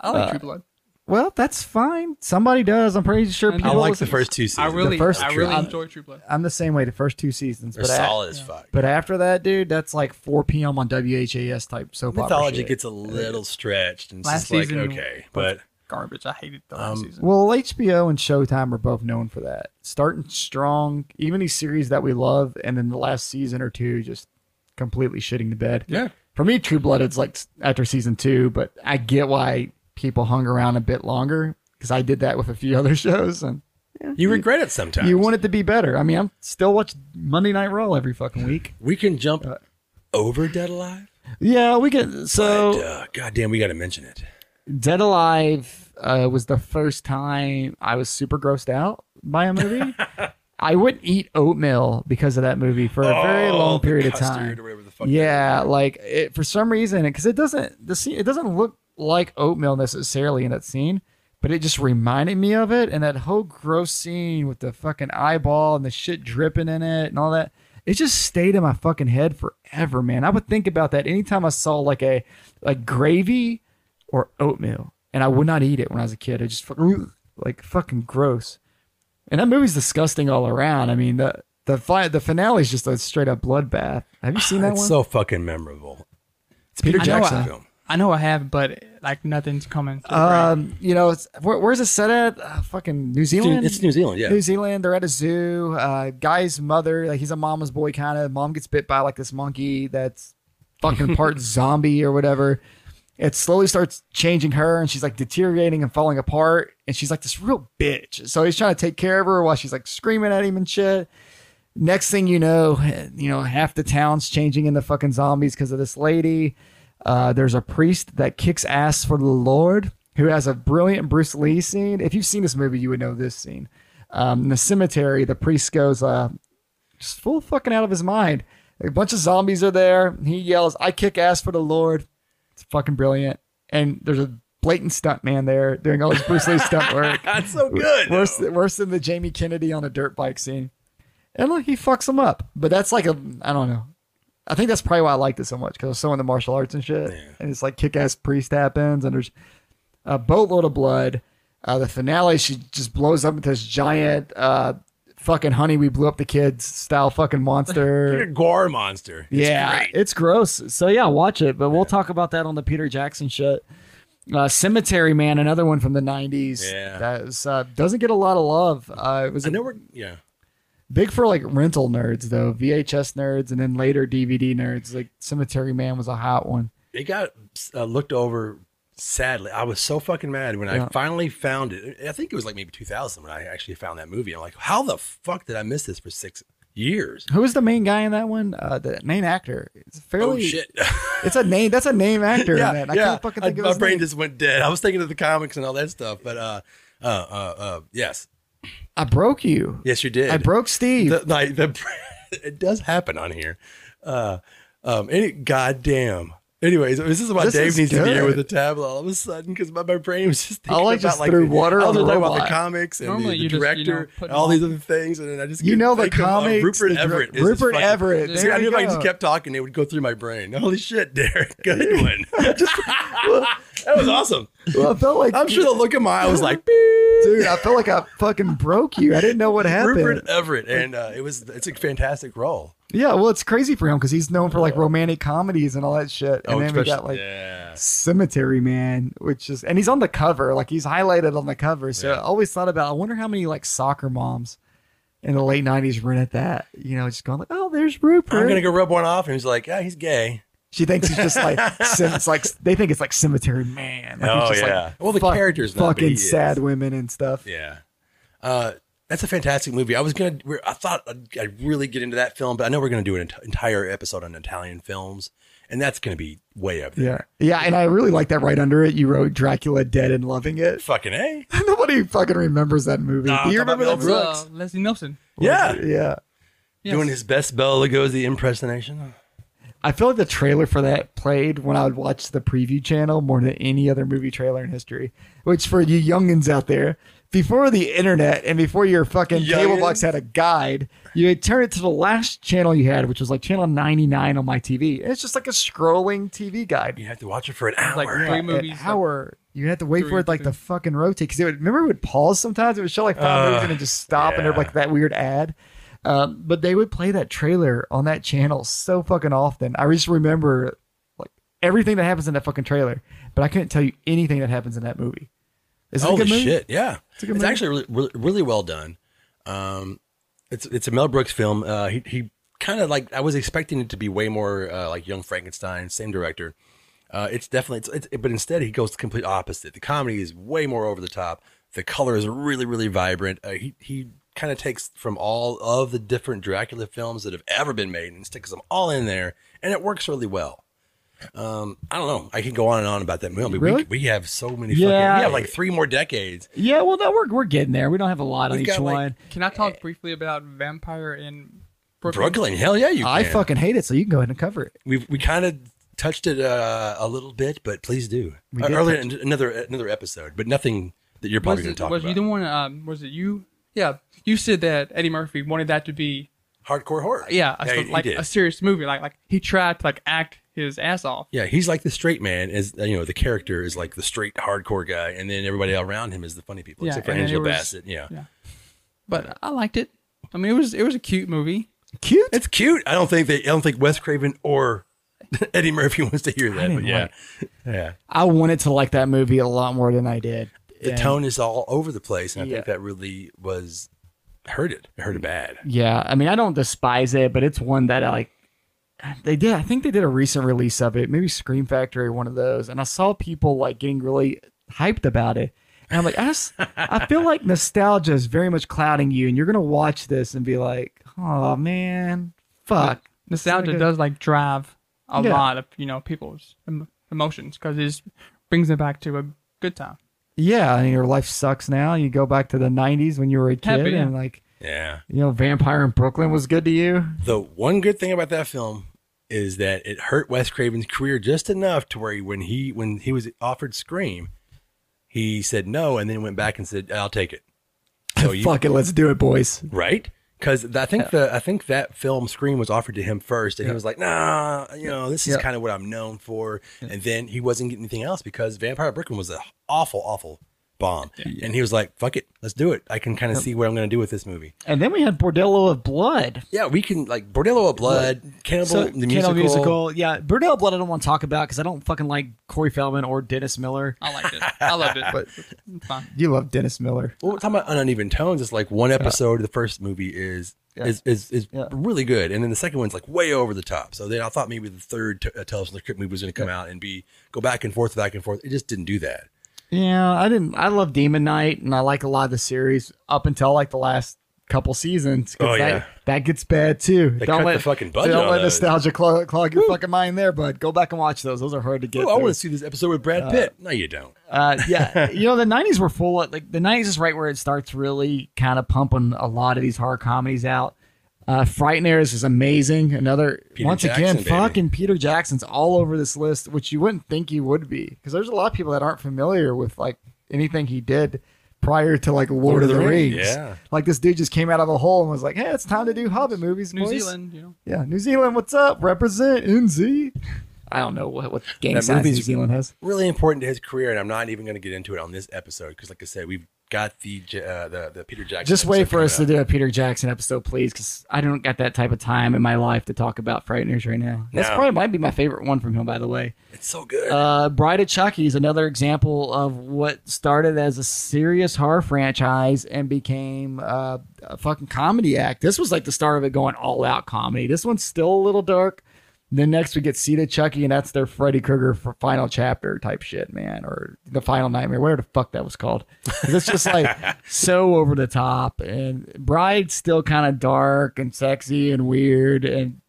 Speaker 3: I
Speaker 2: Uh,
Speaker 3: like True Blood.
Speaker 2: well, that's fine. Somebody does. I'm pretty sure.
Speaker 3: I
Speaker 2: People
Speaker 1: I like the
Speaker 2: listen-
Speaker 1: first two
Speaker 3: I
Speaker 1: seasons.
Speaker 3: really,
Speaker 2: first
Speaker 3: I
Speaker 2: True
Speaker 3: really
Speaker 2: Blood.
Speaker 3: enjoy True Blood.
Speaker 2: I'm the same way. The first two seasons,
Speaker 1: they're
Speaker 2: but a-
Speaker 1: solid as fuck.
Speaker 2: but after that, dude, that's like 4 p.m. on WHAS type soap opera
Speaker 1: Mythology
Speaker 2: shit.
Speaker 1: gets a little stretched, and it's
Speaker 3: Last
Speaker 1: just like
Speaker 3: season-
Speaker 1: okay, but
Speaker 3: Garbage. I hated the
Speaker 2: Um,
Speaker 3: last season.
Speaker 2: Well, HBO and Showtime are both known for that. Starting strong, even these series that we love, and then the last season or two just completely shitting the bed.
Speaker 1: yeah.
Speaker 2: For me, True Blood, it's like after season two, but I get why people hung around a bit longer because I did that with a few (laughs) other shows, and
Speaker 1: You regret it sometimes.
Speaker 2: you want it to be better. I mean, I'm still watch Monday Night Raw every fucking week.
Speaker 1: we can jump
Speaker 2: Uh,
Speaker 1: over Dead Alive.
Speaker 2: yeah, we get so.
Speaker 1: But, uh, God damn, we got to mention it.
Speaker 2: Dead Alive uh, was the first time I was super grossed out by a movie. I wouldn't eat oatmeal because of that movie for a very
Speaker 1: Oh,
Speaker 2: long period of time. Yeah, like it, for some reason, because it doesn't the scene, it doesn't look like oatmeal necessarily in that scene, but it just reminded me of it. And that whole gross scene with the fucking eyeball and the shit dripping in it and all that, it just stayed in my fucking head forever, man. I would think about that anytime I saw like a like gravy or oatmeal, and I would not eat it when I was a kid. I just fucking, like fucking gross. And that movie's disgusting all around. I mean, the the fi- the finale is just a straight up bloodbath. Have you seen that
Speaker 1: It's
Speaker 2: one?
Speaker 1: so fucking memorable. It's
Speaker 2: Peter
Speaker 1: Peter
Speaker 2: I know,
Speaker 1: Jackson
Speaker 2: uh,
Speaker 1: film.
Speaker 3: I know I have, but like nothing's coming. to the
Speaker 1: Uh,
Speaker 3: brain.
Speaker 2: um, you know, it's, where, where's it set at? Uh, fucking New Zealand.
Speaker 1: It's New Zealand, yeah.
Speaker 2: New Zealand. They're at a zoo. Uh, guy's mother, like he's a mama's boy kind of. Mom gets bit by like this monkey that's fucking
Speaker 1: (laughs)
Speaker 2: part zombie or whatever. It slowly starts changing her, and she's like deteriorating and falling apart. And she's like this real bitch. So he's trying to take care of her while she's like screaming at him and shit. Next thing you know, you know half the town's changing into fucking zombies because of this lady. Uh, there's a priest that kicks ass for the Lord who has a brilliant Bruce Lee scene. If you've seen this movie, you would know this scene. Um, in the cemetery, the priest goes uh, just full fucking out of his mind. A bunch of zombies are there. He yells, I kick ass for the Lord. It's fucking brilliant. And there's a blatant stunt man there doing all his Bruce Lee stunt work.
Speaker 1: (laughs) That's so good.
Speaker 2: Worse, worse than the Jamie Kennedy on a dirt bike scene. And look, he fucks him up. But that's like a, I don't know. I think that's probably why I liked it so much because I was so into martial arts and shit. And it's like kick ass priest happens and there's a boatload of blood. Uh, the finale, she just blows up into this giant uh, fucking honey, we blew up the kids style fucking
Speaker 1: You're a
Speaker 2: monster.
Speaker 1: gore monster. It's
Speaker 2: yeah,
Speaker 1: great.
Speaker 2: it's gross. So yeah, watch it. But we'll talk about that on the Peter Jackson shit. Uh, Cemetery Man, another one from the '90s
Speaker 1: Yeah.
Speaker 2: that is, uh, doesn't get a lot of love. Uh, it was
Speaker 1: I know we're yeah.
Speaker 2: big for like rental nerds though, VHS nerds, and then later DVD nerds. Like Cemetery Man was a hot one.
Speaker 1: It got uh, looked over. Sadly, I was so fucking mad when I
Speaker 2: Yeah.
Speaker 1: finally found it. I think it was like maybe 2000 when I actually found that movie. I'm like, how the fuck did I miss this for six years?
Speaker 2: Who was the main guy in that one? Uh, the main actor. It's
Speaker 1: Oh
Speaker 2: fairly.
Speaker 1: shit! (laughs)
Speaker 2: It's a name. That's a name actor. in that. I can't fucking think
Speaker 1: I-
Speaker 2: of
Speaker 1: my
Speaker 2: his
Speaker 1: brain
Speaker 2: name.
Speaker 1: just went dead. I was thinking of the comics and all that stuff, but uh, uh, uh, uh yes,
Speaker 2: I broke you.
Speaker 1: yes, you did.
Speaker 2: I broke Steve.
Speaker 1: the, like the (laughs) it does happen on here. Uh, um, any goddamn. Anyways, this is why
Speaker 2: This
Speaker 1: Dave
Speaker 2: is
Speaker 1: needs to be here
Speaker 2: good.
Speaker 1: with a tablet all of a sudden because my, my brain was just thinking
Speaker 2: All I
Speaker 1: about
Speaker 2: just
Speaker 1: like
Speaker 2: threw
Speaker 1: the-
Speaker 2: water
Speaker 1: I
Speaker 2: on
Speaker 1: was
Speaker 2: the
Speaker 1: talking about the
Speaker 2: robot.
Speaker 1: comics and
Speaker 3: Normally
Speaker 1: the,
Speaker 3: you
Speaker 1: the
Speaker 3: just, you know,
Speaker 1: director,
Speaker 3: put
Speaker 1: and all these
Speaker 3: them
Speaker 1: other things, and then I just
Speaker 2: you
Speaker 1: couldn't
Speaker 2: know the
Speaker 1: think of, uh,
Speaker 2: comics.
Speaker 1: Rupert
Speaker 2: the dir-
Speaker 1: Everett. is
Speaker 2: Rupert
Speaker 1: fucking-
Speaker 2: Everett.
Speaker 1: See,
Speaker 2: there
Speaker 1: I knew
Speaker 2: you
Speaker 1: if I just
Speaker 2: go.
Speaker 1: kept talking, it would go through my brain. (laughs) Holy shit, Derek, good one.
Speaker 2: (laughs)
Speaker 1: Just- (laughs) that was awesome.
Speaker 2: Well, (laughs) I felt like
Speaker 1: I'm sure the look in my eye was (laughs) like, "Beep."
Speaker 2: dude. I felt like I fucking broke you. I didn't know what happened.
Speaker 1: Rupert Everett, and uh, it was it's a fantastic role.
Speaker 2: Yeah, well, it's crazy for him because he's known for like romantic comedies and all that shit. And then we
Speaker 1: Oh, especially-
Speaker 2: got like
Speaker 1: yeah.
Speaker 2: Cemetery Man, which is and he's on the cover. Like he's highlighted on the cover. So
Speaker 1: Yeah.
Speaker 2: I always thought about. I wonder how many like soccer moms in the late '90s rented that. You know, just going like, oh, there's Rupert.
Speaker 1: I'm gonna go rub one off, and he's like, "Yeah, he's gay."
Speaker 2: She thinks he's
Speaker 1: (laughs)
Speaker 2: just like cem- it's like they think it's like cemetery man. Like
Speaker 1: Oh,
Speaker 2: he's just
Speaker 1: yeah.
Speaker 2: Like,
Speaker 1: Well, the
Speaker 2: fuck-
Speaker 1: character's not, but
Speaker 2: fucking
Speaker 1: he is.
Speaker 2: sad women and stuff.
Speaker 1: Yeah, uh, that's a fantastic movie. I was gonna, we're, I thought I'd, I'd really get into that film, but I know we're gonna do an ent- entire episode on Italian films, and that's gonna be way up there.
Speaker 2: Yeah, yeah, and I really like that. Right under it, you wrote Dracula dead and loving it. (laughs)
Speaker 1: Fucking a.
Speaker 2: Nobody fucking remembers that movie.
Speaker 1: Nah,
Speaker 2: Do you
Speaker 1: I'm talking
Speaker 2: remember that?
Speaker 1: about Mel
Speaker 3: Uh, Leslie Nielsen.
Speaker 1: Yeah.
Speaker 2: Yeah,
Speaker 3: Yes.
Speaker 1: uh, Doing his best Bella Lugosi impersonation.
Speaker 2: I feel like the trailer for that played when I would watch the preview channel more than any other movie trailer in history. Which for you youngins out there, before the internet and before your fucking cable
Speaker 1: Youngins?
Speaker 2: box had a guide, you would turn it to the last channel you had, which was like channel ninety nine on my TV. And it's just like a scrolling TV guide.
Speaker 1: You have to watch it for an hour.
Speaker 3: Like
Speaker 2: Yeah,
Speaker 3: three movies.
Speaker 2: an hour. You had to wait for
Speaker 3: Three,
Speaker 2: it like
Speaker 3: two.
Speaker 2: the fucking rotate because it would remember it would pause sometimes. It would show like five
Speaker 1: Uh,
Speaker 2: movies and it just stop and
Speaker 1: yeah.
Speaker 2: there'd be like that weird ad. Um, but they would play that trailer on that channel so fucking often. I just remember like everything that happens in that fucking trailer, but I couldn't tell you anything that happens in that movie. Is it a
Speaker 1: Holy
Speaker 2: good movie?
Speaker 1: shit! Yeah, it's,
Speaker 2: a good movie.
Speaker 1: actually really, really, really well done. Um, it's it's a Mel Brooks film. Uh, he he kind of like I was expecting it to be way more uh, like Young Frankenstein, same director. Uh, it's definitely it's, it's but instead he goes the complete opposite. The comedy is way more over the top. The color is really really vibrant. Uh, he he kind of takes from all of the different Dracula films that have ever been made and sticks them all in there, and it works really well. Um, I don't know. I could go on and on about that movie.
Speaker 2: Really?
Speaker 1: We, we have so many. fucking,
Speaker 2: Yeah.
Speaker 1: we have like three more decades.
Speaker 2: Yeah, well, no, we're we're getting there. We don't have a lot on
Speaker 1: We've
Speaker 2: each
Speaker 1: got, like,
Speaker 2: one.
Speaker 3: Can I talk briefly about Vampire in Brooklyn?
Speaker 1: Brooklyn, hell yeah, you. Can.
Speaker 2: I fucking hate it, so you can go ahead and cover it.
Speaker 1: we we kind of touched it uh, a little bit, but please do
Speaker 2: We
Speaker 1: Uh,
Speaker 2: did
Speaker 1: earlier in another another episode, but nothing that you're probably
Speaker 3: Was,
Speaker 1: going
Speaker 3: it,
Speaker 1: to talk
Speaker 3: was you
Speaker 1: about.
Speaker 3: the one? Um, was it you? Yeah, you said that Eddie Murphy wanted that to be
Speaker 1: Hardcore horror,
Speaker 3: yeah, a,
Speaker 1: yeah, he- he
Speaker 3: like
Speaker 1: did.
Speaker 3: a serious movie. Like like he tried to like act his ass off.
Speaker 1: yeah, he's like the straight man, is you know the character is like the straight hardcore guy, and then everybody around him is the funny people,
Speaker 3: Yeah,
Speaker 1: except for
Speaker 3: and then
Speaker 1: Angela
Speaker 3: it was-
Speaker 1: Bassett. Yeah.
Speaker 3: Yeah. But I liked it. I mean, it was it was a cute movie.
Speaker 2: Cute.
Speaker 1: it's cute. I don't think they, I don't think Wes Craven or (laughs) Eddie Murphy wants to hear that, but
Speaker 2: didn't
Speaker 1: yeah,
Speaker 2: like
Speaker 1: yeah.
Speaker 2: I wanted to like that movie a lot more than I did.
Speaker 1: The
Speaker 2: And-
Speaker 1: tone is all over the place, and I think
Speaker 2: Yeah.
Speaker 1: that really was hurt it, hurt it bad.
Speaker 2: Yeah, I mean, I don't despise it, but it's one that I like. they did. I think they did a recent release of it, maybe Scream Factory, one of those. And I saw people like getting really hyped about it. And I'm like, I, just, I feel like nostalgia is very much clouding you, and you're gonna watch this and be like, oh man, fuck.
Speaker 3: Nostalgia does like drive a
Speaker 2: Yeah.
Speaker 3: lot of you know people's em- emotions because it just brings them back to a good time.
Speaker 2: Yeah, and your life sucks now. You go back to the '90s when you were a kid,
Speaker 3: Happy, yeah.
Speaker 2: and like,
Speaker 1: Yeah.
Speaker 2: you know, Vampire in Brooklyn was good to you.
Speaker 1: The one good thing about that film is that it hurt Wes Craven's career just enough to where he, when he when he was offered Scream, he said no and then went back and said I'll take it. So you
Speaker 2: (laughs) Fuck it, let's do it, boys.
Speaker 1: right? Because I think the I think that film Scream was offered to him first, and he was like, "Nah, you know, this is kind of what I'm known for." And then he wasn't getting anything else because Vampire Brooklyn was an awful, awful bomb, and he was like, "Fuck it, let's do it. I can kind of see what I'm going to do with this movie."
Speaker 2: And then we had Bordello of Blood.
Speaker 1: Yeah, we can like Bordello of Blood, Cannibal, the musical.
Speaker 2: Cannibal yeah. Bordello of Blood, I don't want to talk about because I don't fucking like Corey Feldman or Dennis Miller.
Speaker 3: I liked it. I loved it. but it's fine.
Speaker 8: You love Dennis Miller.
Speaker 1: Well, we're talking about uneven tones. It's like one episode of the first movie is is is, is really good, and then the second one's like way over the top. So then I thought maybe the third t- uh, Tales from the Crypt movie was going to come out and be go back and forth, back and forth. It just didn't do that.
Speaker 2: Yeah, I didn't. I love Demon Knight, and I like a lot of the series up until like the last couple seasons. 'cause
Speaker 1: Oh,
Speaker 2: that,
Speaker 1: yeah.
Speaker 2: that gets bad too.
Speaker 1: cut the fucking budget
Speaker 2: Don't
Speaker 1: on
Speaker 2: let
Speaker 1: those.
Speaker 2: nostalgia clog, clog your fucking mind there, bud. Go back and watch those. Those are hard to get.
Speaker 1: Oh, I
Speaker 2: through.
Speaker 1: want to see this episode with Brad Pitt. No, you don't.
Speaker 2: Uh,
Speaker 1: (laughs)
Speaker 2: yeah, you know the '90s were full. Of, like the '90s is right where it starts really kind of pumping a lot of these horror comedies out. Uh, Frighteners is amazing. Another
Speaker 1: Peter
Speaker 2: once
Speaker 1: Jackson,
Speaker 2: again,
Speaker 1: baby.
Speaker 2: fucking Peter Jackson's all over this list, which you wouldn't think he would be because there's a lot of people that aren't familiar with like anything he did prior to like Lord, of the, Rings.
Speaker 1: yeah.
Speaker 2: like this dude just came out of a hole and was like, "Hey, it's time to do Hobbit movies."
Speaker 3: New
Speaker 2: boys."
Speaker 3: Zealand, you know.
Speaker 2: yeah, New Zealand, what's up? Represent NZ. I don't know what what gang
Speaker 1: That
Speaker 2: size New
Speaker 1: movie's-
Speaker 2: Zealand has.
Speaker 1: Really important to his career, and I'm not even going to get into it on this episode because, like I said, we've got the J- uh, the the Peter Jackson.
Speaker 2: Just wait
Speaker 1: episode
Speaker 2: for us to
Speaker 1: coming
Speaker 2: do a Peter Jackson episode, please, because I don't got that type of time in my life to talk about Frighteners right now. That's
Speaker 1: No.
Speaker 2: probably might be my favorite one from him, by the way.
Speaker 1: up. It's so good.
Speaker 2: Uh, Bride of Chucky is another example of what started as a serious horror franchise and became uh, a fucking comedy act. This was like the start of it going all out comedy. This one's still a little dark. Then next we get Seed of Chucky, and that's their Freddy Krueger f- final chapter type shit, man, or the final nightmare, whatever the fuck that was called. 'Cause It's
Speaker 1: (laughs)
Speaker 2: just like so over the top, and Bride's still kind of dark and sexy and weird, and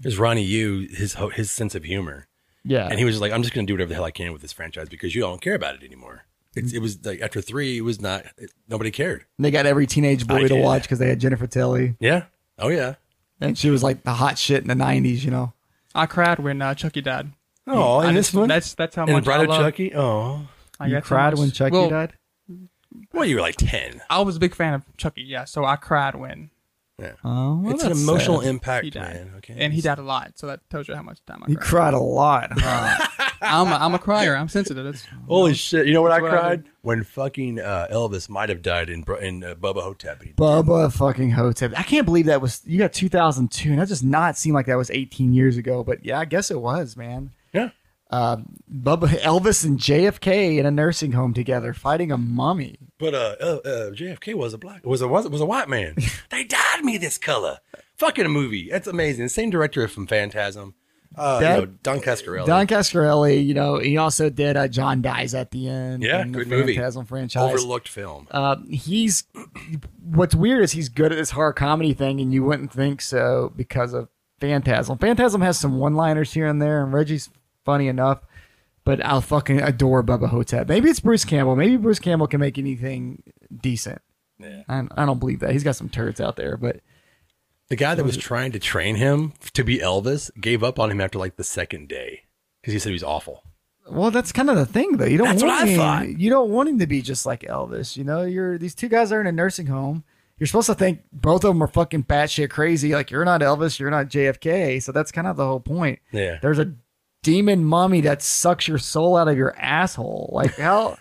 Speaker 1: There's Ronnie Yu, his ho- his sense of humor.
Speaker 2: yeah,
Speaker 1: And he was just like, I'm just going to do whatever the hell I can with this franchise because you don't care about it anymore. It's, it was like after three, it was not, it, nobody cared.
Speaker 2: they got every teenage boy to
Speaker 1: did.
Speaker 2: watch because they had Jennifer Tilly.
Speaker 1: Yeah. Oh, yeah.
Speaker 2: And she was like the hot shit in the nineties, you know.
Speaker 3: I cried when uh, Chucky died.
Speaker 1: Oh,
Speaker 3: I
Speaker 1: and
Speaker 3: just-
Speaker 1: this one?
Speaker 3: That's that's how
Speaker 1: and the
Speaker 3: much
Speaker 1: Bride
Speaker 3: I
Speaker 1: of
Speaker 3: love.
Speaker 1: Chucky? Oh.
Speaker 3: I
Speaker 8: You
Speaker 3: got so
Speaker 8: cried
Speaker 3: much-
Speaker 8: when Chucky
Speaker 3: well,
Speaker 8: died.
Speaker 1: Well, you were like 10.
Speaker 3: I was a big fan of Chucky, yeah. So I cried when
Speaker 1: Yeah.
Speaker 3: Uh,
Speaker 2: Oh,
Speaker 1: it's an emotional
Speaker 3: he
Speaker 1: impact,
Speaker 3: died,
Speaker 1: man. Okay.
Speaker 3: and he died a lot. So that tells you how much time I
Speaker 2: You
Speaker 3: cried.
Speaker 2: cried a lot.
Speaker 3: I'm a, I'm a crier. I'm sensitive. That's
Speaker 1: Holy shit. You know what I
Speaker 3: That's what I
Speaker 1: cried? when fucking uh, Elvis might have died in, Bro- in uh, Bubba Hotep. He-
Speaker 2: (laughs) Bubba fucking Hotep. I can't believe that was you got 2002, and that just not seemed like that was 18 years ago. But yeah, I guess it was, man.
Speaker 1: yeah.
Speaker 2: Bubba Elvis and JFK in a nursing home together fighting a mummy.
Speaker 1: But uh, uh, uh, JFK was a black, was a, was, a- was a white
Speaker 3: (laughs)
Speaker 1: man. they dyed me this color. Fucking a movie. That's amazing. The same director from Phantasm. Uh,
Speaker 2: That-
Speaker 1: you know, Don Cascarelli.
Speaker 2: Don Cascarelli, you know, he also did uh, John Dies at the End.
Speaker 1: Yeah,
Speaker 2: and
Speaker 1: good
Speaker 2: the
Speaker 1: movie.
Speaker 2: Phantasm franchise.
Speaker 1: Overlooked film.
Speaker 3: Uh,
Speaker 2: um, he's what's weird is he's good at this horror comedy thing, and you wouldn't think so because of Phantasm. Phantasm has some one-liners here and there, and Reggie's funny enough. But I'll fucking adore Bubba Hotep. Maybe it's Bruce Campbell. Maybe Bruce Campbell can make anything decent.
Speaker 1: Yeah.
Speaker 2: I, I don't believe that. He's got some turds out there, but
Speaker 1: The guy
Speaker 3: uh,
Speaker 1: that was trying to train him to be Elvis gave up on him after like the second day because he said he was awful.
Speaker 2: well, that's kind of the thing, though. You don't
Speaker 1: That's
Speaker 2: want
Speaker 1: what I
Speaker 2: him,
Speaker 1: thought.
Speaker 2: You don't want him to be just like Elvis. You know, you're these two guys are in a nursing home. You're supposed to think both of them are fucking batshit crazy. Like you're not Elvis, you're not JFK. So that's kind of the whole point.
Speaker 1: Yeah.
Speaker 2: There's a demon mummy that sucks your soul out of your asshole.
Speaker 1: (laughs)
Speaker 2: Like how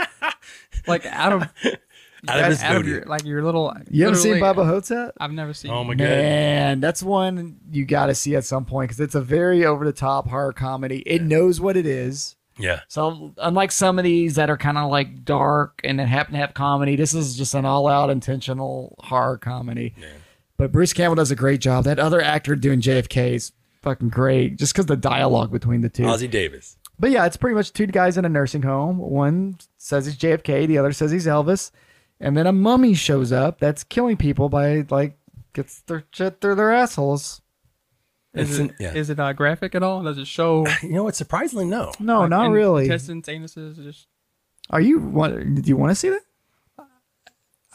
Speaker 3: like out of
Speaker 1: Out of his
Speaker 3: out of
Speaker 1: booty.
Speaker 3: your like your little.
Speaker 2: you haven't seen
Speaker 3: literally-
Speaker 2: Baba Hotep?
Speaker 3: I've never seen. (laughs)
Speaker 1: Oh my god.
Speaker 2: Man, that's one you got to see at some point because it's a very over the top horror comedy. It knows what it is.
Speaker 1: Yeah.
Speaker 2: So unlike some of these that are kind of like dark and then happen to have comedy, this is just an all-out intentional horror comedy. But Bruce Campbell does a great job. That other actor doing JFK's fucking great just because the dialogue between the two.
Speaker 1: Ozzy Davis.
Speaker 2: But yeah, it's pretty much two guys in a nursing home. One says he's JFK, the other says he's Elvis, and then a mummy shows up that's killing people by like gets their shit through their assholes.
Speaker 3: Is
Speaker 1: It's-
Speaker 3: it,
Speaker 1: yeah.
Speaker 3: is it uh, graphic at all? Does it show?
Speaker 1: You know what? Surprisingly, no. (laughs)
Speaker 2: No,
Speaker 3: like,
Speaker 2: Oh, not
Speaker 3: in-
Speaker 2: really.
Speaker 3: Intestines, anuses, just.
Speaker 2: Are you? What, do you want to see that?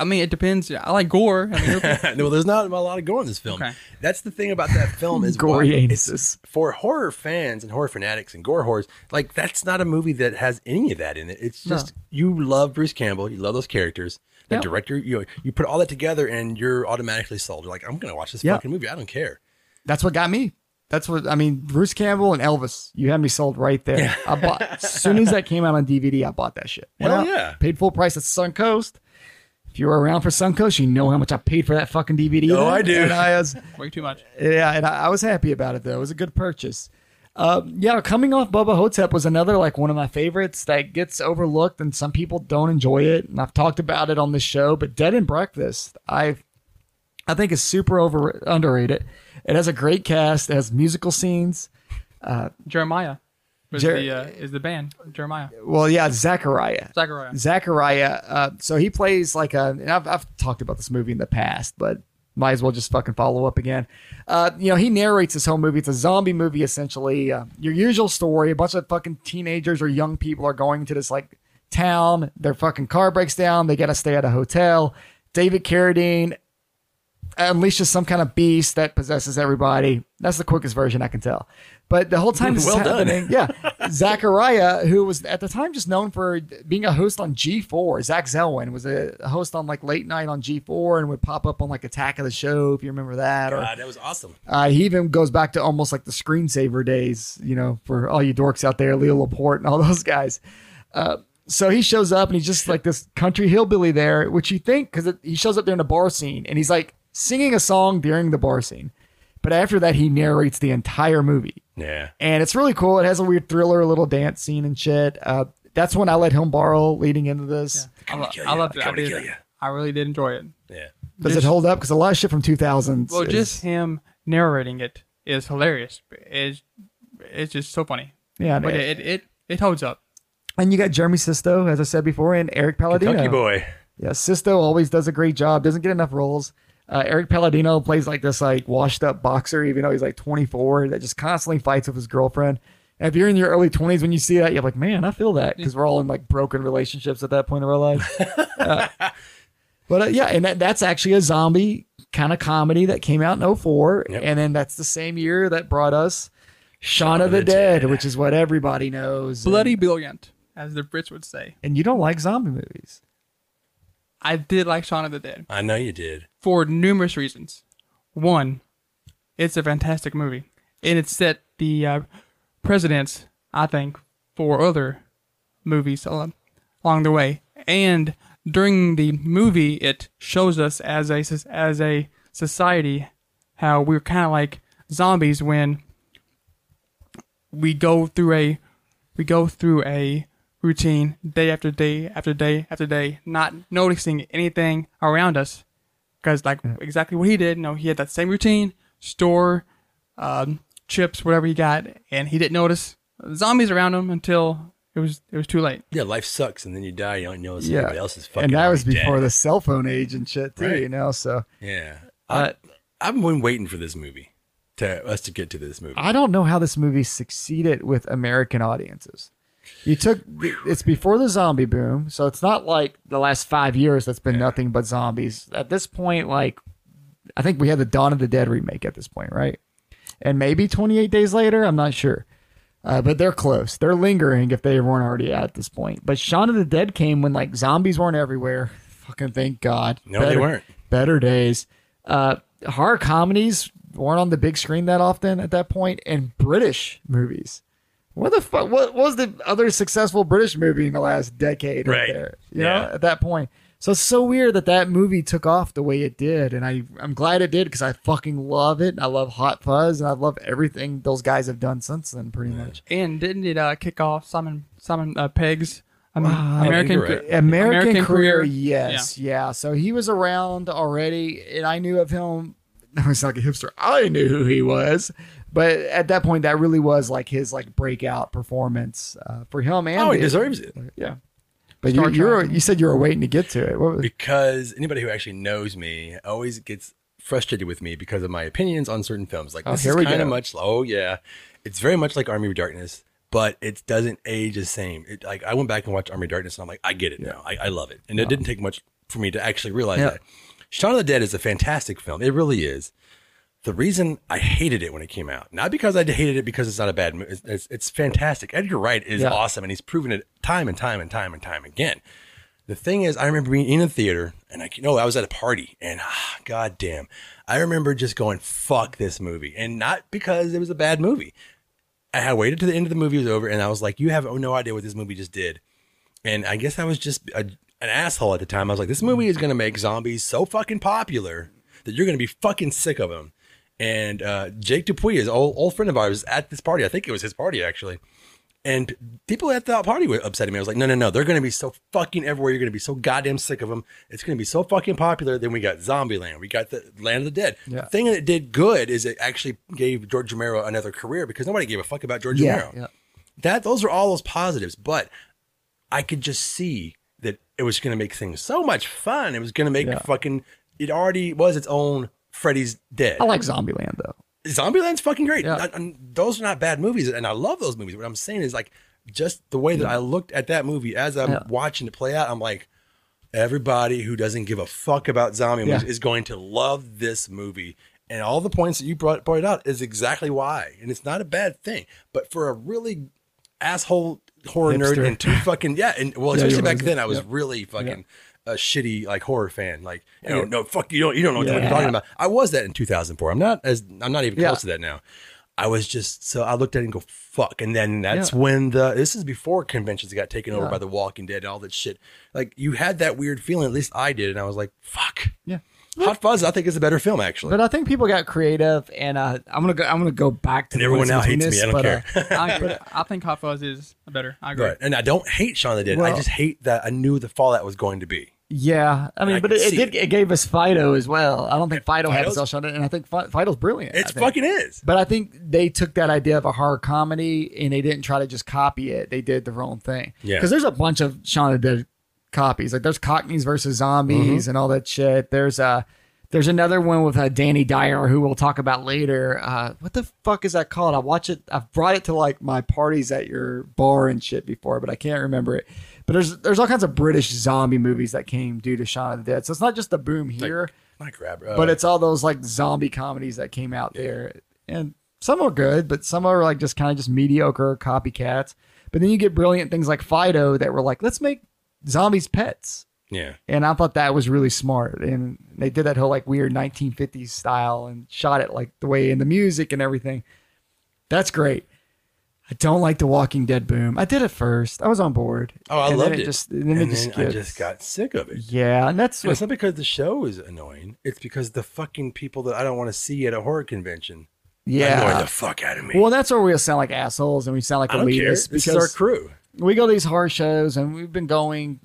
Speaker 3: I mean, it depends. I like gore. I mean,
Speaker 1: no, there's not a lot of gore in this film.
Speaker 3: Okay.
Speaker 1: That's the thing about that film
Speaker 3: (laughs)
Speaker 1: is why
Speaker 2: Gory
Speaker 1: it's-
Speaker 2: anuses.
Speaker 1: for horror fans and horror fanatics and gore horrors. Like that's not a movie that has any of that in it. It's just you love Bruce Campbell, you love those characters. The
Speaker 2: Yep.
Speaker 1: director, you you put all that together, and you're automatically sold. You're like, I'm gonna watch this
Speaker 2: Yeah.
Speaker 1: fucking movie. I don't care.
Speaker 2: That's what got me. That's what I mean. Bruce Campbell and Elvis. You had me sold right there. I
Speaker 1: (laughs)
Speaker 2: bought as soon as that came out on DVD. I bought that shit. Went
Speaker 1: Hell
Speaker 2: out,
Speaker 1: yeah.
Speaker 2: Paid full price at Suncoast. If you were around for Suncoast, you know how much I paid for that fucking DVD.
Speaker 1: Oh,
Speaker 2: then.
Speaker 1: I do.
Speaker 2: And I
Speaker 1: (laughs)
Speaker 2: was,
Speaker 3: (laughs) way too much.
Speaker 2: yeah, and I, I was happy about it though. It was a good purchase. Um, yeah, coming off Bubba Hotep was another like one of my favorites that gets overlooked and some people don't enjoy it. And I've talked about it on this show, but Dead and Breakfast, I I think is super over underrated. It has a great cast. It has musical scenes.
Speaker 3: Jeremiah was
Speaker 2: Jer-
Speaker 3: the, uh, is the band. Jeremiah.
Speaker 2: Well, yeah, Zachariah.
Speaker 3: Zachariah.
Speaker 2: Zachariah. Uh, so he plays like a. And I've, I've talked about this movie in the past, but might as well just fucking follow up again. Uh, you know, he narrates this whole movie. It's a zombie movie, essentially. Uh, your usual story. A bunch of fucking teenagers or young people are going to this like town. Their fucking car breaks down. They got to stay at a hotel. David Carradine unleashes some kind of beast that possesses everybody. That's the quickest version I can tell. But the whole time this
Speaker 1: Well
Speaker 2: is
Speaker 1: done.
Speaker 2: happening, yeah, Zachariah, who was at the time just known for being a host on G4, Zach Zelwyn was a host on like late night on G4 and would pop up on like Attack of the Show if you remember that. Or
Speaker 1: God, that was awesome.
Speaker 2: uh, he even goes back to almost like the screensaver days, you know, for all you dorks out there, Leo Laporte and all (laughs) those guys. Uh, so he shows up and he's just like this country hillbilly there, which you think because he shows up there in the bar scene and he's like singing a song during the bar scene. But after that, he narrates the entire movie
Speaker 1: Yeah.
Speaker 2: and it's really cool. It has a weird thriller, a little dance scene and shit. Uh, that's when I let him borrow leading into this.
Speaker 3: I, lo-
Speaker 1: kill
Speaker 3: I
Speaker 1: ya.
Speaker 3: loved it. I,
Speaker 1: Coming to
Speaker 3: did-
Speaker 1: kill ya.
Speaker 3: I really did enjoy it.
Speaker 1: Yeah.
Speaker 2: Does it hold up? Because a lot of shit from 2000s.
Speaker 3: Well,
Speaker 2: is-
Speaker 3: just him narrating it is hilarious. It's, it's just so funny.
Speaker 2: yeah,
Speaker 3: But it, it, it, it holds up.
Speaker 2: and you got Jeremy Sisto, as I said before, and Eric Palladino.
Speaker 1: Kentucky boy.
Speaker 2: Yeah, Sisto always does a great job. Doesn't get enough roles. Uh, Eric Palladino plays like this like washed up boxer, even though he's like 24, that just constantly fights with his girlfriend. And if you're in your early 20s when you see that, you're like, man, I feel that because we're all in like broken relationships at that point of our (laughs) life. Uh, but uh, yeah, and that, that's actually a zombie kind of comedy that came out in 04.
Speaker 1: Yep.
Speaker 2: And then that's the same year that brought us Shaun of the, Dead, which is what everybody knows. And-
Speaker 3: Bloody brilliant, as the Brits would say.
Speaker 2: and you don't like zombie movies.
Speaker 3: I did like Shaun of the Dead
Speaker 1: I know you did.
Speaker 3: for numerous reasons. One, it's a fantastic movie, and it set the uh, precedence, I think, for other movies al- along the way. And during the movie, it shows us as a soc- as a society how we're kind of like zombies when we go through a we go through a routine day after day after day after day, not noticing anything around us. Because like exactly what he did, you know, he had that same routine, store, um, chips, whatever he got, and he didn't notice zombies around him until it was it was too late.
Speaker 1: Yeah, life sucks, and then you die. You don't know yeah. everybody else is fucking.
Speaker 2: and that was
Speaker 1: already
Speaker 2: before
Speaker 1: dead.
Speaker 2: the cell phone age and shit too,
Speaker 1: Right.
Speaker 2: you know. So
Speaker 1: Yeah. I, I've been waiting for this movie to us to get to this movie.
Speaker 2: I don't know how this movie succeeded with American audiences. You took it's before the zombie boom, so it's not like the last five years that's been nothing but zombies. At this point, like I think we had the Dawn of the Dead remake at this point, right? And maybe 28 days later, I'm not sure. Uh, but they're close. They're lingering if they weren't already at this point. But Shaun of the Dead came when like zombies weren't everywhere. (laughs) Fucking thank God.
Speaker 1: No, they weren't.
Speaker 2: Better days. Uh, horror comedies weren't on the big screen that often at that point, and British movies. What the fuck? What was the other successful British movie in the last decade? Right,
Speaker 1: Right.
Speaker 2: there, you
Speaker 1: Yeah.
Speaker 2: know, at that point. So it's so weird that that movie took off the way it did, and I I'm glad it did because I fucking love it. And I love Hot Fuzz, and I love everything those guys have done since then, pretty much.
Speaker 3: And didn't it uh, kick off Simon Simon uh, Pegg's um, American
Speaker 1: you're right.
Speaker 3: Ca-
Speaker 2: American,
Speaker 3: American
Speaker 2: career,
Speaker 3: Career,
Speaker 2: yes, yeah. So he was (laughs) around already, and I knew of him. No, it's like a hipster. I knew who he was
Speaker 9: But at that point, that really was like his like breakout performance uh, for him. And
Speaker 1: Oh, he
Speaker 9: it-
Speaker 1: deserves it.
Speaker 9: Yeah. But
Speaker 3: Star
Speaker 9: you, you're,
Speaker 3: Trek.
Speaker 9: you said you were waiting to get to it. What was,
Speaker 1: because anybody who actually knows me always gets frustrated with me because of my opinions on certain films. Like
Speaker 9: Oh,
Speaker 1: this
Speaker 9: here
Speaker 1: is
Speaker 9: we
Speaker 1: kind of
Speaker 9: go.
Speaker 1: much. Oh yeah, it's very much like Army of Darkness, but it doesn't age the same. It, like I went back and watched Army of Darkness, and I'm like, I get it now. I, I love it, and it didn't take much for me to actually realize
Speaker 9: Yeah.
Speaker 1: that. Shaun of the Dead is a fantastic film. It really is. The reason I hated it when it came out, not because I hated it because it's not a bad movie. It's, it's, it's fantastic. Edgar Wright is
Speaker 9: Yeah.
Speaker 1: awesome, and he's proven it time and time and time and time again. The thing is, I remember being in a theater, and I no, I was at a party, and ah, goddamn, I remember just going "fuck this movie," and not because it was a bad movie. I had waited to the end of the movie was over, and I was like, "You have no idea what this movie just did." And I guess I was just a, an asshole at the time. I was like, "This movie is going to make zombies so fucking popular that you're going to be fucking sick of them." And uh, Jake Dupuy, is old old friend of ours, was at this party. I think it was his party actually. And p- people at that party were upset at me. I was like, no, no, no. They're going to be so fucking everywhere. You're going to be so goddamn sick of them. It's going to be so fucking popular. Then we got Zombieland. We got the Land of the Dead.
Speaker 9: Yeah.
Speaker 1: The thing that it did good is it actually gave George Romero another career because nobody gave a fuck about George Romero.
Speaker 9: yeah.
Speaker 1: That those are all those positives, but I could just see that it was going to make things so much fun. It was going to make
Speaker 9: Yeah.
Speaker 1: fucking. It already was its own Freddy's Dead.
Speaker 2: Oh,
Speaker 9: I like Zombieland though.
Speaker 1: Zombieland's fucking great.
Speaker 9: Yeah.
Speaker 1: I- I- those are not bad movies, and I love those movies. What I'm saying is like just the way that I looked at that movie as I'm
Speaker 9: Yeah.
Speaker 1: watching it play out. I'm like, everybody who doesn't give a fuck about zombie movies
Speaker 9: Yeah.
Speaker 1: is going to love this movie. And all the points that you brought pointed out is exactly why. And it's not a bad thing. But for a really asshole horror nerd
Speaker 9: Hipster.
Speaker 1: and two fucking yeah, and well,
Speaker 9: Yeah,
Speaker 1: especially
Speaker 9: you
Speaker 1: back
Speaker 9: was-
Speaker 1: then, I was
Speaker 9: yeah.
Speaker 1: really fucking a shitty like horror fan. Like, you know, no fuck you don't you don't know what you're talking about. I was that in 2004. I'm not as I'm not even
Speaker 9: Yeah.
Speaker 1: close to that now. I was just so I looked at it and go fuck, and then that's when the this is before conventions got taken over by The Walking Dead and all that shit. Like you had that weird feeling, at least I did, and I was like, fuck.
Speaker 9: Yeah.
Speaker 1: Hot Fuzz, I think is a better film actually.
Speaker 2: But I think people got creative, and uh, I'm gonna go, I'm
Speaker 1: (laughs)
Speaker 2: gonna go back to
Speaker 1: and
Speaker 2: the
Speaker 1: everyone
Speaker 2: ones
Speaker 1: now
Speaker 2: between
Speaker 1: hates me.
Speaker 2: this,
Speaker 1: I don't
Speaker 2: but,
Speaker 1: care. (laughs)
Speaker 2: uh,
Speaker 3: I agree. I think Hot Fuzz is better. I agree.
Speaker 1: right. And I don't hate Shaun of the Dead. I
Speaker 9: Well-
Speaker 1: just hate that I knew the fallout was going to be.
Speaker 2: yeah, I mean,
Speaker 1: I
Speaker 2: but
Speaker 1: can
Speaker 2: it, it
Speaker 1: see
Speaker 2: did it gave us Fido as well. I don't think Fido had
Speaker 1: Fido's-
Speaker 2: us all shot, and I think Fi- Fido's brilliant. I
Speaker 1: It's
Speaker 2: think.
Speaker 1: fucking is.
Speaker 2: But I think they took that idea of a horror comedy and they didn't try to just copy it. They did their own thing.
Speaker 1: Yeah.
Speaker 2: Because there's a bunch of Shaun of the Dead copies. Like there's Cockneys versus Zombies and all that shit. There's uh there's another one with uh, Danny Dyer who we'll talk about later. Uh, what the fuck is that called? I watch it. I've brought it to like my parties at your bar and shit before, but I can't remember it. But there's there's all kinds of British zombie movies that came due to Shaun of the Dead. So it's not just the boom here
Speaker 1: My grab. Uh,
Speaker 2: but it's all those like zombie comedies that came out there and some are good but some are like just kind of just mediocre copycats but then you get brilliant things like fido that were like let's make zombies pets
Speaker 1: yeah.
Speaker 2: and i thought that was really smart and they did that whole like weird 1950s style and shot it like the way in the music and everything that's great I don't like the Walking Dead boom. I did at first. I was on board.
Speaker 1: Oh, I
Speaker 2: and
Speaker 1: loved
Speaker 2: then
Speaker 1: it.
Speaker 2: Just, and then it
Speaker 1: and
Speaker 2: just,
Speaker 1: then I
Speaker 2: gets-
Speaker 1: just got sick of it.
Speaker 2: Yeah, and that's
Speaker 1: And it's
Speaker 2: what.
Speaker 1: not because the show is annoying. It's because the fucking people that I don't want to see at a horror convention annoy
Speaker 2: Yeah.
Speaker 1: the fuck out of me.
Speaker 2: Well, that's where we sound like assholes and we sound like
Speaker 1: I don't care. This
Speaker 2: elitists
Speaker 1: is our crew.
Speaker 2: we go to these horror shows and we've been going,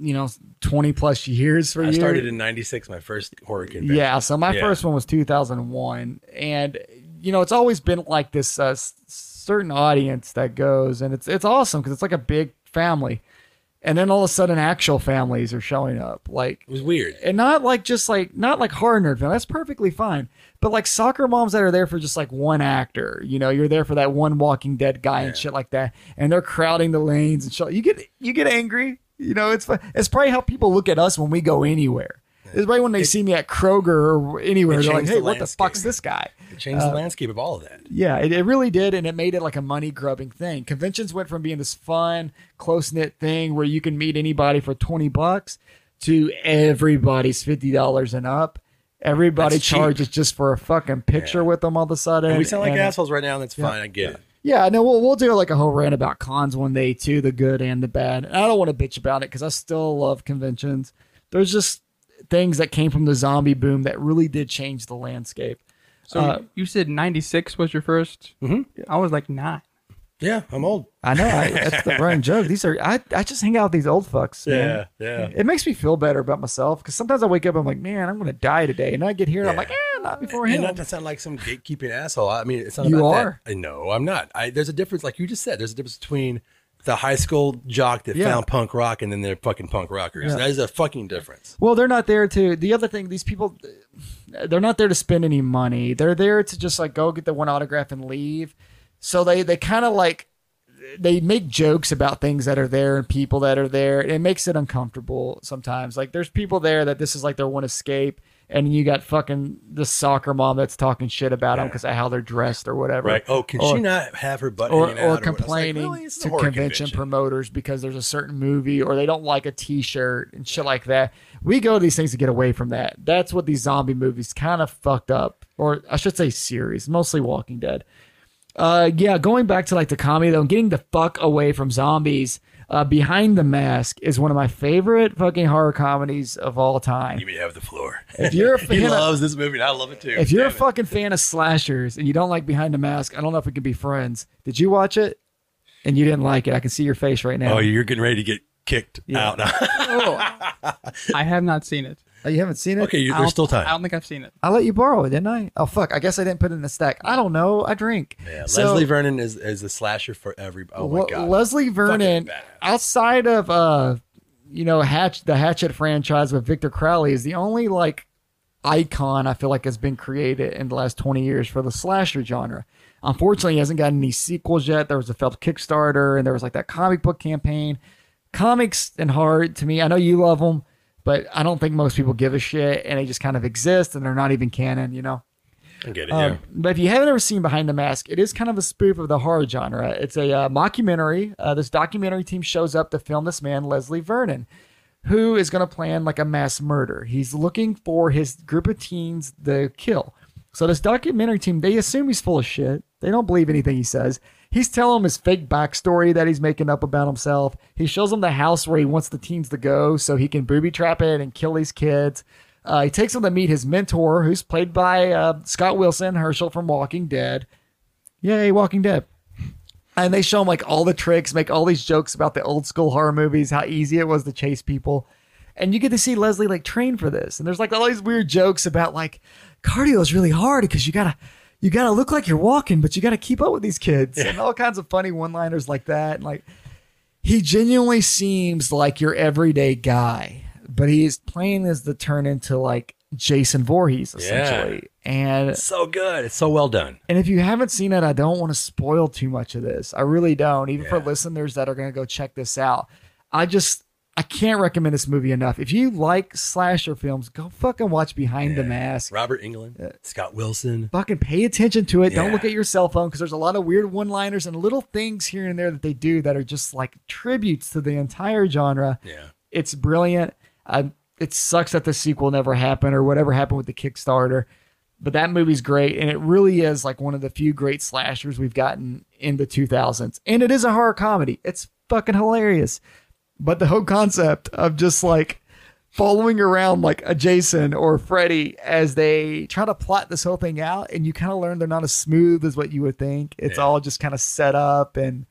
Speaker 2: you know, 20 plus years for
Speaker 1: I
Speaker 2: years.
Speaker 1: started in '96, my first horror convention.
Speaker 2: Yeah. So my
Speaker 1: Yeah.
Speaker 2: first one was 2001. And, you know, it's always been like this uh, s- certain audience that goes and it's, it's awesome because it's like a big family. And then all of a sudden, actual families are showing up. Like,
Speaker 1: it was weird.
Speaker 2: and not like just like not like horror nerd film. That's perfectly fine. But like soccer moms that are there for just like one actor, you know, you're there for that one Walking Dead guy and shit like that, and they're crowding the lanes and shit. You get you get angry, you know. It's fu- it's probably how people look at us when we go anywhere. It's right when they see me at Kroger or anywhere,
Speaker 1: it
Speaker 2: they're like,
Speaker 1: changed
Speaker 2: "Hey,
Speaker 1: the
Speaker 2: what the
Speaker 1: landscape."
Speaker 2: fuck's this guy?"
Speaker 1: It changed
Speaker 2: Uh,
Speaker 1: the landscape of all of that.
Speaker 2: Yeah, it, it really did, and it made it like a money grubbing thing. Conventions went from being this fun, close knit thing where you can meet anybody for twenty bucks to everybody's fifty dollars and up. Everybody
Speaker 1: That's cheap.
Speaker 2: charges just for a fucking picture with them all of a sudden.
Speaker 1: And we sound like
Speaker 2: and-
Speaker 1: assholes right now, and that's fine. I get it.
Speaker 2: Yeah, no, we'll we'll do like a whole rant about cons one day too, the good and the bad. And I don't want to bitch about it because I still love conventions. There's just things that came from the zombie boom that really did change the landscape.
Speaker 3: So
Speaker 1: Uh,
Speaker 3: you said 96 was your 1st Mm-hmm. I was like nine.
Speaker 1: Yeah, I'm old.
Speaker 2: I know. I, that's
Speaker 1: (laughs)
Speaker 2: the running joke. These are I, I just hang out with these old fucks. Man.
Speaker 1: yeah.
Speaker 2: It makes me feel better about myself because sometimes I wake up I'm like, man, I'm gonna die today, and I get here and I'm
Speaker 1: Yeah.
Speaker 2: like, eh, I'm not before
Speaker 1: And
Speaker 2: him.
Speaker 1: not to sound like some gatekeeping asshole. I mean, it's not
Speaker 2: You
Speaker 1: about
Speaker 2: are.
Speaker 1: that. I- No, I'm not. I, there's a difference, like you just said. There's a difference between the high school jock that
Speaker 2: Yeah.
Speaker 1: found punk rock and then they're fucking punk rockers. That is a fucking difference.
Speaker 2: Well, they're not there to. The other thing, these people, they're not there to spend any money. They're there to just like go get the one autograph and leave. So they they kind of like they make jokes about things that are there and people that are there. It makes it uncomfortable sometimes. Like there's people there that this is like their one escape, and you got fucking the soccer mom that's talking shit about them because of how they're dressed or whatever.
Speaker 1: Right? Oh, can
Speaker 2: Or-
Speaker 1: she not have her butt
Speaker 2: or,
Speaker 1: hanging out
Speaker 2: or
Speaker 1: what? It's like,
Speaker 2: complaining
Speaker 1: really? This is a
Speaker 2: to
Speaker 1: horror
Speaker 2: convention, promoters because there's a certain movie or they don't like a t-shirt and shit like that we go to these things to get away from that that's what these zombie movies kind of fucked up or i should say series mostly walking dead uh yeah going back to like the comedy though and getting the fuck away from zombies uh, behind the mask is one of my favorite fucking horror comedies of all time
Speaker 1: You may have the floor.
Speaker 2: (laughs) if you're
Speaker 1: (laughs)
Speaker 2: a
Speaker 1: he
Speaker 2: fan of,
Speaker 1: loves this movie, and I love it too.
Speaker 2: if you're a
Speaker 1: Damn it.
Speaker 2: fucking fan of slashers and you don't like Behind the Mask, I don't know if we can be friends. Did you watch it? And you didn't like it. I can see your face right now.
Speaker 1: oh, you're getting ready to get kicked out. (laughs)
Speaker 3: I have not seen it.
Speaker 2: Oh, you haven't seen it?
Speaker 1: okay, you,
Speaker 3: I don't-
Speaker 1: there's still time.
Speaker 3: I don't think I've seen it.
Speaker 2: I let you borrow it, didn't I? Oh fuck! I guess I didn't put it in the stack. I don't know. I drink.
Speaker 1: Yeah,
Speaker 2: So-
Speaker 1: Leslie Vernon is, is a slasher for everybody. Oh my
Speaker 2: Le-
Speaker 1: god,
Speaker 2: Leslie Vernon,
Speaker 1: badass.
Speaker 2: outside of uh, you know, Hatch the Hatchet franchise with Victor Crowley is the only like icon I feel like has been created in the last twenty years for the slasher genre. Unfortunately, he hasn't gotten any sequels yet. There was a failed Kickstarter, and there was like that comic book campaign. Comics and horror to me, I know you love them, but I don't think most people give a shit, and they just kind of exist, and they're not even canon, you know.
Speaker 1: I get it.
Speaker 2: Um, But if you haven't ever seen Behind the Mask, it is kind of a spoof of the horror genre. It's a uh, mockumentary. Uh, this documentary team shows up to film this man, Leslie Vernon, who is going to plan like a mass murder. He's looking for his group of teens to kill. So this documentary team, they assume he's full of shit. They don't believe anything he says. He's telling them his fake backstory that he's making up about himself. He shows them the house where he wants the teens to go so he can booby trap it and kill these kids. Uh, he takes them to meet his mentor, who's played by uh, Scott Wilson, Herschel from Walking Dead. Yay, Walking Dead. And they show him like all the tricks, make all these jokes about the old school horror movies, how easy it was to chase people. And you get to see Leslie like train for this. And there's like all these weird jokes about like cardio is really hard because you gotta you gotta look like you're walking, but you gotta keep up with these kids. And all kinds of funny one liners like that. And like he genuinely seems like your everyday guy, but he is playing as the turn into like Jason Voorhees essentially. And
Speaker 1: so good. It's so well done.
Speaker 2: and if you haven't seen it, I don't want to spoil too much of this. I really don't, even for listeners that are going to go check this out. I just, I can't recommend this movie enough. If you like slasher films, go fucking watch Behind the Mask.
Speaker 1: Robert England, Scott Wilson.
Speaker 2: Fucking pay attention to it. Don't
Speaker 1: Yeah.
Speaker 2: look at your cell phone because there's a lot of weird one liners and little things here and there that they do that are just like tributes to the entire genre.
Speaker 1: Yeah.
Speaker 2: It's brilliant. I, it sucks that the sequel never happened or whatever happened with the Kickstarter, but that movie's great and it really is like one of the few great slashers we've gotten in the 2000s. And it is a horror comedy. It's fucking hilarious. But the whole concept of just like following around like a Jason or Freddy as they try to plot this whole thing out and you kind of learn they're not as smooth as what you would think. It's all just kind of set up and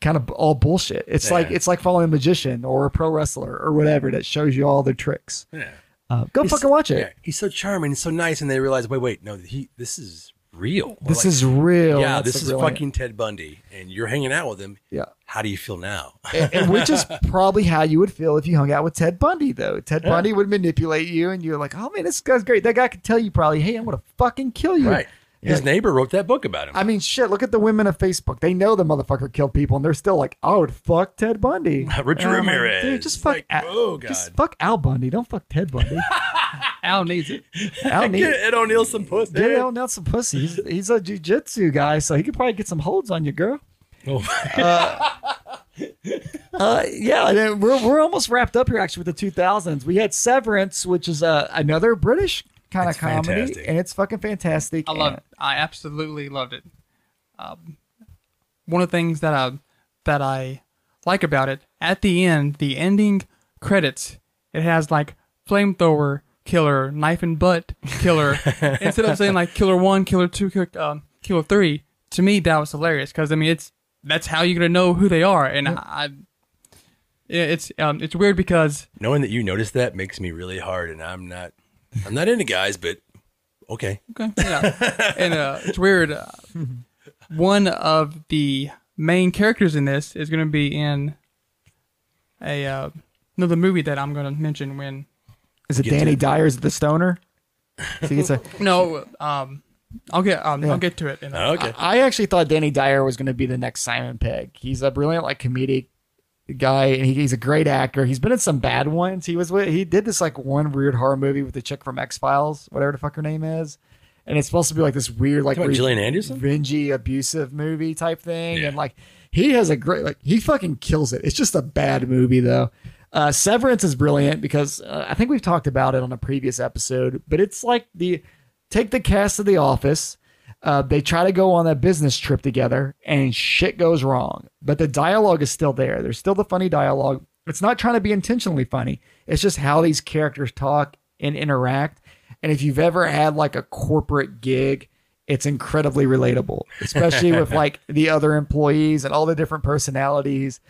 Speaker 2: kind of all bullshit. It's like it's like following a magician or a pro wrestler or whatever that shows you all their tricks.
Speaker 1: Yeah.
Speaker 2: Uh, go fucking watch it.
Speaker 1: Yeah, he's so charming, he's so nice, and they realize, wait, wait, no, he this is real. We're
Speaker 2: This
Speaker 1: like,
Speaker 2: is real.
Speaker 1: yeah,
Speaker 2: That's
Speaker 1: this
Speaker 2: the
Speaker 1: is
Speaker 2: brilliant-
Speaker 1: fucking Ted Bundy, and you're hanging out with him.
Speaker 2: yeah.
Speaker 1: How do you feel now?
Speaker 2: And- and which is probably how you would feel if you hung out with Ted Bundy, though. Ted Bundy would manipulate you, and you're like, "Oh man, this guy's great." That guy could tell you probably, "Hey, I'm gonna fucking kill
Speaker 1: (laughs)
Speaker 2: you."
Speaker 1: right. His neighbor wrote that book about him.
Speaker 2: I mean, shit. Look at the women of Facebook. They know the motherfucker killed people, and they're still like, "I would fuck Ted Bundy."
Speaker 1: (laughs) Richard
Speaker 2: And I'm like,
Speaker 1: Ramirez.
Speaker 2: Dude, just fuck.
Speaker 1: Like,
Speaker 2: Al,
Speaker 1: oh,
Speaker 2: Just
Speaker 1: God.
Speaker 2: fuck Al Bundy. Don't fuck
Speaker 1: (laughs)
Speaker 2: Ted Bundy.
Speaker 3: Al needs it.
Speaker 2: Al need
Speaker 1: Get Ed O'Neill some puss.
Speaker 2: Get
Speaker 1: (laughs)
Speaker 2: Al Nell some pussy. He's, he's a jujitsu guy, so he could probably get some holds on you, girl.
Speaker 1: Oh.
Speaker 2: Uh, yeah, and then we're, we're almost wrapped up here actually with the 2000s. We had Severance, which is uh, another British kind of
Speaker 1: It's
Speaker 2: comedy,
Speaker 1: fantastic.
Speaker 2: and it's fucking fantastic.
Speaker 3: I love
Speaker 2: and-
Speaker 3: it. I absolutely loved it. Um, one of the things that I that I like about it at the end, the ending credits, it has like flamethrower killer, knife and butt killer. Instead of saying like killer one, killer two, killer, um, killer three, to me that was hilarious because I mean it's that's how you're gonna know who they are, and I. yeah, It's um, it's weird because
Speaker 1: Knowing that you noticed that makes me really hard, and I'm not, I'm not into guys, but okay.
Speaker 3: Okay. Yeah. and uh, it's weird. Uh, one of the main characters in this is going to be in a uh, another movie that I'm going to mention when.
Speaker 2: Is it
Speaker 1: Get to
Speaker 2: Danny
Speaker 1: it.
Speaker 2: Dyer's
Speaker 1: (laughs)
Speaker 2: the stoner? So he gets a-
Speaker 3: No, um, I'll get um, I'll get to it. In a,
Speaker 1: Okay.
Speaker 2: I actually thought Danny Dyer was going to be the next Simon Pegg. He's a brilliant, like comedic guy, and he, he's a great actor. He's been in some bad ones. He was with, he did this like one weird horror movie with the chick from X Files, whatever the fuck her name is, and it's supposed to be like this weird, like
Speaker 1: Talking about
Speaker 2: re-
Speaker 1: Gillian Anderson?
Speaker 2: revengey, abusive movie type thing,
Speaker 1: Yeah.
Speaker 2: and like he has a great, like he fucking kills it. It's just a bad movie though. Uh, Severance is brilliant because uh, I think we've talked about it on a previous episode, but it's like the take the cast of The Office. Uh, they try to go on a business trip together and shit goes wrong. But the dialogue is still there. There's still the funny dialogue. It's not trying to be intentionally funny. It's just how these characters talk and interact. And if you've ever had like a corporate gig, it's incredibly relatable, especially with like the other employees and all the different personalities.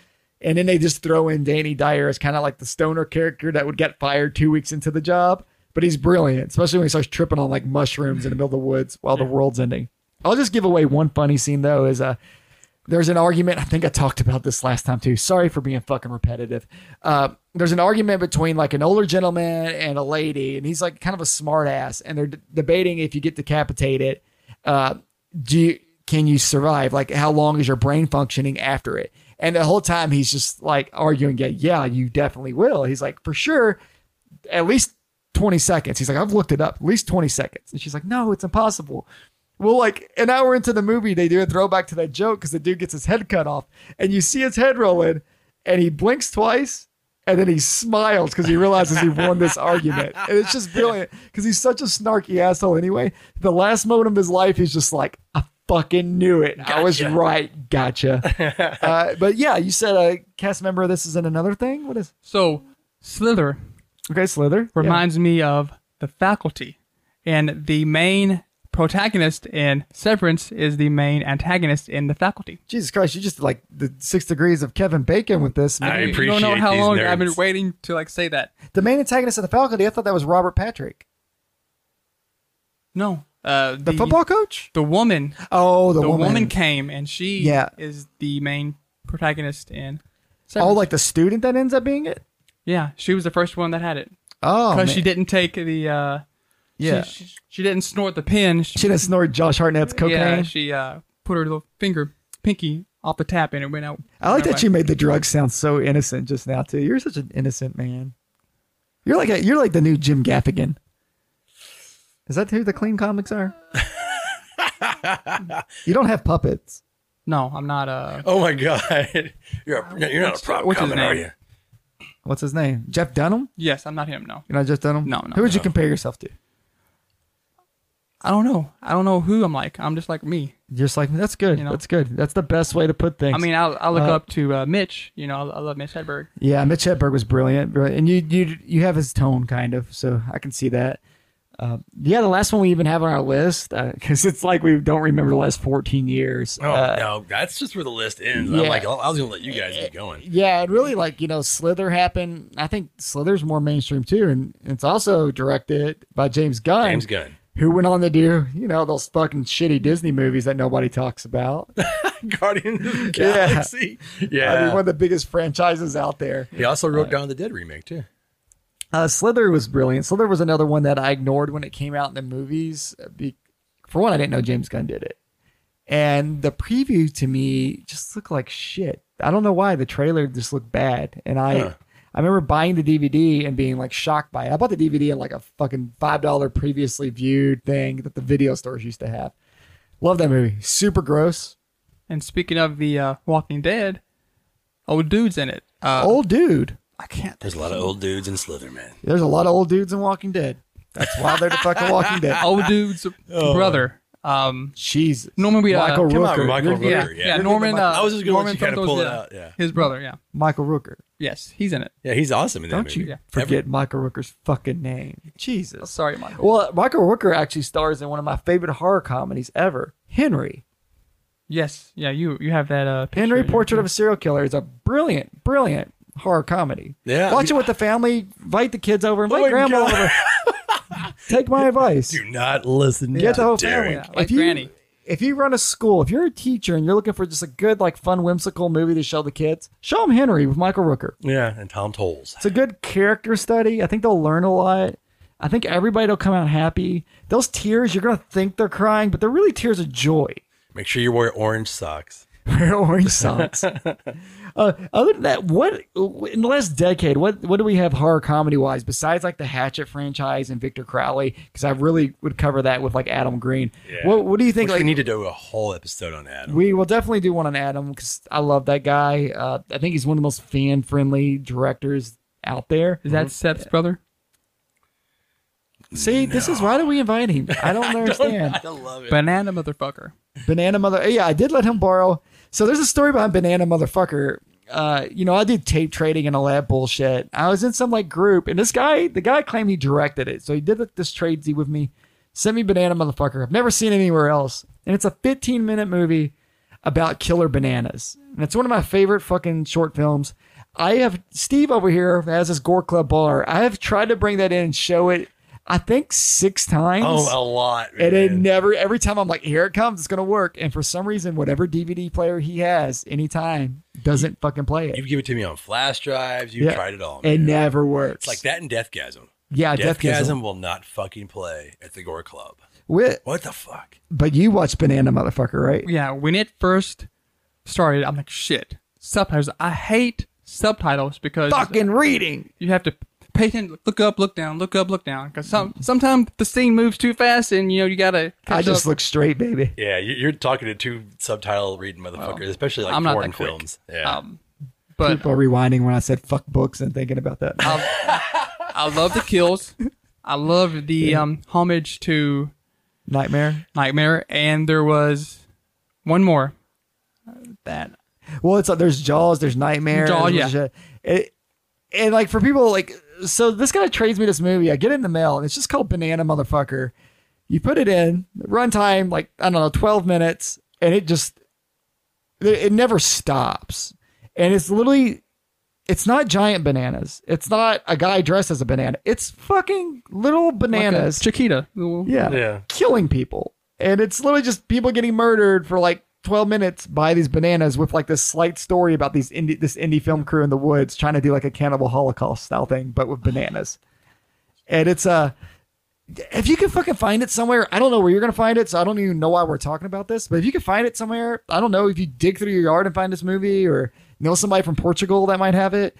Speaker 2: And then they just throw in Danny Dyer as kind of like the stoner character that would get fired two weeks into the job. But he's brilliant, especially when he starts tripping on like mushrooms in the middle of the woods while the world's ending. I'll just give away one funny scene though is uh there's an argument. I think I talked about this last time too. Sorry for being fucking repetitive. Uh, there's an argument between like an older gentleman and a lady, and he's like kind of a smart ass, and they're d- debating if you get decapitated, uh, do you, can you survive? Like, how long is your brain functioning after it? And the whole time he's just like arguing, yeah, yeah, you definitely will. He's like, for sure, at least 20 seconds. He's like, I've looked it up, at least 20 seconds. And she's like, no, it's impossible. Well, like an hour into the movie, they do a throwback to that joke because the dude gets his head cut off and you see his head rolling and he blinks twice and then he smiles because he realizes he won this argument. And it's just brilliant because he's such a snarky asshole anyway. The last moment of his life, he's just like, I fucking knew it. I was
Speaker 1: Gotcha.
Speaker 2: right. Gotcha. uh, but yeah, you said a cast member of this is in another thing? What is.
Speaker 3: So Slither
Speaker 2: Okay, Slither. Yeah.
Speaker 3: reminds me of the faculty, and the main protagonist in Severance is the main antagonist in the faculty.
Speaker 2: Jesus Christ, you just like the six degrees of Kevin Bacon with this. Man.
Speaker 1: I
Speaker 3: You
Speaker 1: appreciate
Speaker 3: don't know how
Speaker 1: these
Speaker 3: long
Speaker 1: nerds.
Speaker 3: I've been waiting to like say that.
Speaker 2: the main antagonist of the faculty, I thought that was Robert Patrick,
Speaker 3: No. Uh,
Speaker 2: the, football coach.
Speaker 3: The woman.
Speaker 2: Oh, the,
Speaker 3: The, woman.
Speaker 2: woman.
Speaker 3: came, and she
Speaker 2: Yeah.
Speaker 3: is the main protagonist in.
Speaker 2: oh,
Speaker 3: Severance.
Speaker 2: like the student that ends up being it.
Speaker 3: yeah, she was the first one that had it
Speaker 2: Oh,
Speaker 3: because
Speaker 2: man.
Speaker 3: she didn't take the. Uh,
Speaker 2: Yeah.
Speaker 3: she, she, she didn't snort the pin. She,
Speaker 2: She didn't snort Josh Hartnett's cocaine.
Speaker 3: Yeah, she uh, put her little finger pinky off the tap, and it went out.
Speaker 2: I like
Speaker 3: went
Speaker 2: that you made the drug sound so innocent just now too. You're such an innocent man. You're like a, you're like the new Jim Gaffigan. Is that who the clean comics
Speaker 3: (laughs)
Speaker 2: are? you don't have puppets.
Speaker 3: No, I'm not. Uh,
Speaker 1: Oh my god, (laughs) you're a, you're not a prop
Speaker 3: what's his
Speaker 1: comic, are
Speaker 3: name?
Speaker 1: you?
Speaker 2: What's his name? Jeff Dunham.
Speaker 3: yes, I'm not him. No,
Speaker 2: You know Jeff Dunham.
Speaker 3: No, no,
Speaker 2: Who would you compare yourself to?
Speaker 3: I don't know. I don't know who I'm like. I'm just like me.
Speaker 2: Just like that's good.
Speaker 3: You know?
Speaker 2: That's good. That's the best way to put things.
Speaker 3: I mean, I I look
Speaker 2: Uh,
Speaker 3: up to uh, Mitch. You know, I, I love Mitch Hedberg.
Speaker 2: yeah, Mitch Hedberg was brilliant, brilliant. and you you you have his tone kind of, so I can see that. Uh, yeah, the last one we even have on our list (laughs) because it's like we don't remember the last fourteen years.
Speaker 1: Oh
Speaker 2: Uh,
Speaker 1: no, that's just where the list ends.
Speaker 2: yeah. Uh,
Speaker 1: I'm like, I was gonna let you guys get going.
Speaker 2: Yeah, and really, like you know, Slither happened. I think Slither's more mainstream too, and it's also directed by James Gunn,
Speaker 1: James Gunn,
Speaker 2: who went on to do you know those fucking shitty Disney movies that nobody talks about. (laughs)
Speaker 1: Guardians of the
Speaker 2: Yeah.
Speaker 1: Galaxy. Yeah,
Speaker 2: I mean, one of the biggest franchises out there.
Speaker 1: he also wrote down the Dead remake too.
Speaker 2: Uh, Slither was brilliant. Slither was another one that I ignored when it came out in the movies. uh, Be- For one, I didn't know James Gunn did it, and the preview to me just looked like shit. I don't know why the trailer just looked bad, and I
Speaker 1: Huh.
Speaker 2: I remember buying the DVD and being like shocked by it. I bought the DVD in like a fucking five dollar previously viewed thing that the video stores used to have. Love that movie. Super gross.
Speaker 3: And speaking of the uh, Walking Dead, old dude's in it. Uh,
Speaker 2: Old dude.
Speaker 3: I can't.
Speaker 1: There's a lot of old dudes in Slither, man.
Speaker 2: There's a lot of old dudes in Walking Dead. That's why they're the fucking
Speaker 3: (laughs)
Speaker 2: Walking Dead.
Speaker 3: Old
Speaker 2: (laughs)
Speaker 3: dude's
Speaker 2: Oh.
Speaker 3: brother. Um,
Speaker 2: Jesus.
Speaker 3: Norman, we, uh,
Speaker 2: Michael
Speaker 1: Come on,
Speaker 2: Rooker.
Speaker 1: Michael
Speaker 2: You're-
Speaker 3: yeah,
Speaker 1: Rooker,
Speaker 3: yeah,
Speaker 1: yeah.
Speaker 3: Norman. Uh,
Speaker 1: I was just gonna let
Speaker 3: Norman
Speaker 1: you kinda
Speaker 3: Thornton's,
Speaker 1: pull it
Speaker 3: uh,
Speaker 1: out, yeah.
Speaker 3: His brother. Yeah.
Speaker 2: Michael Rooker.
Speaker 3: Yes, he's in it.
Speaker 1: Yeah, he's awesome in that
Speaker 2: Don't
Speaker 1: movie.
Speaker 2: you
Speaker 1: Every-
Speaker 2: forget Michael Rooker's fucking name. Jesus.
Speaker 3: Sorry, Michael.
Speaker 2: Well, Michael Rooker actually stars in one of my favorite horror comedies ever, Henry.
Speaker 3: Yes. Yeah. You you have that. Uh, picture
Speaker 2: Henry
Speaker 3: in your-
Speaker 2: Portrait of a Serial Killer is a brilliant, brilliant horror comedy.
Speaker 1: Yeah.
Speaker 2: Watch it with the family, invite the kids over,
Speaker 1: my
Speaker 2: invite grandma
Speaker 1: God.
Speaker 2: over. Take my advice.
Speaker 1: Do not listen
Speaker 2: Get
Speaker 1: to
Speaker 2: the whole
Speaker 1: Derek.
Speaker 2: family.
Speaker 3: Yeah, like
Speaker 2: if you,
Speaker 3: Granny.
Speaker 2: If you run a school, if you're a teacher and you're looking for just a good, like, fun, whimsical movie to show the kids, show them Henry with Michael Rooker.
Speaker 1: Yeah, and Tom Tolles.
Speaker 2: It's a good character study. I think they'll learn a lot. I think everybody will come out happy. Those tears, you're going to think they're crying, but they're really tears of joy. (laughs)
Speaker 1: Make sure you wear orange socks.
Speaker 2: Wear
Speaker 1: (laughs)
Speaker 2: orange socks. uh, other than that, what in the last decade, what what do we have horror comedy wise besides like the Hatchet franchise and Victor Crowley? Because I really would cover that with like Adam Green.
Speaker 1: Yeah.
Speaker 2: What What do you think?
Speaker 1: Which
Speaker 2: like
Speaker 1: we need to do a whole episode on Adam.
Speaker 2: we will definitely do one on Adam because I love that guy. Uh, I think he's one of the most fan friendly directors out there.
Speaker 3: Is that Seth's brother?
Speaker 2: See, this is why do we invite him? (laughs) I don't understand.
Speaker 1: love
Speaker 2: (laughs)
Speaker 3: Banana motherfucker.
Speaker 2: Banana mother. Yeah, I did let him borrow. So there's a story behind banana motherfucker. Uh, you know, I did tape trading and all that bullshit. I was in some like group, and this guy, the guy claimed he directed it. So he did this tradesy with me, sent me banana motherfucker. I've never seen it anywhere else, and it's a 15 minute movie about killer bananas, and it's one of my favorite fucking short films. I have Steve over here has his Gore Club bar. I have tried to bring that in and show it. I think six times.
Speaker 1: Oh, a lot.
Speaker 2: And it
Speaker 1: man.
Speaker 2: never, every time I'm like, here it comes, it's going to work. And for some reason, whatever DVD player he has, anytime, doesn't fucking play it.
Speaker 1: You've given it to me on flash drives. You've
Speaker 2: Yeah.
Speaker 1: tried it all.
Speaker 2: It
Speaker 1: man.
Speaker 2: never works.
Speaker 1: It's like that and Deathgasm.
Speaker 2: Yeah, Deathgasm.
Speaker 1: Deathgasm will not fucking play at the Gore Club.
Speaker 2: Wi-
Speaker 1: What the fuck?
Speaker 2: But you watch Banana Motherfucker, right?
Speaker 3: Yeah, when it first started, I'm like, shit. Subtitles. I hate subtitles because
Speaker 2: Fucking reading.
Speaker 3: you have to pay attention, look up, look down, look up, look down. Because some, sometimes the scene moves too fast and, you know, you got to
Speaker 2: I just look straight, baby.
Speaker 1: Yeah, you- you're talking to two subtitle reading motherfuckers, especially like
Speaker 3: I'm not
Speaker 1: foreign
Speaker 3: that quick.
Speaker 1: films. Yeah. Um,
Speaker 3: Um, but
Speaker 2: People are rewinding when I said fuck books and thinking about that.
Speaker 3: I love the kills. I love the um, homage to
Speaker 2: Nightmare.
Speaker 3: Nightmare. And there was one more that
Speaker 2: Well, it's uh, there's Jaws, there's Nightmare.
Speaker 3: Jaws,
Speaker 2: there's-
Speaker 3: yeah.
Speaker 2: It, and like for people like so this guy trades me this movie. I get it in the mail and it's just called Banana Motherfucker. You put it in, runtime like I don't know, 12 minutes and it just it, it never stops. And it's literally it's not giant bananas. It's not a guy dressed as a banana. It's fucking little
Speaker 3: like a
Speaker 2: bananas
Speaker 3: Chiquita. Yeah.
Speaker 2: yeah,
Speaker 1: Yeah.
Speaker 2: killing people. And it's literally just people getting murdered for like 12 minutes by these bananas with like this slight story about these indie, this indie film crew in the woods trying to do like a cannibal holocaust style thing, but with bananas. And it's uh, if you can fucking find it somewhere, I don't know where you're gonna find it, so I don't even know why we're talking about this. But if you can find it somewhere, I don't know if you dig through your yard and find this movie, or know somebody from Portugal that might have it.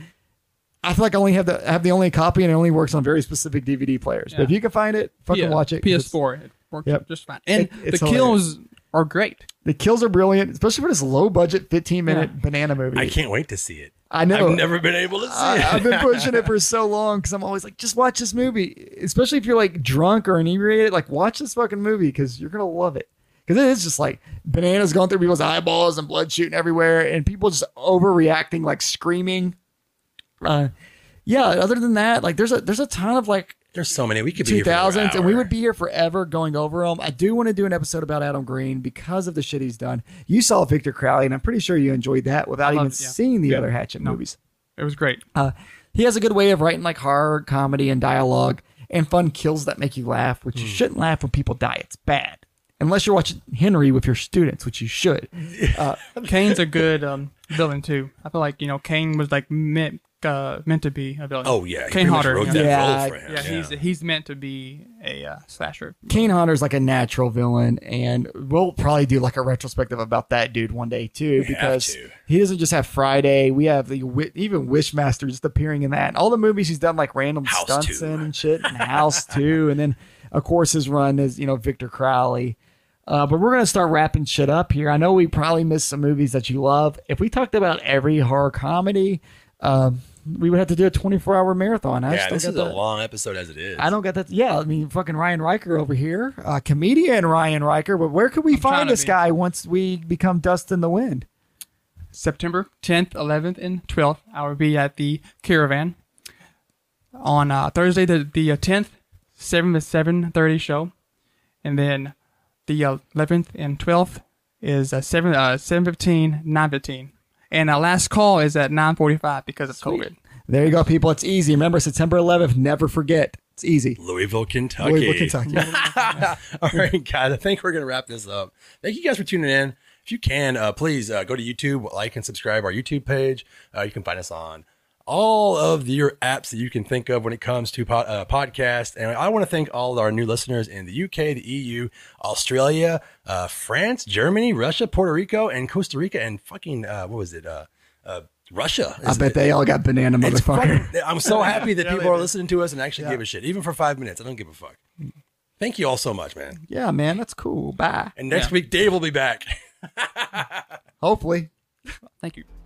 Speaker 2: I feel like I only have the I have the only copy, and it only works on very specific DVD players. But if
Speaker 3: Yeah.
Speaker 2: you can find it, fucking watch it. 'cause it's-
Speaker 3: PS4. It worked
Speaker 2: Yep.
Speaker 3: just fine. And
Speaker 2: It- it's
Speaker 3: the
Speaker 2: hilarious.
Speaker 3: kills are great.
Speaker 2: The kills are brilliant, especially for this low budget 15 minute banana movie.
Speaker 1: I can't wait to see it.
Speaker 2: I know. Uh,
Speaker 1: I've never been able to see
Speaker 2: I-
Speaker 1: it.
Speaker 2: I've been
Speaker 1: (laughs)
Speaker 2: pushing it for so long because I'm always like, just watch this movie. Especially if you're like drunk or inebriated, like watch this fucking movie because you're gonna love it. Because it is just like bananas going through people's eyeballs and blood shooting everywhere, and people just overreacting, like screaming. Uh, yeah. Other than that, like there's a there's a ton of like
Speaker 1: There's so many. We could be
Speaker 2: two
Speaker 1: here for another
Speaker 2: thousands, and we
Speaker 1: hour.
Speaker 2: would be here forever going over them. I do want to do an episode about Adam Green because of the shit he's done. You saw Victor Crowley, and I'm pretty sure you enjoyed that without even
Speaker 3: loved it, yeah.
Speaker 2: seeing the other Hatchet movies.
Speaker 3: It was
Speaker 2: (laughs)
Speaker 3: great.
Speaker 2: Uh, he has a good way of writing like horror comedy and dialogue and fun kills that make you laugh, which you
Speaker 1: Hmm.
Speaker 2: shouldn't laugh when people die. It's bad. Unless you're watching Henry with your students, which you should.
Speaker 3: Kane's a good um, villain, too. I feel like, you know, Kane was like meant, uh, meant to be a villain.
Speaker 1: Oh yeah, he
Speaker 3: Kane
Speaker 1: pretty much
Speaker 3: Hodder.
Speaker 1: wrote
Speaker 3: yeah.
Speaker 1: that
Speaker 2: Yeah.
Speaker 1: role for him.
Speaker 3: Yeah, he's he's meant to be a uh, slasher.
Speaker 2: Kane Hunter's like a natural villain, and we'll probably do like a retrospective about that dude one day too, because
Speaker 1: to.
Speaker 2: he doesn't just have Friday. We have the Wi- even Wishmaster just appearing in that, and all the movies he's done like random
Speaker 1: House
Speaker 2: stunts
Speaker 1: two.
Speaker 2: in and shit,
Speaker 1: (laughs)
Speaker 2: and House Two, and then of course his run is you know Victor Crowley. Uh, but we're gonna start wrapping shit up here. I know we probably missed some movies that you love. If we talked about every horror comedy, um, we would have to do a twenty-four hour marathon. I
Speaker 1: yeah,
Speaker 2: still
Speaker 1: this
Speaker 2: got
Speaker 1: is a
Speaker 2: that.
Speaker 1: long episode as it is.
Speaker 2: I don't get that. Yeah,
Speaker 3: Uh,
Speaker 2: I mean, fucking Ryan Riker over here, uh, comedian Ryan Riker. But where could we
Speaker 3: trying
Speaker 2: find
Speaker 3: to
Speaker 2: this
Speaker 3: be.
Speaker 2: guy once we become dust in the wind?
Speaker 3: September 10th, 11th, and 12th, I will be at the Caravan. On uh, Thursday, the, the uh, 10th, 7 to 7.30 show. And then the uh, 11th and 12th is uh, 7, uh, 7.15, 9.15. And our last call is at 9.45 because of COVID.
Speaker 2: There you go, people. It's easy. Remember, September 11th. Never forget.
Speaker 4: It's easy.
Speaker 1: Louisville, Kentucky.
Speaker 4: Louisville, Kentucky.
Speaker 1: (laughs) All right, guys. I think we're gonna wrap this up. Thank you guys for tuning in. If you can, uh, please uh, go to YouTube, like and subscribe our YouTube page. Uh, you can find us on all of your apps that you can think of when it comes to pod, uh, podcast. And I want to thank all of our new listeners in the UK, the EU, Australia, uh, France, Germany, Russia, Puerto Rico, and Costa Rica, and fucking uh, what was it? Uh, uh, Russia.
Speaker 4: I bet they all got banana
Speaker 1: It's
Speaker 4: motherfucker.
Speaker 1: fucking- I'm so happy that people are listening to us and actually give a shit, even for five minutes. I don't give a fuck. Thank you all so much, man.
Speaker 4: Yeah, man, that's cool. Bye.
Speaker 1: And next week, Dave will be back.
Speaker 4: Hopefully.
Speaker 3: Thank you.